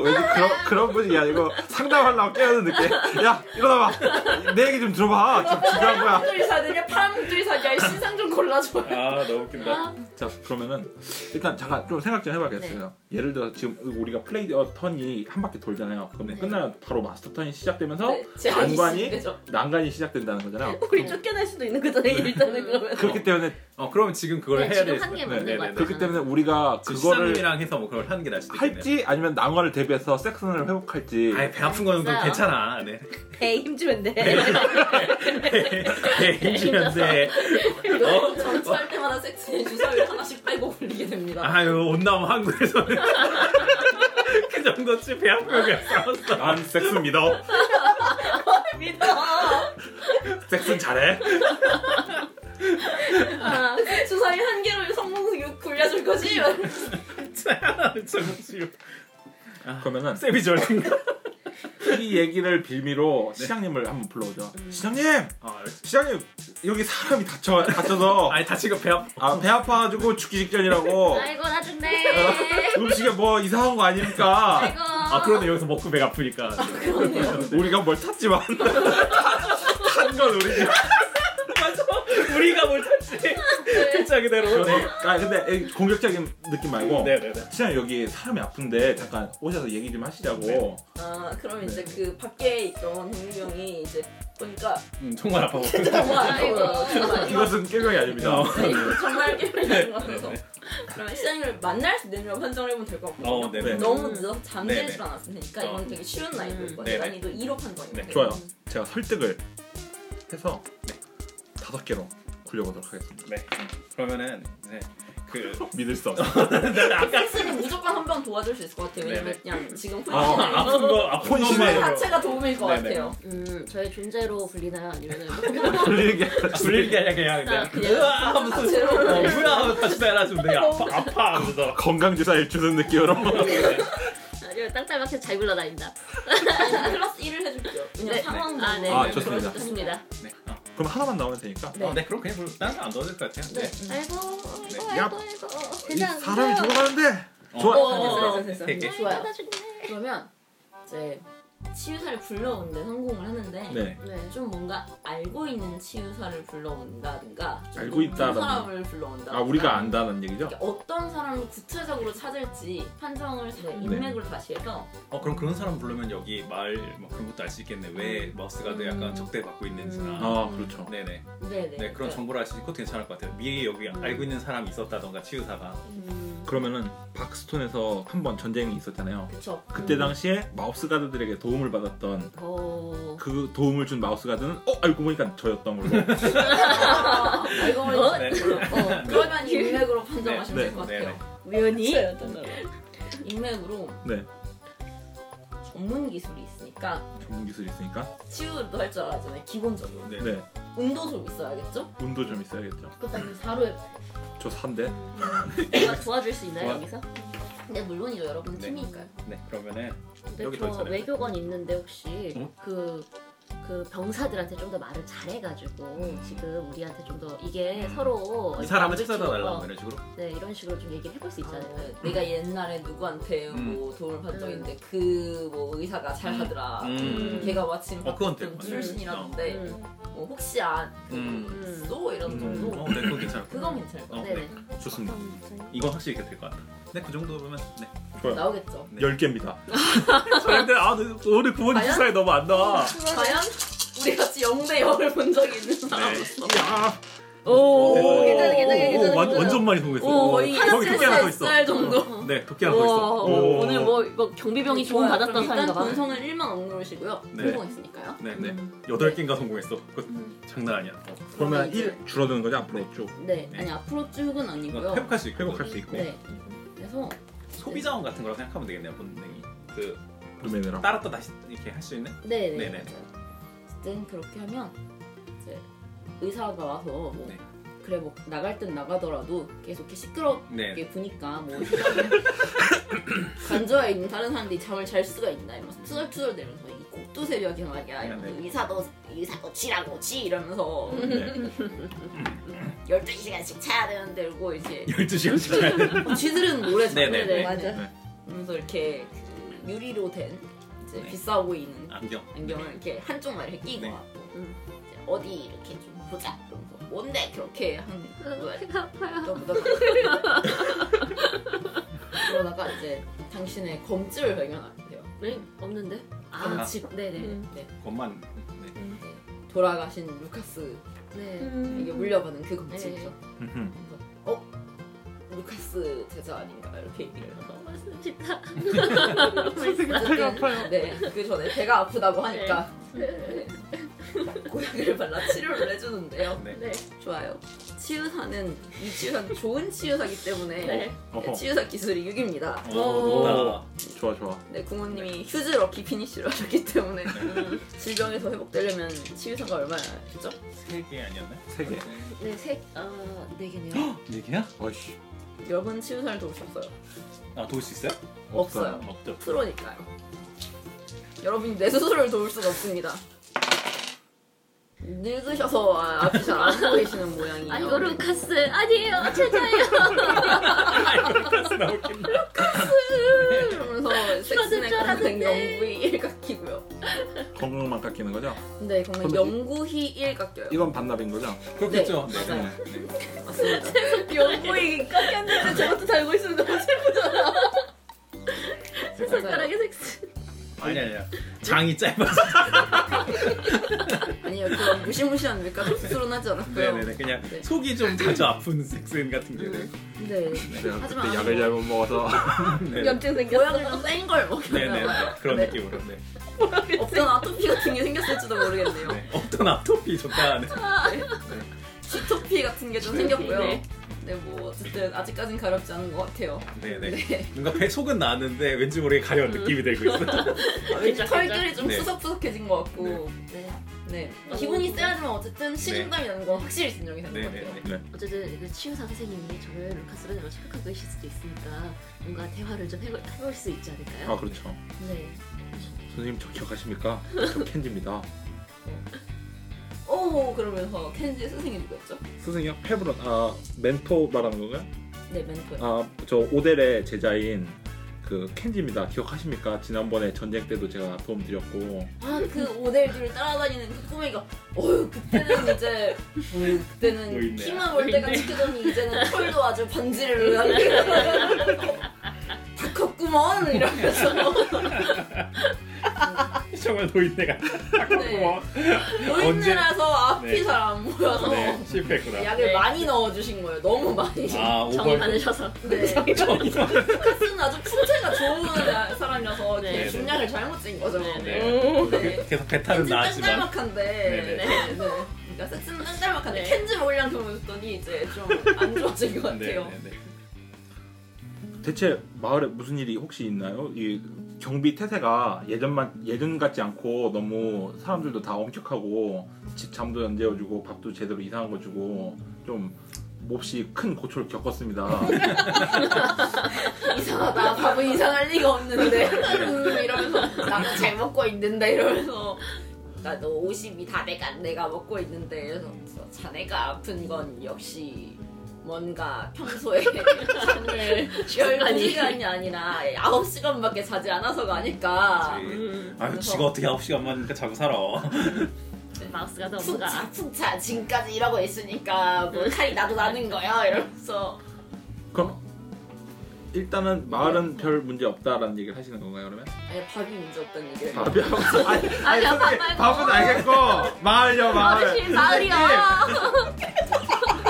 Speaker 6: 왠지 그런 그런 분위기 아니고 상담하려고 깨우는 느낌 야 일어나봐 내 얘기 좀 들어봐 좀 중요한 거야
Speaker 5: 파랑목도리 사느냐 파랑목도리 사느냐 신상 좀 골라줘요.
Speaker 1: 아 너무 웃긴다.
Speaker 6: 자 그러면은 일단 잠깐 좀 생각 좀 해봐야겠어요.
Speaker 2: 네.
Speaker 6: 예를 들어 지금 우리가 플레이 어 턴이 한 바퀴 돌잖아요. 그럼
Speaker 2: 네.
Speaker 6: 끝나면 바로 마스터 턴이 시작되면서
Speaker 5: 네, 제한이
Speaker 6: 난관이 어?
Speaker 5: 있으면 되죠.
Speaker 6: 난관이 시작된다는
Speaker 2: 네.
Speaker 6: 거잖아요.
Speaker 8: 우리 쫓겨날 수도 있는 거잖아
Speaker 1: 네.
Speaker 8: 일단은 그러면.
Speaker 6: 그렇기 때문에
Speaker 1: 어 그럼 지금 그걸
Speaker 2: 네,
Speaker 1: 해야
Speaker 2: 지금
Speaker 1: 돼.
Speaker 2: 한게
Speaker 1: 네, 네,
Speaker 2: 맞는 것
Speaker 1: 네, 네.
Speaker 2: 같아요.
Speaker 6: 그렇기 때문에 우리가
Speaker 1: 지금
Speaker 6: 그거를
Speaker 1: 시장님이랑 해서 뭐 그걸 하는 게 나을 수도 있겠네요.
Speaker 6: 할지 아니면 난관을 대비해서 섹슨을 회복할지
Speaker 1: 아예 배 아픈 거는 좀
Speaker 2: 있어요.
Speaker 1: 괜찮아. 네.
Speaker 8: 에이 힘주면 돼.
Speaker 1: 예, 배 예, 힘주면서
Speaker 5: 네. 여러분 전투할 때마다 섹스의 주사위를 하나씩 빼고 굴리게 됩니다.
Speaker 1: 아유 온남 한국에서는 그 정도쯤 배 아프면 그냥 싸웠어.
Speaker 6: 난 섹스 믿어.
Speaker 1: 섹스 잘해.
Speaker 6: 아.
Speaker 5: 아, 주사위 한 개로 성공을 굴려줄 거지?
Speaker 1: 정수
Speaker 6: 그러면은
Speaker 1: 세비절 생각.
Speaker 6: 이 얘기를 빌미로 시장님을 한번 불러오죠. 시장님,
Speaker 1: 아, 알겠어.
Speaker 6: 시장님 여기 사람이 다쳐 다쳐서
Speaker 1: 아니 다치고 배 아프.
Speaker 6: 아, 배 아파가지고 죽기 직전이라고.
Speaker 2: 아이고 나 죽네
Speaker 6: 음식에 뭐 이상한 거 아닙니까?
Speaker 2: 아이고
Speaker 1: 아 그러네 여기서 먹고 배가 아프니까.
Speaker 6: 우리가 뭘 탔지만 탄건 우리가.
Speaker 1: 우리가 뭘 탔지? 진짜 네. 그대로.
Speaker 6: 아 근데 이 공격적인 느낌 말고.
Speaker 1: 네네네.
Speaker 6: 시장 여기 사람이 아픈데 잠깐 오셔서 얘기 좀 하시자고.
Speaker 5: 아 그럼 이제
Speaker 6: 네.
Speaker 5: 그 밖에 있던 동병이 이제 보니까
Speaker 1: 음, 정말 아파.
Speaker 5: 아이고
Speaker 6: 이것은 깨병이
Speaker 1: 네.
Speaker 6: 아닙니다.
Speaker 5: 정말 깨물이 나는 것 같아서 그러면 시장님을 만날 수 있는 면 판정해보면 될 것 같고
Speaker 1: 어, 네네.
Speaker 6: 네.
Speaker 5: 너무 늦어서 잠들지
Speaker 1: 네네.
Speaker 5: 않았으니까
Speaker 1: 어.
Speaker 5: 이건 되게 쉬운 나이볼 거예요
Speaker 1: 네네.
Speaker 5: 난이도 2로 판정입니다
Speaker 1: 네.
Speaker 6: 좋아요. 제가 설득을 해서 다섯 개로 굴려보도록 하겠습니다.
Speaker 1: 네. 그러면은 이제 그
Speaker 6: 믿을 수 없어.
Speaker 5: 섹스는 무조건 한 번 도와줄 수 있을 것 같아요 왜냐면
Speaker 1: 네네.
Speaker 5: 그냥 지금
Speaker 1: 아,
Speaker 5: 훈련이
Speaker 1: 아픈 거 아픈
Speaker 5: 훈련
Speaker 1: 거만
Speaker 5: 자체가 도움일 것
Speaker 1: 네네.
Speaker 5: 같아요
Speaker 2: 음 저의 존재로 불리나요 아니면은
Speaker 6: 돌리게.
Speaker 1: 불리게 하냐 그냥 그냥.
Speaker 5: 그냥
Speaker 1: 으아 하면서
Speaker 5: 자체로.
Speaker 1: 어, 으아 하면서 다시 따라주면 되게 어, 아파 아파 하면서.
Speaker 6: 건강 주사 일주는 느낌으로.
Speaker 2: 아니면 땅딸밭에 잘 굴러다닌다
Speaker 5: 플러스 1을 해줄게요 왜냐면
Speaker 2: 네.
Speaker 5: 상황도
Speaker 2: 아, 네.
Speaker 6: 아, 좋습니다.
Speaker 2: 좋습니다
Speaker 1: 네. 어,
Speaker 6: 그럼 하나만 나오면 되니까. 아,
Speaker 1: 네. 어, 네 그럼 그냥 별로 다른 거안 도와줄 것 같아요. 네.
Speaker 2: 아이고
Speaker 1: 네.
Speaker 2: 아이고 아이고 아이고
Speaker 6: 이 사람이 죽어가는데.
Speaker 1: 어,
Speaker 6: 좋아.
Speaker 5: 됐어, 됐어, 됐어.
Speaker 1: 되게.
Speaker 2: 아이고,
Speaker 5: 좋아요.
Speaker 2: 나 죽네
Speaker 5: 그러면 이제 치유사를 불러오는데 성공을 하는데
Speaker 6: 네.
Speaker 8: 네.
Speaker 5: 좀 뭔가 알고 있는 치유사를 불러온다든가 좀
Speaker 6: 알고
Speaker 5: 높은
Speaker 6: 있다라는-
Speaker 5: 사람을 불러온다
Speaker 6: 아 우리가 안다는 얘기죠?
Speaker 1: 음.
Speaker 5: 어떤 사람을 구체적으로 찾을지 판정을 다 인맥으로 다시 해서
Speaker 1: 어 그럼 그런 사람 부르면 여기 마을 뭐 그런 것도 알 수 있겠네. 왜 마우스가 더 약간
Speaker 5: 음.
Speaker 1: 적대받고 있는지나.
Speaker 6: 아 그렇죠.
Speaker 1: 네네.
Speaker 5: 네네
Speaker 1: 네 그런 정보를 알 수 있고 괜찮을 것 같아요. 미리 여기 알고 있는 사람이 있었다던가 치유사가.
Speaker 6: 그러면은 박스톤에서 한 번 전쟁이 있었잖아요.
Speaker 5: 그쵸
Speaker 1: 음.
Speaker 6: 그때 당시에 마우스 가드들에게 도움을 받았던
Speaker 5: 어...
Speaker 6: 그 도움을 준 마우스 가드는 어 알고 보니까 저였던 걸로.
Speaker 5: 알고 보니
Speaker 1: 네.
Speaker 5: 어, 그러면 인맥으로 판정하시면
Speaker 6: 네,
Speaker 5: 될 것
Speaker 1: 네네.
Speaker 5: 같아요
Speaker 8: 우연히
Speaker 5: 인맥으로
Speaker 6: 네.
Speaker 5: 전문 기술이 있으니까
Speaker 6: 전문 기술이 있으니까.
Speaker 5: 치유도 할 줄 알았잖아요 기본적으로
Speaker 1: 네.
Speaker 6: 네.
Speaker 5: 운도 좀 있어야겠죠?
Speaker 6: 운도 좀 있어야겠죠.
Speaker 5: 그다음에 사로에
Speaker 6: 저 산대.
Speaker 2: 내가 도와줄 수 있나요
Speaker 1: 도와-
Speaker 2: 여기서?
Speaker 5: 근데 물론이죠 여러분
Speaker 1: 네.
Speaker 5: 팀이니까요
Speaker 1: 네 그러면은
Speaker 2: 근데
Speaker 1: 여기
Speaker 2: 저
Speaker 1: 더 있잖아요.
Speaker 2: 외교관 있는데 혹시
Speaker 1: 어?
Speaker 2: 그, 그 병사들한테 좀 더 말을 잘해가지고 지금 우리한테 좀 더 이게 서로
Speaker 1: 이그 사람을
Speaker 2: 얼굴
Speaker 1: 찾아다 달라 고
Speaker 2: 치고,
Speaker 1: 이런 식으로.
Speaker 6: 음.
Speaker 2: 어, 네 이런 식으로 좀 얘기를 해볼 수
Speaker 5: 아,
Speaker 2: 있잖아요.
Speaker 5: 네. 내가 옛날에 누구한테 뭐 도움을 받은 적이 있는데 그 뭐 의사가 잘하더라
Speaker 1: 음.
Speaker 5: 걔가 마침
Speaker 1: 어, 그건
Speaker 5: 같은
Speaker 1: 됐고.
Speaker 5: 출신이라는데
Speaker 2: 음.
Speaker 5: 뭐 혹시 안
Speaker 2: 아,
Speaker 1: 음.
Speaker 2: 네.
Speaker 5: 쏘 이런 정도
Speaker 1: 어, 네 그건 괜찮을 것 같아요.
Speaker 5: 그건 괜찮을 것
Speaker 1: 어,
Speaker 2: 네네.
Speaker 1: 네.
Speaker 6: 좋습니다.
Speaker 1: 이건 확실히 이렇게 될것 같아. 네 그 정도면 네.
Speaker 5: 같아요
Speaker 6: 좋아요.
Speaker 5: 나오겠죠
Speaker 1: 네.
Speaker 6: 열 개입니다.
Speaker 1: 저런데 아 오늘 구원
Speaker 5: 과연?
Speaker 1: 기사에 너무 안
Speaker 8: 아.
Speaker 1: 나와.
Speaker 5: 과연 우리 같이 영대 영을 본 적이 있는 사람으로서
Speaker 6: 야.
Speaker 1: 네.
Speaker 8: 오,
Speaker 6: 오,
Speaker 8: 괜찮아, 괜찮아, 괜찮아.
Speaker 1: 오, 완- 완전 많이 소개했어. 오,
Speaker 5: 거의
Speaker 1: 거기 도끼 하나 더 있어.
Speaker 5: 쌀 정도
Speaker 1: 네, 도끼 하나 더 있어.
Speaker 6: 오.
Speaker 2: 오늘 뭐, 뭐 경비병이 도움
Speaker 5: 음. 그럼
Speaker 2: 받았던
Speaker 5: 일단
Speaker 2: 사람인가 봐.
Speaker 5: 본성을 1만 옹누르시고요
Speaker 1: 네.
Speaker 5: 성공했으니까요
Speaker 1: 네, 네. 여덟 개인가 성공했어. 그거 장난 아니야. 어.
Speaker 6: 그러면 1 줄어드는 거죠 앞으로 쭉.
Speaker 5: 네 아니 앞으로 쭉은
Speaker 1: 이거
Speaker 5: 아니고요
Speaker 1: 회복할 수 있고
Speaker 6: 회복할 수 있고.
Speaker 5: 네 그래서
Speaker 1: 소비 자원 같은 거라고 생각하면 되겠네요, 본능이. 그
Speaker 6: 루메네랑.
Speaker 1: 따랐다 다시 이렇게 할 수 있는.
Speaker 5: 네네
Speaker 1: 네네.
Speaker 5: 맞아요. 어쨌든 그렇게 하면 이제 의사가 와서 뭐
Speaker 1: 네.
Speaker 5: 그래 뭐 나갈 땐 나가더라도 계속 이렇게 시끄럽게
Speaker 1: 네.
Speaker 5: 보니까 뭐 간조에 있는 다른 사람들이 잠을 잘 수가 있나 이러면서 투덜투덜 대면서 이 곡도 새벽에 말이야 이러면서
Speaker 1: 네.
Speaker 5: 의사도 의사도 치라고 치 이러면서
Speaker 8: 음.
Speaker 1: 네.
Speaker 5: 12시간씩 자야 되는데 이러고 이제
Speaker 1: 12시간
Speaker 5: 어, 쥐들은 노래 잘
Speaker 1: 네네.
Speaker 5: 부르네.
Speaker 8: 맞아.
Speaker 5: 그러면서 이렇게 그 유리로 된 이제
Speaker 1: 네.
Speaker 5: 비싸 보이는
Speaker 1: 안경.
Speaker 5: 안경을 이렇게 한쪽만 이렇게 끼고
Speaker 1: 네.
Speaker 5: 왔고 이제 어디 이렇게 좀 보자 그러면서 뭔데 그렇게 하는 거야 그러다가 이제 당신의 검지를 발견하게 돼요
Speaker 2: 네? 없는데? 아,
Speaker 5: 검지
Speaker 2: 네네.
Speaker 5: 네.
Speaker 1: 것만. 네.
Speaker 5: 네. 돌아가신 루카스에게
Speaker 2: 네.
Speaker 8: 음.
Speaker 5: 물려받은 그 검지죠
Speaker 6: 음흠.
Speaker 5: 그래서 어? 루카스 제자 아닌가 이렇게 얘기를 해서
Speaker 2: 맞습니다.
Speaker 5: 배가 아파요. 네, 그 전에 배가 아프다고 하니까 네. 고약을 발라 치료를 해주는데요.
Speaker 1: 네.
Speaker 2: 네.
Speaker 5: 좋아요. 치유사는 이 치유사는 좋은 치유사기 때문에
Speaker 6: 어허. 어,
Speaker 5: 치유사 기술이 6입니다.
Speaker 1: 오, 어, 높다.
Speaker 6: 좋아 좋아.
Speaker 5: 네, 구모님이 휴즈 럭키 피니쉬를 하셨기 때문에
Speaker 6: 네.
Speaker 5: 질병에서 회복되려면 치유사가 얼마였죠?
Speaker 1: 3개 아니었나?
Speaker 6: 세 개.
Speaker 2: 네, 세, 어, 네 개네요.
Speaker 1: 4개야?
Speaker 6: 어이씨.
Speaker 5: 여러분 치유사를 도우셨어요?
Speaker 1: 아, 도울 수 있어요?
Speaker 5: 없어요.
Speaker 1: 없죠.
Speaker 5: 프로니까요. 여러분이 내 스스로를 도울 수가 없습니다. 늙으셔서 아, 앞이 잘 안 보이시는 모양이에요.
Speaker 2: 아이고, 루카스. 아니에요. 최자예요.
Speaker 1: 루카스 나오겠네.
Speaker 5: 네. 이러면서 섹스네
Speaker 2: 줄
Speaker 5: 건강
Speaker 2: 알았는데.
Speaker 5: 영구히 1각기고요.
Speaker 6: 건강만 깎이는 거죠?
Speaker 5: 네, 건강
Speaker 6: 그럼
Speaker 5: 영구히 1각겨요.
Speaker 6: 이건 반납인 거죠?
Speaker 1: 그렇겠죠. 네.
Speaker 5: 맞아요.
Speaker 1: 네.
Speaker 5: 맞습니다.
Speaker 8: 영구이 깎였는데 저것도 달고 있으면 너무
Speaker 5: 맞아요.
Speaker 2: 손가락에 섹스.
Speaker 1: 아니 아니야. 장이 짧아서.
Speaker 5: 아니요, 그런 무시무시한 외과적 수술은 하지 않았고요.
Speaker 1: 네네네. 그냥
Speaker 5: 네.
Speaker 1: 속이 좀 자주 아픈 섹스 같은 게. 네.
Speaker 5: 네.
Speaker 6: 내가
Speaker 5: 하지만
Speaker 6: 그때
Speaker 5: 안
Speaker 6: 약을 잘못 먹어서
Speaker 1: 네.
Speaker 8: 염증 생겼어.
Speaker 5: 모양을 좀 센 걸
Speaker 1: 네네
Speaker 5: 먹였나봐요.
Speaker 1: 그런
Speaker 5: 네.
Speaker 1: 느낌으로 네.
Speaker 5: 어떤 아토피 같은 게 생겼을지도 모르겠네요.
Speaker 1: 네. 어떤 아토피 좋다 네. 하는
Speaker 5: 지토피 같은 게 좀
Speaker 1: 네.
Speaker 5: 생겼고요.
Speaker 2: 네.
Speaker 5: 네, 뭐 어쨌든 아직까진 가렵지 않은 것 같아요.
Speaker 1: 네네
Speaker 5: 네.
Speaker 1: 뭔가 배 속은 나왔는데 왠지 모르게 가려운
Speaker 5: 음.
Speaker 1: 느낌이 들고 있어
Speaker 5: 아, 왠지
Speaker 2: 괜찮-
Speaker 5: 털결이 좀
Speaker 1: 네.
Speaker 5: 푸석푸석해진 것 같고
Speaker 2: 네.
Speaker 5: 네. 기분이 쎄하지만 어쨌든 식은땀이 나는 건 확실히 진정이 되는 것 같아요.
Speaker 1: 네. 네네네
Speaker 2: 어쨌든 그 치유사 선생님이 저를 루카스라고 착각하고 계실 수도 있으니까 뭔가 대화를 좀 해볼, 해볼 수 있지 않을까요?
Speaker 6: 아 그렇죠
Speaker 2: 네.
Speaker 6: 선생님 저 기억하십니까? 저 켄지입니다
Speaker 5: 오 그러면서 켄지 스승이 누구였죠?
Speaker 6: 선생님 페브론 아 멘토 말하는 건가요?
Speaker 5: 네 멘토요.
Speaker 6: 아저 오델의 제자인 그 켄지입니다. 기억하십니까? 지난번에 전쟁 때도 제가 도움 드렸고
Speaker 5: 아그 오델 뒤를 따라다니는 그 꼬맹이가 어휴 그때는 이제 어휴,
Speaker 1: 뭐
Speaker 5: 그때는
Speaker 1: 있네.
Speaker 5: 키만 올 때가 지켜더니 이제는 털도 아주 반지를 날리고 다 컸구먼 이러면서
Speaker 1: 정말 노인네가
Speaker 5: 네. 노인네라서 앞이
Speaker 1: 네.
Speaker 5: 잘 안 보여서
Speaker 1: 네, 실패했구나.
Speaker 5: 약을
Speaker 2: 네.
Speaker 5: 많이 넣어주신 거예요 너무 많이
Speaker 1: 아
Speaker 2: 정이
Speaker 1: 오버.
Speaker 2: 많으셔서
Speaker 5: 네. 카스는 아주 풍채가 좋은 사람이라서
Speaker 2: 네,
Speaker 5: 이렇게
Speaker 1: 네.
Speaker 5: 중량을 잘못 찐 거죠
Speaker 2: 네, 네.
Speaker 1: 네. 계속 배탈은
Speaker 5: 캔즈는
Speaker 1: 나지만
Speaker 5: 음. 짱짤막한데
Speaker 1: 네, 네.
Speaker 5: 네, 네. 그러니까 섹스는 짱짤막한데
Speaker 2: 네.
Speaker 5: 캔즈 올량 보였더니 이제 좀 안 좋아진 것 같아요
Speaker 1: 네, 네, 네.
Speaker 6: 대체 마을에 무슨 일이 혹시 있나요? 이 경비 태세가 예전만 예전 같지 않고 너무 사람들도 다 엄격하고 집 잠도 안 재워주고 밥도 제대로 이상한 거 주고 좀 몹시 큰 고초를 겪었습니다.
Speaker 5: 이상하다 밥은 이상할 리가 없는데 음, 이러면서 나도 잘 먹고 있는데 이러면서 나도 50이 다 내가 내가 먹고 있는데 그래서 자네가 아픈 건 역시 뭔가 평소에
Speaker 2: 네.
Speaker 5: 잠을 10시간이 아니라 9시간밖에 자지 않아서가 아닐까
Speaker 1: 네.
Speaker 5: 음.
Speaker 1: 아유 지가 어떻게 9 시간만 이렇게 자고 살아.
Speaker 2: 마우스가 너무 가
Speaker 5: 푹자 푹자 지금까지 일하고 있으니까 뭐 칼이 나도 나는 거야 이러면서
Speaker 6: 그럼 일단은 마을은 별 문제 없다라는 얘기를 하시는 건가요 그러면?
Speaker 5: 아니 밥이 문제 없다는 얘기를
Speaker 6: 밥이 없어. 네. 아니, 아니,
Speaker 2: 아니야, 밥
Speaker 6: 솔직히
Speaker 2: 말고.
Speaker 6: 밥은 알겠고 마을요
Speaker 1: 아,
Speaker 6: 아, 마을.
Speaker 2: 마을이야.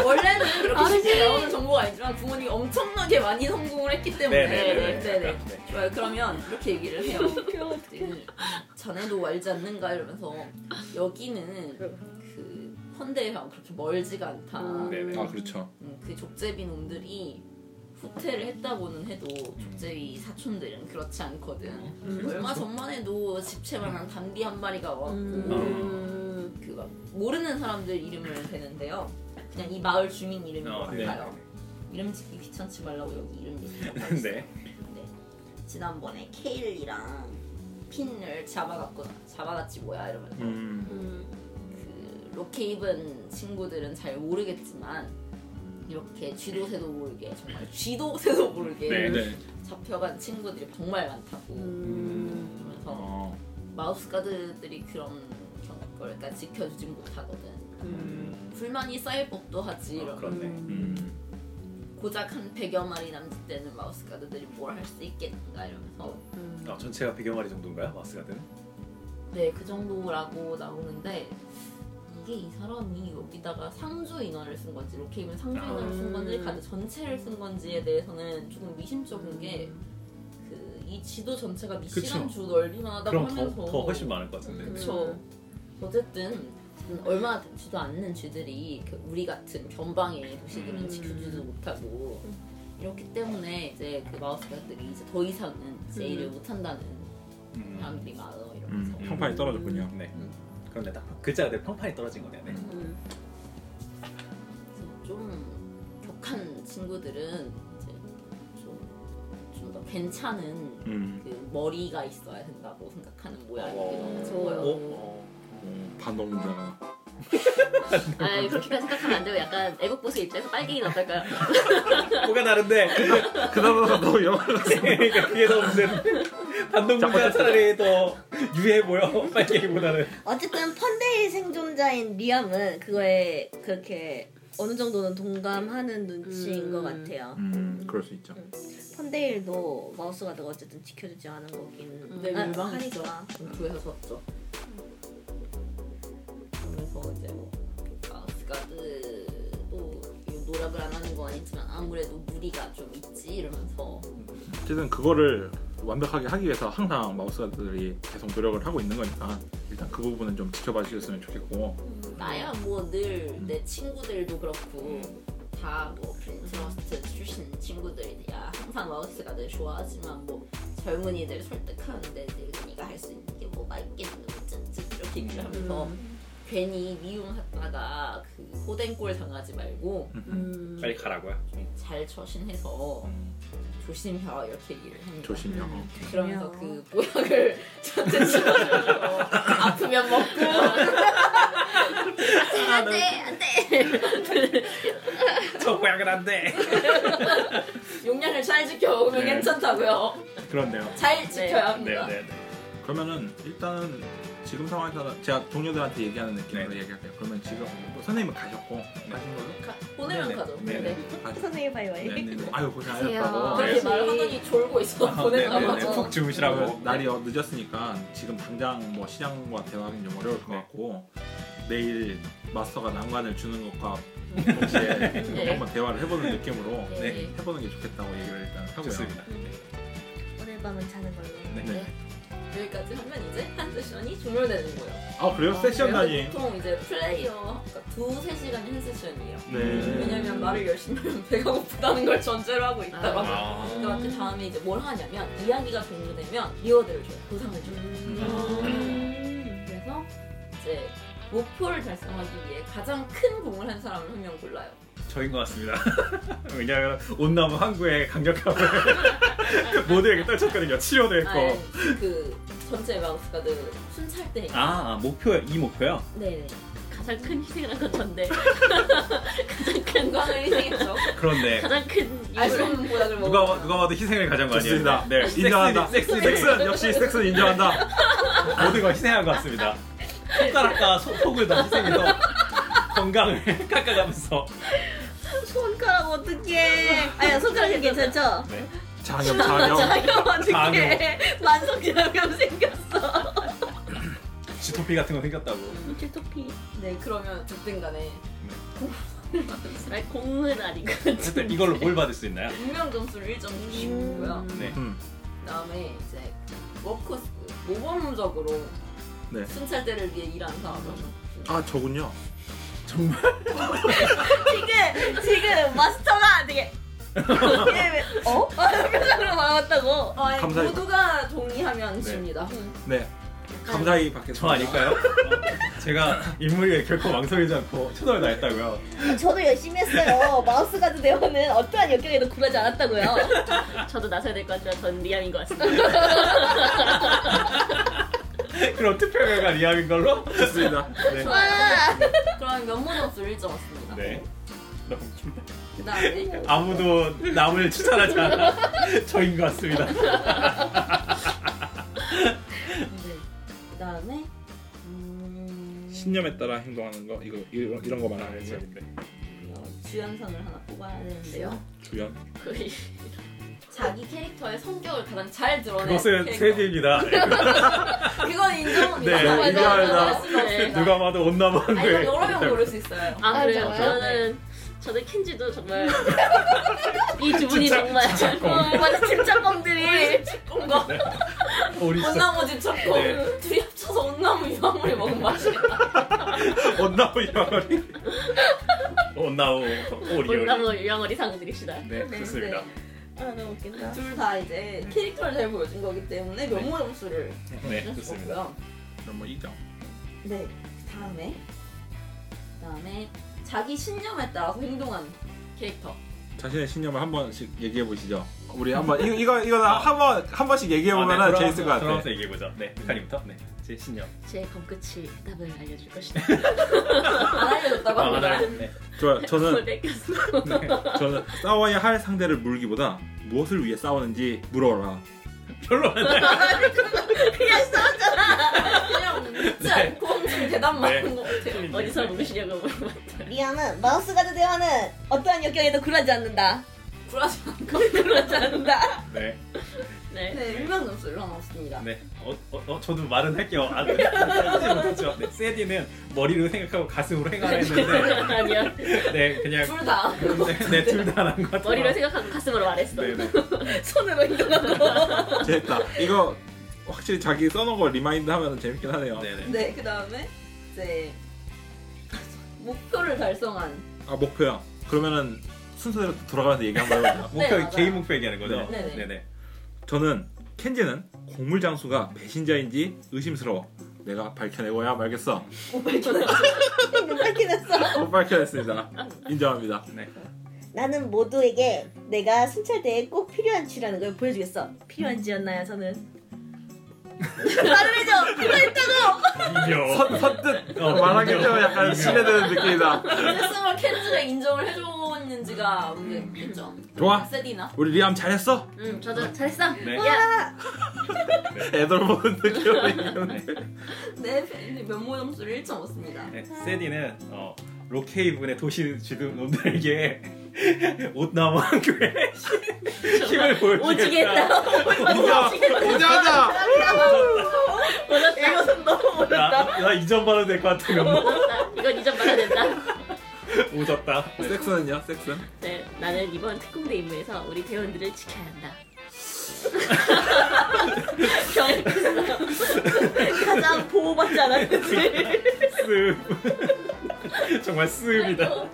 Speaker 5: 원래는 그렇게 쉽게
Speaker 2: 아니지.
Speaker 5: 나오는 정보가 아니지만 부모님이 엄청나게 많이 성공을 했기 때문에
Speaker 1: 네, 네, 네.
Speaker 5: 네네. 좋아요. 그러면 이렇게 얘기를 해요 네. 자네도 알지 않는가 이러면서 여기는 그 헌데랑 그렇게 멀지가 않다
Speaker 1: 네, 네.
Speaker 6: 아 그렇죠.
Speaker 5: 음, 그 족제비 놈들이 후퇴를 했다고는 해도 족제비 사촌들은 그렇지 않거든
Speaker 6: 음,
Speaker 1: 음,
Speaker 5: 얼마 전만 해도 집채만한 담비 한 마리가 왔고
Speaker 1: 어.
Speaker 5: 그 막 모르는 사람들 이름을 대는데요. 그냥 이 마을 주민 이름인 것
Speaker 1: 어, 네.
Speaker 5: 같아요. 이름 짓기 귀찮지 말라고 여기 이름 짓기
Speaker 6: 음.
Speaker 1: 네.
Speaker 5: 지난번에 케일이랑 핀을 잡아갔구나. 잡아갔지 뭐야 이러면서
Speaker 6: 음.
Speaker 5: 그 로케이븐 친구들은 잘 모르겠지만 이렇게 쥐도새도 모르게 정말 쥐도새도 모르게
Speaker 1: 네,
Speaker 6: 네.
Speaker 5: 잡혀간 친구들이 정말 많다고
Speaker 2: 음.
Speaker 5: 그러면서
Speaker 6: 어.
Speaker 5: 마우스 가드들이 그런 걸 그러니까 지켜주지 못하거든. 불만이 쌓일 법도 하지.
Speaker 1: 어,
Speaker 5: 이런.
Speaker 1: 그렇네.
Speaker 6: 음.
Speaker 5: 고작 한 100여 마리 남짓 되는 마우스 가드들이 뭘 할 수 있겠는가 이러면서
Speaker 1: 아, 전체가 100여 마리 정도인가요? 마스가드는?
Speaker 5: 네 그 정도라고 나오는데 이게 이 사람이 여기다가 상주 인원을 쓴 건지 로케이면 상주
Speaker 1: 아.
Speaker 5: 인원을 쓴 건지 가드 전체를 쓴 건지에 대해서는 조금 미심쩍은 게
Speaker 1: 음.
Speaker 5: 그 이 지도 전체가 미시간 주 넓이만 하다고
Speaker 1: 그럼 더,
Speaker 5: 하면서
Speaker 1: 더 훨씬 많을 것 같은데.
Speaker 5: 그렇죠. 어쨌든 얼마 되지도 않는 쥐들이 그 우리 같은 변방의 도시들은
Speaker 1: 음.
Speaker 5: 지켜주지도 못하고 이렇기 때문에 이제 그 마우스가들이 이제 더 이상은 제 일을 못한다는
Speaker 1: 음.
Speaker 5: 사람들이 많아 이러면서
Speaker 6: 음. 평판이 떨어졌군요.
Speaker 1: 네. 그런데 딱 글자가 내 평판이 떨어진 거네. 네.
Speaker 5: 음. 그래서 좀 격한 친구들은 이제 좀 좀 더 괜찮은
Speaker 6: 음.
Speaker 5: 그 머리가 있어야 된다고 생각하는 모양이기도
Speaker 1: 어.
Speaker 5: 하고
Speaker 1: 어?
Speaker 5: 저요. 음,
Speaker 1: 어.
Speaker 6: 어, 반동자.
Speaker 2: 아 그렇게까지 생각하면 안 되고 약간 애국보수 입장에서 빨갱이는 어떨까요?
Speaker 1: 뭐가 다른데?
Speaker 6: 그나마 너무 영화를
Speaker 1: 그러니까 그게 더 문제는 반동문자 차라리 더 유해 보여 빨갱이보다는
Speaker 8: 어쨌든 펀데이 생존자인 리암은 그거에 그렇게 어느 정도는 동감하는 눈치인
Speaker 2: 음.
Speaker 8: 것 같아요.
Speaker 6: 음, 그럴 수 있죠.
Speaker 8: 펀데일도 마우스가 너 어쨌든 지켜주지 않은 거긴
Speaker 5: 네,
Speaker 8: 아,
Speaker 5: 민망했죠.
Speaker 8: 하니까.
Speaker 5: 공투에서 졌죠. 그래서 이제 뭐 마우스가드도 노력을 안 하는 건 아니지만 아무래도 무리가 좀 있지 이러면서
Speaker 6: 어쨌든 그거를 완벽하게 하기 위해서 항상 마우스가들이 계속 노력을 하고 있는 거니까 일단 그 부분은 좀 지켜봐 주셨으면 좋겠고
Speaker 5: 나야 뭐 늘 내 친구들도 그렇고 다 뭐 프린트러스트 출신 친구들이야 항상 마우스가 늘 좋아하지만 뭐 젊은이들 설득하는데 늘 네가 할 수 있는 게 뭐가 있겠는 쯧쯧 이렇게
Speaker 1: 음.
Speaker 5: 얘기를 하면서 괜히 미움하다가 그 호된 꼴 당하지 말고
Speaker 1: 음.
Speaker 6: 음.
Speaker 1: 빨리 가라고요.
Speaker 5: 잘
Speaker 1: 음.
Speaker 5: 처신해서 조심해라 이렇게 얘기를 합니다.
Speaker 6: 어, 조심요.
Speaker 5: 그러면서 그 보약을 저한테 집어줘서 아프면 먹고
Speaker 1: 저 고양은 안 돼.
Speaker 5: 용량을 잘 지켜 먹으면
Speaker 1: 네.
Speaker 5: 괜찮다고요.
Speaker 1: 그렇네요.
Speaker 5: 잘 지켜야 합니다.
Speaker 1: 네네네.
Speaker 6: 그러면은 일단은 지금 상황에서는 제가 동료들한테 얘기하는 느낌으로
Speaker 1: 네.
Speaker 6: 얘기할게요. 그러면 지금 뭐 선생님은 가셨고 가신 걸로?
Speaker 5: 가- 보내면
Speaker 1: 네네.
Speaker 5: 가죠.
Speaker 1: 네네.
Speaker 5: 네네.
Speaker 6: 가셨고.
Speaker 8: 선생님 바이바이.
Speaker 1: 네네네.
Speaker 6: 아유 고생하셨다고.
Speaker 5: 그렇게
Speaker 1: 네.
Speaker 5: 말을 하더니 졸고 있어.
Speaker 1: 아,
Speaker 5: 보내면
Speaker 1: 네네네.
Speaker 5: 가죠.
Speaker 1: 푹 주무시라고.
Speaker 6: 날이 어- 늦었으니까 지금 당장 뭐 시장과 대화하기는 좀 어려울 것
Speaker 1: 네.
Speaker 6: 같고 내일 마스터가 난관을 주는 것과 동시에
Speaker 5: 네.
Speaker 6: 한번 대화를 해보는 느낌으로
Speaker 5: 네.
Speaker 6: 해보는 게 좋겠다고 얘기를 일단 하고요.
Speaker 1: 아, 좋습니다.
Speaker 8: 오늘 밤은 자는 걸로.
Speaker 6: 네.
Speaker 5: 여기까지 하면 이제 한 세션이 종료되는 거예요.
Speaker 6: 아 그래요? 세션 단위.
Speaker 5: 보통 이제 플레이어 그러니까 두세 시간이 한 세션이에요.
Speaker 6: 네.
Speaker 5: 왜냐면 말을 열심히 하면 배가 고프다는 걸 전제로 하고 있다고.
Speaker 2: 아.
Speaker 1: 아.
Speaker 5: 그러니까 그 다음에 이제 뭘 하냐면 이야기가 종료되면 리워드를 줘요. 보상을 줘요. 그래서 이제 목표를 달성하기 위해 가장 큰 공을 한 사람을 한 명 골라요.
Speaker 1: 저인 것 같습니다. 왜냐하면 온나무 항구의 강력함을 모두에게 떨쳤거든요. 치료도
Speaker 5: 아,
Speaker 1: 했고.
Speaker 5: 그 전체 마우스가드 순찰 때.
Speaker 1: 아 목표 이 목표요?
Speaker 5: 네네.
Speaker 2: 가장 큰 희생을 한 건데 가장 큰
Speaker 5: 건강을 희생했죠.
Speaker 1: 그런데
Speaker 2: 가장 큰
Speaker 5: 알 수
Speaker 2: 이유를
Speaker 5: 없는 보약을 먹어.
Speaker 1: 누가 누가 봐도 희생을 가장 많이
Speaker 6: 좋습니다.
Speaker 1: 했습니다. 네,
Speaker 6: 인정한다.
Speaker 1: 섹스 섹스
Speaker 6: 섹슨 역시 섹슨 인정한다.
Speaker 1: 모든 걸 희생한 것 같습니다. 손가락과 소- 속을 다 희생해서 건강을 깎아가면서
Speaker 8: 손가락 어떡해. 아야 손가락은 괜찮죠?
Speaker 1: 네.
Speaker 6: 장염 장염.
Speaker 8: 장염
Speaker 1: 장염.
Speaker 8: 어떡해. 만성장염 생겼어.
Speaker 1: 지토피 같은 거 생겼다고.
Speaker 8: 질토피.
Speaker 5: 네 그러면 어쨌든 간에
Speaker 2: 아니, 공은 아닌 것
Speaker 1: 어쨌든
Speaker 2: 같은데
Speaker 1: 이걸로 뭘 받을 수 있나요?
Speaker 5: 운명 점수를 1점 주시고요.
Speaker 1: 네.
Speaker 6: 음.
Speaker 5: 그다음에 이제 워커스 모범적으로
Speaker 6: 네.
Speaker 5: 순찰대를 위해 일한 사람을
Speaker 6: 아 저군요.
Speaker 8: 지금 지금 마스터가 되게 이게 왜- 어? 표정으로 말았다고.
Speaker 5: 아,
Speaker 6: 감사히-
Speaker 5: 모두가 동의하면 집니다.
Speaker 6: 네. 감사히 받겠습니다.
Speaker 1: 저 아닐까요? 어, 제가 인물이 결코 망설이지 않고 최선을 다했다고요.
Speaker 8: 저도 열심히 했어요. 마우스 가드 대원은 어떠한 역경에도 굴하지 않았다고요.
Speaker 2: 저도 나서야 될 것 같지만 전 리암인 것 같습니다
Speaker 1: 그럼 투표 결과 리암인 걸로?
Speaker 6: 좋습니다.
Speaker 1: 네.
Speaker 8: 와.
Speaker 5: 그럼 면모 점수를 1점 왔습니다.
Speaker 1: 네. 너무 웃긴다.
Speaker 5: 그다음에
Speaker 1: 아무도 남을 추천하지 않아 저인 것 같습니다.
Speaker 5: 네. 그다음에
Speaker 6: 신념에 따라 행동하는 거 이거 이런, 이런 거 말하는
Speaker 1: 네,
Speaker 6: 거.
Speaker 5: 어, 주연상을 하나 뽑아야 되는데요.
Speaker 1: 네,
Speaker 6: 주연.
Speaker 2: 거의
Speaker 5: 자기 캐릭터의 성격을 가장 잘 드러낸
Speaker 1: 그것은
Speaker 5: 캐릭터. 아,
Speaker 1: 세계입니다.
Speaker 5: 네, 그건 인정합니다.
Speaker 1: 네,
Speaker 5: 맞아요.
Speaker 6: 인정합니다.
Speaker 5: 맞아요. 맞아요.
Speaker 1: 누가 봐도 온나무 네. 한
Speaker 5: 네, 아니, 이건
Speaker 1: 거예요.
Speaker 5: 여러 명 고를 수 있어요.
Speaker 2: 아 그래요?
Speaker 8: 맞아요.
Speaker 2: 저는 저는 켄지도 정말 이 두 분이
Speaker 1: 진짜-
Speaker 2: 정말 어, 맞아 진짜뻥들이
Speaker 5: 뭔가
Speaker 1: 우리 진짜
Speaker 5: 온나무 집 찾고
Speaker 1: 네.
Speaker 5: 둘이 합쳐서 온나무 유황물이 먹으면 맛있겠다.
Speaker 1: 온나무 이방어리. 온나무 오리오리.
Speaker 2: 온나무 유양어리 상들입시다
Speaker 1: 네, 좋습니다.
Speaker 8: 아 너무 웃긴다.
Speaker 5: 둘 다 이제 캐릭터를 잘 보여준 거기 때문에 면모 점수를
Speaker 1: 네,
Speaker 5: 낼수
Speaker 1: 좋습니다.
Speaker 5: 없고요.
Speaker 6: 그럼 뭐 이정.
Speaker 5: 네, 다음에 다음에 자기 신념에 따라서 행동하는 캐릭터.
Speaker 6: 자신의 신념을 한 번씩 얘기해 보시죠. 우리 한번 이거 이거 이거는 한번 한 번씩 얘기해 보면은
Speaker 1: 아, 네,
Speaker 6: 재밌을 것
Speaker 1: 돌아가면서- 돌아가면서
Speaker 6: 같아.
Speaker 1: 얘기해보자. 네, 백한님부터. 네, 제 신념.
Speaker 2: 제 검끝이 답을 알려줄 것이다
Speaker 5: 안 알려줬다고
Speaker 1: 아,
Speaker 5: 합니다.
Speaker 1: 하나요? 네.
Speaker 6: 좋아요. 저는
Speaker 2: 뺏겼어
Speaker 6: 저는 싸워야 할 상대를 물기보다 무엇을 위해 싸우는지 물어라.
Speaker 1: 별로 안 나요.
Speaker 5: 그냥 묻지 않고 항상 대답만
Speaker 1: 네.
Speaker 5: 하는 것 같아요.
Speaker 2: 어디서 물으시냐고 물어봐
Speaker 8: 리아는 마우스 가드 대원은 어떠한 역경에도 굴하지 않는다.
Speaker 5: 불하지 않고.
Speaker 8: 굴하지 않는다.
Speaker 1: 네,
Speaker 2: 네
Speaker 5: 네, 일반 점수 일어났습니다.
Speaker 1: 네. 어, 어, 어, 저도 말은 할게요. 아, 네. 하지 못했죠. 네, 세디는 머리로 생각하고 가슴으로 행동했는데,
Speaker 2: 아니야
Speaker 1: 네, 그냥
Speaker 5: 둘 다.
Speaker 1: 네, 네, 둘다안한것 같아요.
Speaker 2: 머리로 생각하고 가슴으로 말했어
Speaker 1: 네, 네.
Speaker 8: 손으로 행동하고.
Speaker 6: 재밌다. 이거 확실히 자기 써놓은 거 리마인드 하면 재밌긴 하네요.
Speaker 1: 네, 네.
Speaker 5: 네, 그 다음에 이제 목표를 달성한.
Speaker 6: 아 목표야. 그러면은 순서대로 돌아가면서 얘기 한번 해보자.
Speaker 1: 목표
Speaker 5: 맞아요.
Speaker 1: 개인 목표 얘기하는 거죠?
Speaker 5: 네, 네.
Speaker 6: 저는 켄지는 곡물 장수가 배신자인지 의심스러워. 내가 밝혀내고야 말겠어.
Speaker 8: 눈 밝히면서.
Speaker 6: 못 밝혀냈습니다. 인정합니다.
Speaker 8: 나는 모두에게 내가 순찰대에 꼭 필요한 쥐라는 걸 보여주겠어. 필요한 쥐였나요, 저는? 말을 해줘. 필요했다고.
Speaker 1: 이겨.
Speaker 6: 선, 선뜻
Speaker 1: 어,
Speaker 6: 말하겠죠.
Speaker 1: 인정.
Speaker 6: 약간
Speaker 1: 인정.
Speaker 6: 신뢰되는 느낌이다.
Speaker 5: 세스을 캔즈가 인정을 해주는 있는지가 문제겠죠.
Speaker 6: 좋아.
Speaker 5: 세디나.
Speaker 6: 우리 리암 잘했어.
Speaker 2: 응, 저도 잘했어.
Speaker 7: 네.
Speaker 6: 애들 보는 느낌이.
Speaker 5: 네, 팬이 면모 점수를 1점 얻습니다.
Speaker 1: 네, 세디는 어, 로케이 분의 도시 주둔 놈들에게 옷나무 한 교회 힘을 보여주겠다.
Speaker 6: 보자, 보자다.
Speaker 8: 이것은 너무 어렵다.
Speaker 1: 나나 이전 받아도 될 것 같아. 면모. 뭐,
Speaker 2: 나 이건 이전 받아야 된다.
Speaker 1: 오졌다.
Speaker 6: 섹스는요? 섹스는?
Speaker 2: 네, 나는 이번 특공대 임무에서 우리 대원들을 지켜야 한다.
Speaker 8: 가장 보호받지 않았는지.
Speaker 1: 쓱. 정말 쓱이다.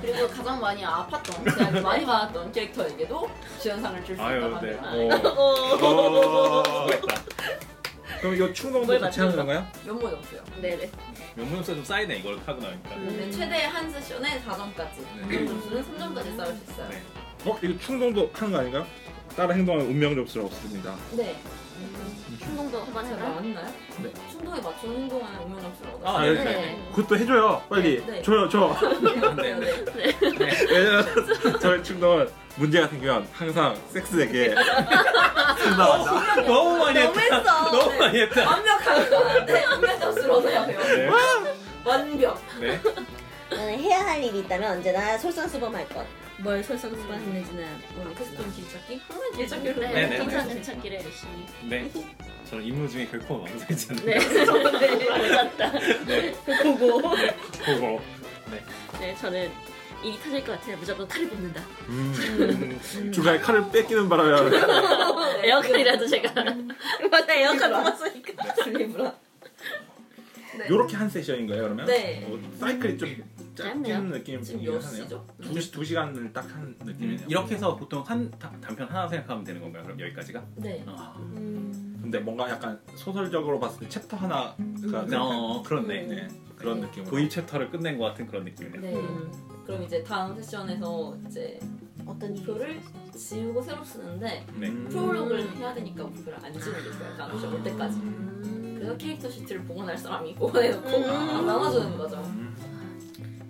Speaker 5: 그리고 가장 많이 아팠던, 가장 많이 받았던 캐릭터에게도 지원상을 줄 수 있다고
Speaker 1: 아유, 네.
Speaker 5: 합니다.
Speaker 1: 어.
Speaker 6: 어.
Speaker 1: 수고했다.
Speaker 6: 그럼 이거 충동도
Speaker 8: 뭘
Speaker 6: 같이 하는 건가요?
Speaker 5: 네, 면모 점수요.
Speaker 8: 네네.
Speaker 1: 면모점수 좀 쌓이네 이걸 하고 나니까.
Speaker 5: 네, 최대 한 세션에 4점까지.
Speaker 1: 네.
Speaker 5: 면모 점수는 3점까지 쌓을 수 있어요.
Speaker 1: 네.
Speaker 6: 어, 이거 충동도 하는 거 아닌가요? 따라 행동하면 운명 점수를 얻습니다.
Speaker 5: 네.
Speaker 2: 충동도 한번
Speaker 5: 제가
Speaker 2: 해라.
Speaker 5: 맞나요?
Speaker 6: 네.
Speaker 5: 충동에 맞춰 행동하는 운명 점수를 얻어.
Speaker 1: 아,
Speaker 6: 네.
Speaker 2: 네.
Speaker 6: 그것도 해줘요. 빨리
Speaker 5: 네, 네.
Speaker 6: 줘요, 줘.
Speaker 1: 네, 네.
Speaker 6: 왜냐면 저희 충동은 문제가 생기면 항상 섹스에게 상담한다.
Speaker 1: 너무 많이 했다.
Speaker 5: 너무했어.
Speaker 1: 너무 많이 했다.
Speaker 5: 완벽하다. 네, 운명 점수를 얻어야 돼요.
Speaker 1: 네.
Speaker 5: 완벽.
Speaker 1: 네.
Speaker 9: 나는 해야 할 일이 있다면 언제나 솔선수범할 것.
Speaker 8: 뭘 설상수반했는지는
Speaker 5: 그래서
Speaker 8: 모르겠어.
Speaker 5: 좀 음, 길찾기? 항상 길찾기를
Speaker 2: 네,
Speaker 1: 네, 네.
Speaker 2: 항상 괜찮기를 열심히.
Speaker 1: 네. 저는 임무 중에 그 결코 망설이지 않는
Speaker 2: 네, 맞았다.
Speaker 1: 네.
Speaker 8: 보고.
Speaker 1: 그거.
Speaker 2: 네, 저는 일이 터질 것 같아요. 무조건 칼을 뽑는다.
Speaker 6: 음.
Speaker 5: 음.
Speaker 6: 중간에 칼을 뺏기는 바람에
Speaker 5: 네.
Speaker 2: 에어컨이라도 제가.
Speaker 8: 맞다, 에어컨 뽑았으니까.
Speaker 5: 슬리브라. 네.
Speaker 6: 요렇게 한 세션인 거예요 그러면?
Speaker 5: 네.
Speaker 6: 어, 사이클이 좀 짧은
Speaker 2: 짧네요.
Speaker 6: 느낌이
Speaker 5: 지금
Speaker 6: 있긴
Speaker 5: 몇
Speaker 6: 하네요.
Speaker 5: 시죠?
Speaker 6: 두, 시- 두 시간을 딱 한
Speaker 1: 음,
Speaker 6: 느낌이네요.
Speaker 1: 이렇게 해서 보통 한 다- 단편 하나 생각하면 되는 건가요? 그럼 여기까지가?
Speaker 5: 네. 음.
Speaker 1: 아,
Speaker 6: 근데 뭔가 약간 소설적으로 봤을 때 챕터 하나가 생각나요.
Speaker 1: 어, 그렇네.
Speaker 6: 네, 그런 느낌으로.
Speaker 1: 도입 챕터를 끝낸 것 같은 그런 느낌이네요.
Speaker 5: 네.
Speaker 2: 음.
Speaker 5: 그럼 이제 다음 세션에서 이제
Speaker 9: 어떤 일을
Speaker 5: 표를 지우고 새로 쓰는데
Speaker 1: 네.
Speaker 5: 프롤로그를 해야 되니까 목표를 안 지우는 게 있어요. 나누셔 올 때까지.
Speaker 2: 음,
Speaker 5: 그래서 캐릭터 시트를 복원할 사람이 복원해놓고
Speaker 1: 아.
Speaker 5: 나눠주는 거죠.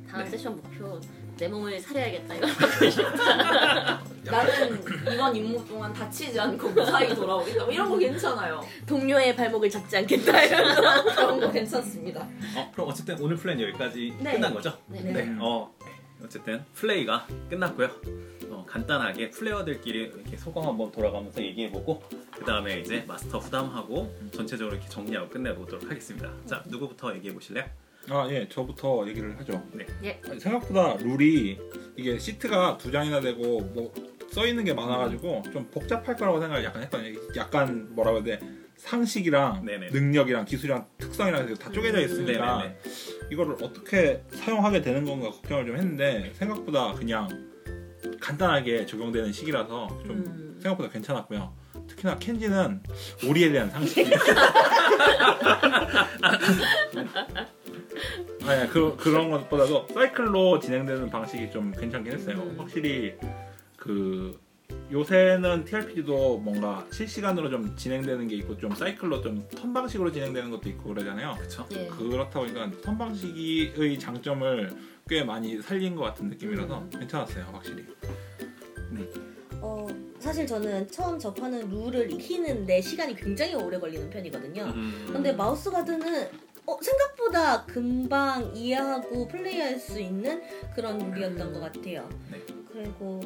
Speaker 2: 다음
Speaker 1: 네.
Speaker 2: 세션 목표 내 몸을 살해야겠다 이거.
Speaker 5: 나는 이번 임무 동안 다치지 않고 무사히 돌아오겠다. 뭐 이런 거 괜찮아요.
Speaker 8: 동료의 발목을 잡지 않겠다.
Speaker 2: 네.
Speaker 8: 이런 거.
Speaker 5: 그런 거 괜찮습니다.
Speaker 1: 어, 그럼 어쨌든 오늘 플랜 여기까지 끝난 거죠?
Speaker 2: 네.
Speaker 1: 네. 어, 어쨌든 플레이가 끝났고요. 어, 간단하게 플레이어들끼리 이렇게 소감 한번 돌아가면서 얘기해보고 그 다음에 이제 마스터 후담하고 전체적으로 이렇게 정리하고 끝내보도록 하겠습니다. 자, 누구부터 얘기해 보실래요?
Speaker 6: 아, 예, 저부터 얘기를 하죠.
Speaker 1: 네.
Speaker 2: 예.
Speaker 6: 아니, 생각보다 룰이 이게 시트가 두 장이나 되고 뭐 써 있는 게 많아가지고 좀 복잡할 거라고 생각을 약간 했던 약간 뭐라고 해야 돼 상식이랑
Speaker 1: 네네. 음,
Speaker 6: 능력이랑 기술이랑 특성이랑 해서 다 쪼개져 있으니까
Speaker 1: 네네네.
Speaker 6: 이거를 어떻게 사용하게 되는 건가 걱정을 좀 했는데 생각보다 그냥 간단하게 적용되는 식이라서 좀
Speaker 5: 음.
Speaker 6: 생각보다 괜찮았고요. 특히나 켄지는 오리에 대한 상식이. 아니 그 그런 것보다도 사이클로 진행되는 방식이 좀 괜찮긴 했어요. 확실히 그 요새는 TRPG도 뭔가 실시간으로 좀 진행되는 게 있고 좀 사이클로 좀 턴 방식으로 진행되는 것도 있고 그러잖아요.
Speaker 1: 그쵸?
Speaker 5: 네.
Speaker 2: 예.
Speaker 6: 그렇다 보니까 턴 방식의 장점을 꽤 많이 살린 것 같은 느낌이라서 괜찮았어요, 확실히.
Speaker 9: 어 사실 저는 처음 접하는 룰을 익히는데 시간이 굉장히 오래 걸리는 편이거든요.
Speaker 1: 음.
Speaker 9: 근데 마우스 가드는 어, 생각보다 금방 이해하고 플레이할 수 있는 그런 룰이었던 것 같아요.
Speaker 1: 네.
Speaker 9: 그리고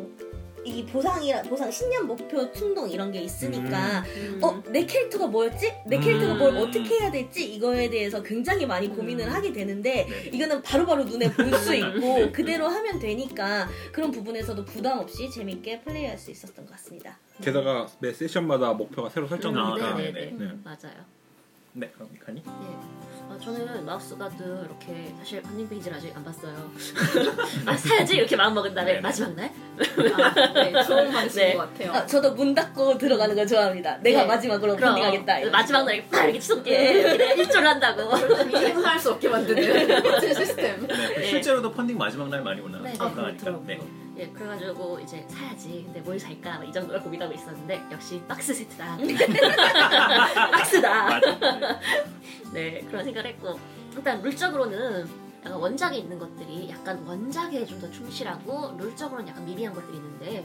Speaker 9: 이 보상이라 보상 신념 목표 충동 이런 게 있으니까
Speaker 2: 음.
Speaker 9: 어 내 캐릭터가 뭐였지 내 캐릭터가
Speaker 1: 음.
Speaker 9: 뭘 어떻게 해야 될지 이거에 대해서 굉장히 많이 고민을 하게 되는데
Speaker 1: 네.
Speaker 9: 이거는 바로바로 눈에 볼 수 있고 그대로 하면 되니까 그런 부분에서도 부담 없이 재밌게 플레이할 수 있었던 것 같습니다.
Speaker 6: 게다가 매 세션마다 목표가 새로 설정되니까
Speaker 1: 아, 네,
Speaker 2: 네, 네,
Speaker 6: 네.
Speaker 2: 네. 맞아요.
Speaker 1: 네, 그럼 미카님.
Speaker 2: 아, 저는 마우스 가드 이렇게 사실 컨닝 페이지를 아직 안 봤어요. 아 사야지 이렇게 마음 먹은 날에
Speaker 1: 네.
Speaker 2: 마지막 날.
Speaker 5: 아, 네, 좋은 방식인
Speaker 2: 네.
Speaker 5: 것 같아요.
Speaker 9: 아, 저도 문 닫고 들어가는 거 좋아합니다. 내가
Speaker 2: 네.
Speaker 9: 마지막으로
Speaker 2: 그럼 네,
Speaker 9: 컨닝하겠다. 어, 예. 이러면서.
Speaker 2: 마지막 날에 딱 이렇게 치솟게 일조를 한다고.
Speaker 5: 이해할 수 없게 만드는 번째 시스템.
Speaker 1: 네,
Speaker 2: 네.
Speaker 1: 실제로도 펀딩 마지막 날 많이
Speaker 2: 네,
Speaker 1: 올라가니까.
Speaker 2: 네.
Speaker 5: 아,
Speaker 1: 그러니까.
Speaker 5: 그렇더라고요.
Speaker 1: 네.
Speaker 2: 예, 그래가지고 이제 사야지. 근데 뭘 살까? 막이 정도로 고민하고 있었는데 역시 박스 세트다.
Speaker 9: 음.
Speaker 2: 박스다.
Speaker 1: 맞아. 네.
Speaker 2: 네, 그런 생각을 했고 일단 물적으로는 약간 원작에 있는 것들이 약간 원작에 좀 더 충실하고 룰적으로는 약간 미비한 것들이 있는데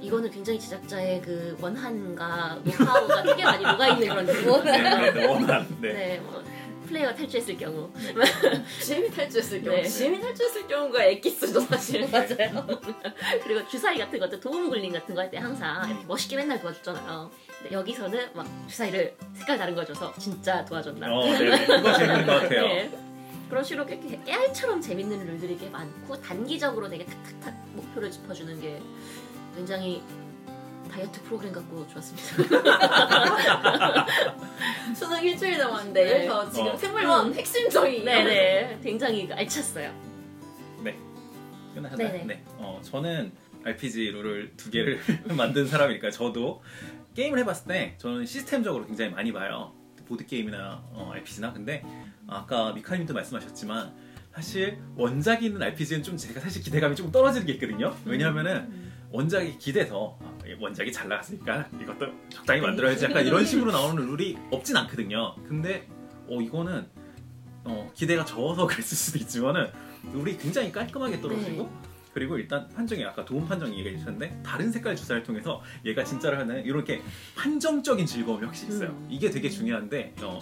Speaker 2: 이거는 굉장히 제작자의 그 원한과 노하우가 되게 많이 녹아 있는 그런 느낌.
Speaker 1: 네, 네, 원한. 네.
Speaker 2: 네, 뭐 플레이어 탈주했을 경우.
Speaker 5: 지엠이 탈주했을 경우
Speaker 2: 네.
Speaker 5: 지엠이 탈주했을 경우가 엑기스죠 사실
Speaker 2: 맞아요. 그리고 주사위 같은 것도 도움 굴림 같은 거 할 때 항상 이렇게 멋있게 맨날 도와줬잖아요. 근데 여기서는 막 주사위를 색깔 다른 거 줘서 진짜 도와줬나. 네.
Speaker 1: 어, 네, 네. 그거 재밌는 것 같아요.
Speaker 2: 그런 식으로 이렇게 깨알처럼 재밌는 룰들이 꽤 많고 단기적으로 되게 탁탁탁 목표를 짚어주는 게 굉장히 다이어트 프로그램 같고 좋았습니다.
Speaker 5: 수능 일주일 남았는데
Speaker 2: 네.
Speaker 5: 여기서 지금
Speaker 1: 어.
Speaker 5: 생물원 핵심적인
Speaker 2: 네네, 굉장히 알찼어요.
Speaker 1: 끝나셨나요?
Speaker 2: 네네.
Speaker 1: 네. 어, 저는 RPG 룰을 두 개를 만든 사람이니까 저도 게임을 해봤을 때 저는 시스템적으로 굉장히 많이 봐요. 보드 게임이나 어, RPG나 근데 아까 미카님도 말씀하셨지만 사실 원작이 있는 RPG는 좀 제가 사실 기대감이 좀 떨어지는 게 있거든요.
Speaker 2: 음.
Speaker 1: 왜냐하면은 원작이 기대서 아, 원작이 잘 나갔으니까 이것도 적당히
Speaker 2: 네.
Speaker 1: 만들어야지 약간 이런 식으로 나오는 룰이 없진 않거든요. 근데 어, 이거는 어, 기대가 적어서 그랬을 수도 있지만은 룰이 굉장히 깔끔하게 떨어지고 그리고 일단 판정이 아까 도움 판정 얘기해 주셨는데 다른 색깔 주사를 통해서 얘가 진짜라는 이렇게 판정적인 즐거움이 확실히 있어요. 이게 되게 중요한데 어,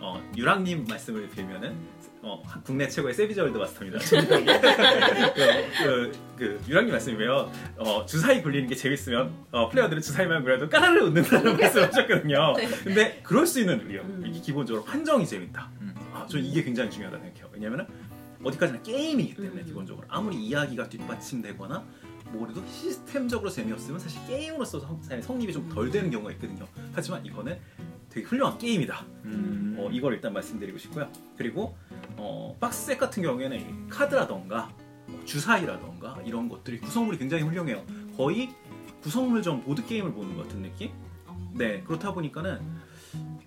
Speaker 1: 어, 유랑님 말씀을 빌면은 어, 국내 최고의 세비저월드 마스터입니다. 그, 그, 그 유랑님 말씀이면 어, 주사위 굴리는 게 재밌으면 어, 플레이어들은 주사위만 굴려도 까르르 웃는다는 말씀을 하셨거든요. 근데 그럴 수 있는 룰이요. 이게 기본적으로 판정이 재밌다.
Speaker 6: 음.
Speaker 1: 아, 저 이게 굉장히 중요하다 생각해요. 왜냐면은 어디까지나 게임이기 때문에
Speaker 2: 음.
Speaker 1: 기본적으로 아무리 이야기가 뒷받침되거나 뭐래도 시스템적으로 재미없으면 사실 게임으로서 성- 성립이 좀 덜 되는 경우가 있거든요. 하지만 이거는 되게 훌륭한 게임이다.
Speaker 6: 음.
Speaker 1: 어, 이걸 일단 말씀드리고 싶고요. 그리고 어, 박스셋 같은 경우에는 이 카드라던가 어, 주사위라던가 이런 것들이 구성물이 굉장히 훌륭해요. 거의 구성물전 보드게임을 보는 것 같은 느낌? 네, 그렇다 보니까는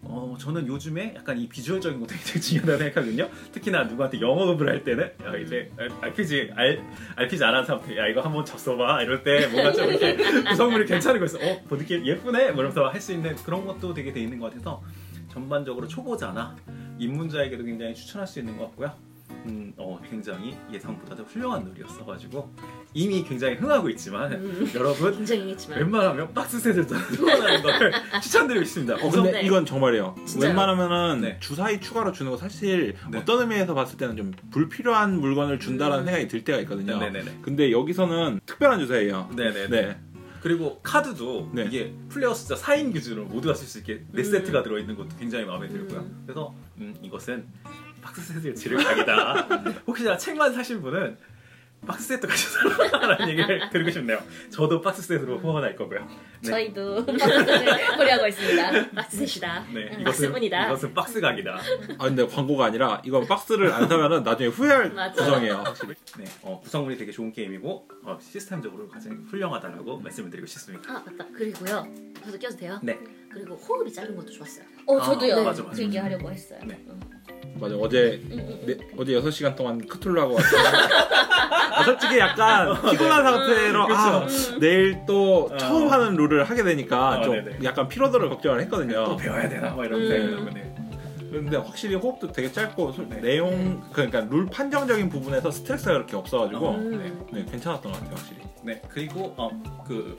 Speaker 1: 어, 저는 요즘에 약간 이 비주얼적인 것도 굉장히 중요하다고 생각하거든요. 특히나 누구한테 영업을 할 때는 야, 이제 RPG, 알, RPG 안 하는 사람한테 야 이거 한번 접어봐 이럴 때 뭔가 좀 이렇게 구성물이 괜찮은 거 있어. 어, 보드게임 예쁘네? 이러면서 할 수 있는 그런 것도 되게 돼 있는 것 같아서 전반적으로 초보자나 입문자에게도 굉장히 추천할 수 있는 것 같고요. 음, 어, 굉장히 예상보다도 훌륭한 놀이였어가지고 이미 굉장히 흥하고 있지만
Speaker 6: 음.
Speaker 1: 여러분
Speaker 2: 굉장히 했지만
Speaker 1: 웬만하면 박스셋을 소원하는 걸 추천드리고 있습니다.
Speaker 6: 어, 근데
Speaker 2: 네.
Speaker 6: 이건 정말이에요.
Speaker 2: 진짜요?
Speaker 6: 웬만하면은
Speaker 1: 네.
Speaker 6: 주사위 추가로 주는 거 사실
Speaker 1: 네.
Speaker 6: 어떤 의미에서 봤을 때는 좀 불필요한 물건을 준다라는
Speaker 2: 음.
Speaker 6: 생각이 들 때가 있거든요.
Speaker 1: 네네네.
Speaker 6: 근데 여기서는 특별한 주사예요.
Speaker 1: 네네네.
Speaker 6: 네.
Speaker 1: 그리고 카드도
Speaker 6: 네.
Speaker 1: 이게 플레이어 숫자 4인 기준으로 모두가 쓸 수 있게 네 세트가 들어있는 것도 굉장히 마음에 들고요. 그래서 음, 이것은 박스 세트를 지를 각이다. 혹시나 책만 사신 분은 박스 세트 가져달라는 얘기를 드리고 싶네요. 저도 박스 세트로 후원할 거고요. 네.
Speaker 8: 저희도 고려하고 있습니다.
Speaker 2: 박스셋이다.
Speaker 1: 네, 이것은,
Speaker 2: 박스분이다.
Speaker 1: 이것은 박스 각이다.
Speaker 6: 아 근데 광고가 아니라 이건 박스를 안 사면은 나중에 후회할
Speaker 2: 맞아요.
Speaker 6: 구성이에요.
Speaker 1: 네, 어, 구성물이 되게 좋은 게임이고 어, 시스템적으로 가장 훌륭하다라고 말씀을 드리고 싶습니다.
Speaker 2: 아 맞다. 그리고요. 저도 껴도 돼요?
Speaker 1: 네.
Speaker 2: 그리고 호흡이 짧은 것도 좋았어요.
Speaker 8: 어
Speaker 1: 아,
Speaker 8: 저도요.
Speaker 1: 네, 맞아, 맞아.
Speaker 8: 그 얘기하려고 했어요.
Speaker 1: 네.
Speaker 6: 맞아 어제 네, 어제 6 시간 동안 크툴로 하고 왔어요. 네. 아, 솔직히 약간 피곤한 상태로 아 내일 또
Speaker 1: 어.
Speaker 6: 처음 하는 룰을 하게 되니까
Speaker 1: 어,
Speaker 6: 좀
Speaker 1: 네네.
Speaker 6: 약간 피로도를 걱정을 했거든요.
Speaker 1: 또 배워야 되나? 막 이런 생각이 들었거든요.
Speaker 6: 근데 확실히 호흡도 되게 짧고 솔-
Speaker 1: 네.
Speaker 6: 내용 그러니까 룰 판정적인 부분에서 스트레스가 그렇게 없어가지고
Speaker 1: 어, 네.
Speaker 6: 네 괜찮았던 것 같아요 확실히.
Speaker 1: 네 그리고 어 그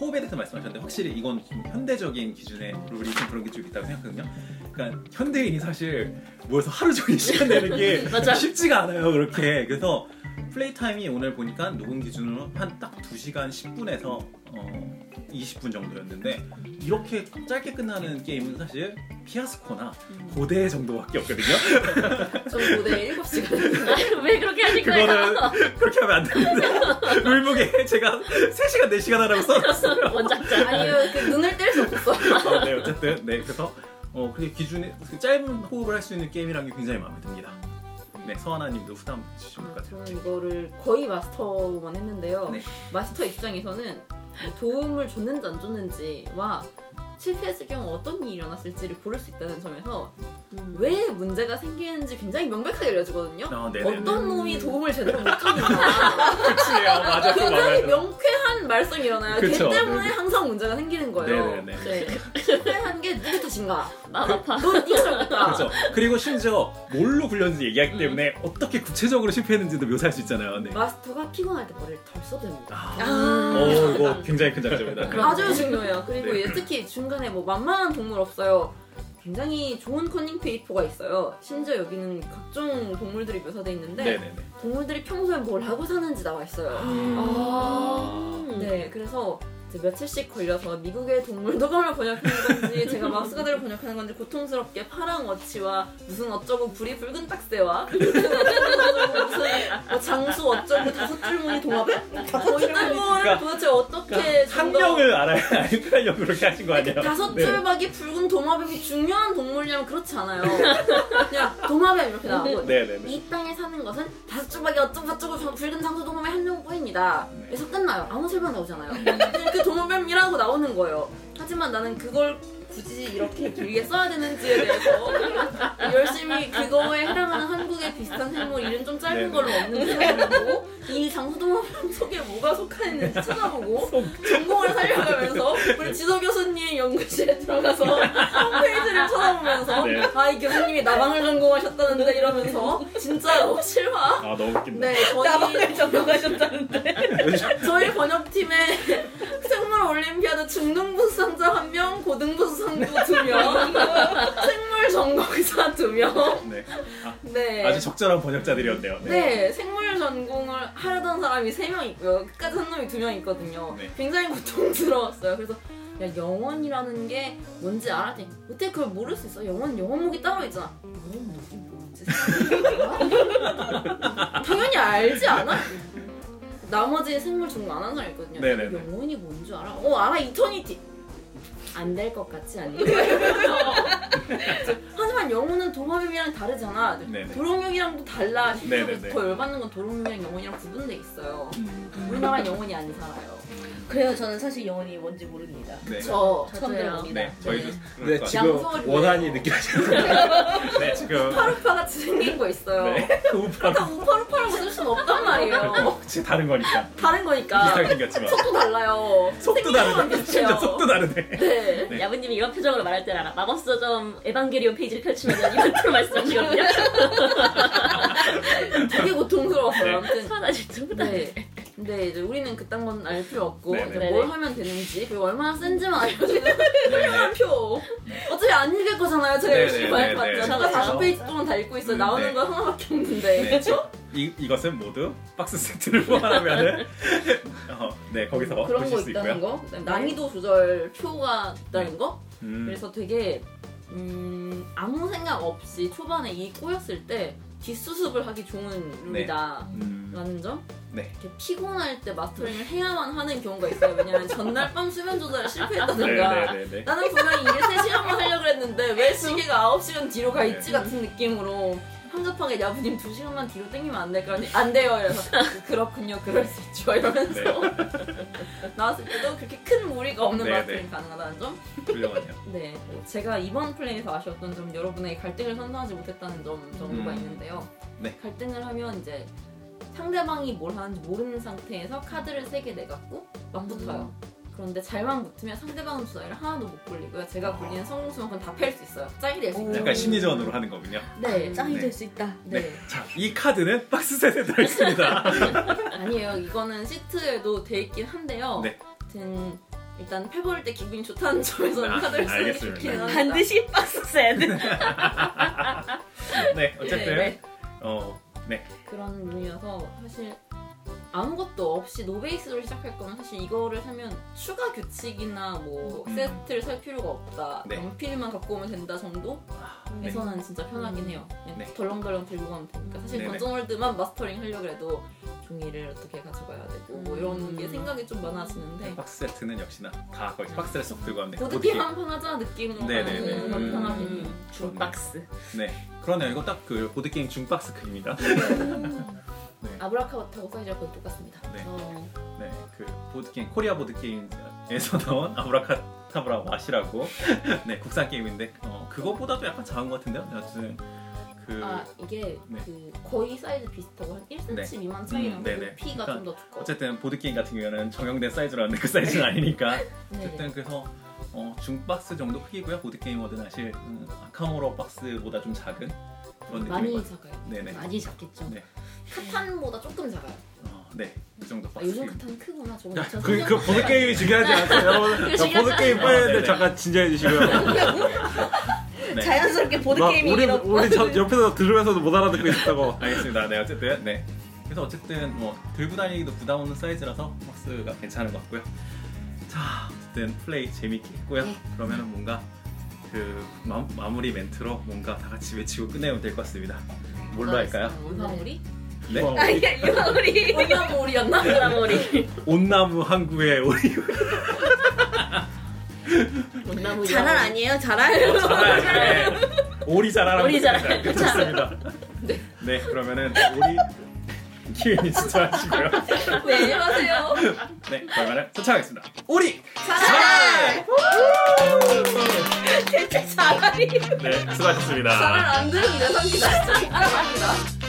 Speaker 1: 호흡에 대해서 말씀하셨는데 확실히 이건 좀 현대적인 기준의 룰이 좀 그런 게 좀 있다고 생각하거든요. 그러니까 현대인이 사실 모여서 하루 종일 시간 내는 게
Speaker 2: 맞아.
Speaker 1: 쉽지가 않아요 그렇게 그래서 플레이 타임이 오늘 보니까 녹음 기준으로 한 딱 2시간 10분에서 어 20분 정도였는데 이렇게 짧게 끝나는 게임은 사실 피아스코나
Speaker 2: 음.
Speaker 1: 고대 정도밖에 없거든요.
Speaker 5: 저는 무대 7시간
Speaker 2: 왜 그렇게 하실 거예요?
Speaker 1: 그거는 그렇게 하면 안 되는데 룰북에 제가 3시간 4시간 하라고 써놨어요.
Speaker 2: 원작자.
Speaker 5: 아니요 그 눈을 뗄 수 없었어요
Speaker 1: 어, 네 어쨌든 네 그래서 어 그게 기준에 그 짧은 호흡을 할 수 있는 게임이라는 게 굉장히 마음에 듭니다. 네 서하나님도 후담 주신 것
Speaker 5: 아,
Speaker 1: 같아요.
Speaker 5: 저는 이거를 거의 마스터만 했는데요
Speaker 1: 네.
Speaker 5: 마스터 입장에서는 뭐 도움을 줬는지 안 줬는지와 실패했을 경우 어떤 일이 일어났을지를 고를 수 있다는 점에서 왜 문제가 생기는지 굉장히 명백하게 알려주거든요
Speaker 1: 아 네네.
Speaker 5: 어떤 놈이 도움을 제대로 못 줬는가
Speaker 1: 그치요 맞아 그
Speaker 5: 굉장히
Speaker 1: 맞아요.
Speaker 5: 명쾌한 말썽이 일어나요 걔
Speaker 1: 그쵸,
Speaker 5: 때문에
Speaker 1: 네네.
Speaker 5: 항상 문제가 생기는 거예요
Speaker 1: 네네네.
Speaker 5: 네. 실패한 게 이게 누구 탓인가?
Speaker 2: 마음 아파.
Speaker 5: 넌 네가 잘못했다.
Speaker 1: 그렇죠. 그리고 심지어 뭘로 굴렸는지
Speaker 5: 음.
Speaker 1: 얘기하기 때문에 어떻게 구체적으로 실패했는지도 묘사할 수 있잖아요. 네.
Speaker 5: 마스터가 피곤할 때 머리를 덜 써도 됩니다.
Speaker 1: 아,
Speaker 9: 아.
Speaker 5: 음.
Speaker 1: 어, 이거 굉장히 큰 장점이다.
Speaker 5: 아주 중요해요. 그리고
Speaker 1: 네.
Speaker 5: 얘 특히 중간에 뭐 만만한 동물 없어요. 굉장히 좋은 커닝 페이퍼가 있어요. 심지어 여기는 각종 동물들이 묘사돼 있는데
Speaker 1: 네네네.
Speaker 5: 동물들이 평소에 뭘 하고 사는지 나와 있어요. 음.
Speaker 1: 아.
Speaker 5: 네, 그래서 이제 며칠씩 걸려서 미국의 동물 도감을 번역하는 건지 제가 마우스가드를 번역하는 건지 고통스럽게 파랑 어치와 무슨 어쩌고 불이 붉은 딱새와 무슨 어쩌고 무슨 뭐 장수 어쩌고 다섯 줄무늬 동화 뭐 이런 거를 도대체 어떻게
Speaker 1: 그러니까 한
Speaker 5: 좀더
Speaker 1: 명을 알아야 알려고 그렇게 하신 거 아니에요?
Speaker 5: 다섯
Speaker 1: 네.
Speaker 5: 줄박이 붉은 도마뱀이 중요한 동물이라면 그렇지 않아요. 그냥 도마뱀 이렇게 나오고
Speaker 1: 네네네.
Speaker 5: 이 땅에 사는 것은 다섯 줄박이 어쩌고저쩌고 저 붉은 장수 도마뱀 한 명뿐입니다.
Speaker 1: 네.
Speaker 5: 그래서 끝나요. 아무 설명 나오잖아요. 그냥 그 도마뱀이라고 나오는 거예요. 하지만 나는 그걸 굳이 이렇게 길게 써야 되는지에 대해서 열심히 그거에 해당하는 한국의 비슷한 생물 이름 좀
Speaker 1: 네.
Speaker 5: 짧은 걸로 없는 생각을 하고 이 장수 도마뱀 속에 뭐가 속하 있는지 찾아보고 전공을 살려가면서 우리 지도 교수님 연구실에 들어가서 홈페이지를 쳐다보면서
Speaker 1: 네.
Speaker 5: 아 이 교수님이 나방을 전공하셨다는데 이러면서 진짜로 실화?
Speaker 1: 아 너무 웃긴다.
Speaker 5: 네
Speaker 8: 나방을
Speaker 5: 저희
Speaker 8: 전공하셨다는데
Speaker 5: 저희 번역팀에 생물 올림피아드 중등부 수상자 한 명, 고등부 수상자 두 명, 생물 전공자 두 명.
Speaker 1: 네.
Speaker 5: 네.
Speaker 1: 아주 적절한 번역자들이었네요.
Speaker 5: 네, 생물 전공을 하려던 사람이 3명 있고요. 끝까지 한 놈이 2명 있거든요.
Speaker 1: 네.
Speaker 5: 굉장히 고통스러웠어요. 그래서 야, 영혼이라는 게 뭔지 알았더니 어떻게 그걸 모를 수 있어? 영혼, 영혼목이 따로 있잖아. 영혼목이 뭔지 생각해봐. 당연히 알지 않아? 나머지 생물 전공 안 하는 사람 있거든요.
Speaker 1: 네네네.
Speaker 5: 영혼이 뭔지 알아? 어, 알아. 이터니티. 안 될 것 같지 않니? 하지만 영혼은 도마뱀이랑 다르잖아.
Speaker 1: 네네.
Speaker 5: 도롱뇽이랑도 달라.
Speaker 1: 네네네.
Speaker 5: 실제로 더 열받는 건 도롱뇽이랑 영혼이랑 구분돼 있어요. 우리나라 영혼이 안 살아요.
Speaker 8: 그래요 저는 사실 영혼이 뭔지 모릅니다
Speaker 1: 네.
Speaker 5: 저
Speaker 8: 처음 들어봅니다
Speaker 1: 네. 저희도 그럴
Speaker 6: 근데
Speaker 1: 것
Speaker 6: 지금
Speaker 5: 양손으로.
Speaker 6: 원한이 느껴지는
Speaker 1: 같아요. 네 지금
Speaker 5: 파루파 같이 생긴 거 있어요.
Speaker 1: 네. 우파로
Speaker 5: 그러니까 우파루파라고 쓸 수는 없단 말이에요.
Speaker 1: 지금 다른 거니까
Speaker 5: 다른 거니까.
Speaker 1: 비슷하게 생겼지만
Speaker 5: 속도 달라요.
Speaker 1: 속도
Speaker 5: 생긴 것만
Speaker 1: 다르다.
Speaker 5: 비슷해요.
Speaker 1: 진짜 속도 다르네.
Speaker 5: 네.
Speaker 1: 네.
Speaker 2: 야부님이 이런 표정으로 말할 줄 알아. 마법서 좀 에반게리온 페이지를 펼치면 이런 표로 말씀하시거든요.
Speaker 5: 되게
Speaker 1: 네.
Speaker 5: 고통스러웠어요. 아무튼
Speaker 2: 선 아직도 못 알아.
Speaker 5: 네. 근데 이제 우리는 그딴 건 알 필요 없고
Speaker 1: 네네.
Speaker 5: 이제
Speaker 2: 네네.
Speaker 5: 뭘 하면 되는지 그리고 얼마나 센지만 알려주는 훌륭한 표. 어차피 안 읽을 거잖아요. 제가
Speaker 1: 네네,
Speaker 5: 열심히 많이
Speaker 1: 네네.
Speaker 5: 봤죠. 제가
Speaker 1: 그렇죠.
Speaker 5: 40페이지 동안 다 읽고 있어요.
Speaker 1: 음,
Speaker 5: 나오는
Speaker 1: 네.
Speaker 5: 거 하나밖에 없는데.
Speaker 1: 네. 저- 이 이것은 모두 박스 세트를 포함하면은 어, 네 거기서
Speaker 5: 그런
Speaker 1: 보실
Speaker 5: 거
Speaker 1: 수
Speaker 5: 있다는
Speaker 1: 있고요. 네.
Speaker 5: 거, 그다음에 난이도 조절 표가 있다는 거.
Speaker 1: 음,
Speaker 5: 그래서 되게 음, 아무 생각 없이 초반에 이 꼬였을 때 뒷수습을 하기 좋은 룰이다.
Speaker 1: 음,
Speaker 5: 라는 점?
Speaker 1: 네.
Speaker 5: 이렇게 피곤할 때 마스터링을 해야만 하는 경우가 있어요. 왜냐면 전날 밤 수면 조절에 실패했다든가
Speaker 1: 네네네네. 네.
Speaker 5: 나는 분명히 일을 3시간만 하려고 했는데 왜 시계가 9시간 뒤로 가 있지 같은 느낌으로 황급하게 야부님 2시간만 뒤로 땡기면 안 될까요? 근데 안 돼요 이래서 그렇군요 그럴 수 있죠 이러면서 나왔을 때도 그렇게 큰 무리가 없는
Speaker 1: 네,
Speaker 5: 마스터링
Speaker 1: 네.
Speaker 5: 가능하다는 점?
Speaker 1: 훌륭하네요.
Speaker 5: 네 뭐 제가 이번 플레이에서 아쉬웠던 점 여러분의 갈등을 선사하지 못했다는 점 정도가
Speaker 1: 음.
Speaker 5: 있는데요
Speaker 1: 네.
Speaker 5: 갈등을 하면 이제 상대방이 뭘 하는지 모르는 상태에서 카드를 세 개 내갖고 막 붙어요
Speaker 1: 음.
Speaker 5: 그런데 잘만 붙으면 상대방은 주사위를 하나도 못 굴리고요. 제가 굴리는 성공수만큼 다 팰 수 있어요. 짱이 될 수 있어요.
Speaker 1: 아. 약간 심리전으로 하는 거군요.
Speaker 5: 네.
Speaker 9: 짱이
Speaker 1: 네.
Speaker 9: 될 수 있다.
Speaker 5: 네.
Speaker 1: 자, 이 카드는 박스 세트에 들어있습니다.
Speaker 5: 아니에요. 이거는 시트에도 돼 있긴 한데요.
Speaker 1: 네.
Speaker 5: 아무튼 일단 패버릴 때 기분이 좋다는 점에서
Speaker 1: 아,
Speaker 5: 는 카드를 쓰는 게
Speaker 1: 알겠습니다.
Speaker 5: 좋긴 합니다.
Speaker 9: 반드시 박스 셋.
Speaker 1: 네, 어쨌든
Speaker 5: 네,
Speaker 1: 어, 네,
Speaker 5: 그런 룰이어서 사실 아무것도 없이 노베이스로 시작할 거면 사실 이거를 사면 추가 규칙이나 뭐
Speaker 1: 음.
Speaker 5: 세트를 살 필요가 없다.
Speaker 1: 네.
Speaker 5: 연필만 갖고 오면 된다 정도?
Speaker 1: 네.
Speaker 5: 에서는 진짜 편하긴 해요. 그냥
Speaker 1: 네. 음.
Speaker 5: 덜렁덜렁 들고 가면 되니까 사실
Speaker 1: 네네.
Speaker 5: 건전월드만 마스터링 하려고 해도 종이를 어떻게 가져가야 되고
Speaker 1: 음.
Speaker 5: 뭐 이런 게 생각이 좀 많아지는데
Speaker 1: 박스 세트는 역시나 다 거의 박스를 쏙 들고 갑니다.
Speaker 5: 네. 보드게임 한판 하자 느낌으로
Speaker 1: 네네네.
Speaker 5: 가는 건
Speaker 1: 음.
Speaker 5: 편하긴 해요.
Speaker 2: 음, 중박스.
Speaker 1: 네, 그러네요. 이거 딱 그 보드 게임 중 박스 큰입니다.
Speaker 5: 아브라카바타고 사이즈가 거의 똑같습니다.
Speaker 1: 네.
Speaker 5: 어,
Speaker 1: 네, 그 보드 게임 코리아 보드 게임에서 나온 아브라카타브라 와시라고 네 국산 게임인데 어, 그거보다도 약간 작은 것 같은데요. 어쨌든 그
Speaker 5: 아 이게
Speaker 1: 네.
Speaker 5: 그 거의 사이즈 비슷하고 한 1cm
Speaker 1: 네.
Speaker 5: 미만 차이
Speaker 1: 음,
Speaker 5: 나고
Speaker 1: 네네.
Speaker 5: 높이가 좀 더 두꺼워.
Speaker 1: 어쨌든 보드 게임 같은 경우는 정형된 사이즈로 하는데 그 사이즈는 아니니까
Speaker 5: 네. 네네.
Speaker 1: 어쨌든 그래서 어, 중박스 정도 크기고요. 보드 게이머든 사실 음, 아카모로 박스보다 좀 작은 그런
Speaker 5: 음, 많이
Speaker 1: 느낌이고.
Speaker 5: 작아요.
Speaker 1: 네네.
Speaker 5: 많이 작겠죠.
Speaker 1: 네.
Speaker 5: 카탄보다 조금 작아요.
Speaker 1: 어, 네. 이 정도
Speaker 5: 아,
Speaker 1: 박스.
Speaker 5: 요즘 카탄 크구나. 저거
Speaker 6: 야,
Speaker 5: 진짜
Speaker 6: 그,
Speaker 5: 성형-
Speaker 6: 그 보드 게임이 중요하지 않아요. 여러분, 자, 보드 게임
Speaker 1: 아,
Speaker 6: 빠야
Speaker 1: 네네.
Speaker 6: 돼. 잠깐 진지해 주시고요.
Speaker 1: 네.
Speaker 8: 자연스럽게 보드
Speaker 6: 막 우리
Speaker 8: 게임이라고.
Speaker 6: 우리 저, 옆에서 들으면서도 못 알아듣고 있었다고.
Speaker 1: 알겠습니다. 네, 어쨌든 네. 그래서 어쨌든 뭐 들고 다니기도 부담 없는 사이즈라서 박스가 괜찮은 것 같고요. 자, 어쨌든 플레이 재밌게 했고요.
Speaker 5: 네.
Speaker 1: 그러면은 뭔가 그 마, 마무리 멘트로 뭔가 다 같이 외치고 끝내면 될 것 같습니다. 뭘로
Speaker 5: 아,
Speaker 1: 할까요?
Speaker 5: 올마무리?
Speaker 1: 네.
Speaker 8: 아니야 유아우리.
Speaker 5: 올마무리였나? 올마무리.
Speaker 2: 온나무 항구에 오리
Speaker 5: 올마무리.
Speaker 8: 자랄 아니에요 자랄.
Speaker 2: 오리 자라라고
Speaker 5: 오리 자라.
Speaker 2: 좋습니다.
Speaker 5: 네.
Speaker 2: 네 그러면은 오리 기회는 진짜 하시고요.
Speaker 5: 네, 하세요.
Speaker 1: 네, 그러면은 도착하겠습니다. 오리.
Speaker 5: 자랄!
Speaker 8: 대체 자랄이.
Speaker 2: 네 수고하셨습니다.
Speaker 5: 자랄 안 들으면 내상기다. 알아갑니다.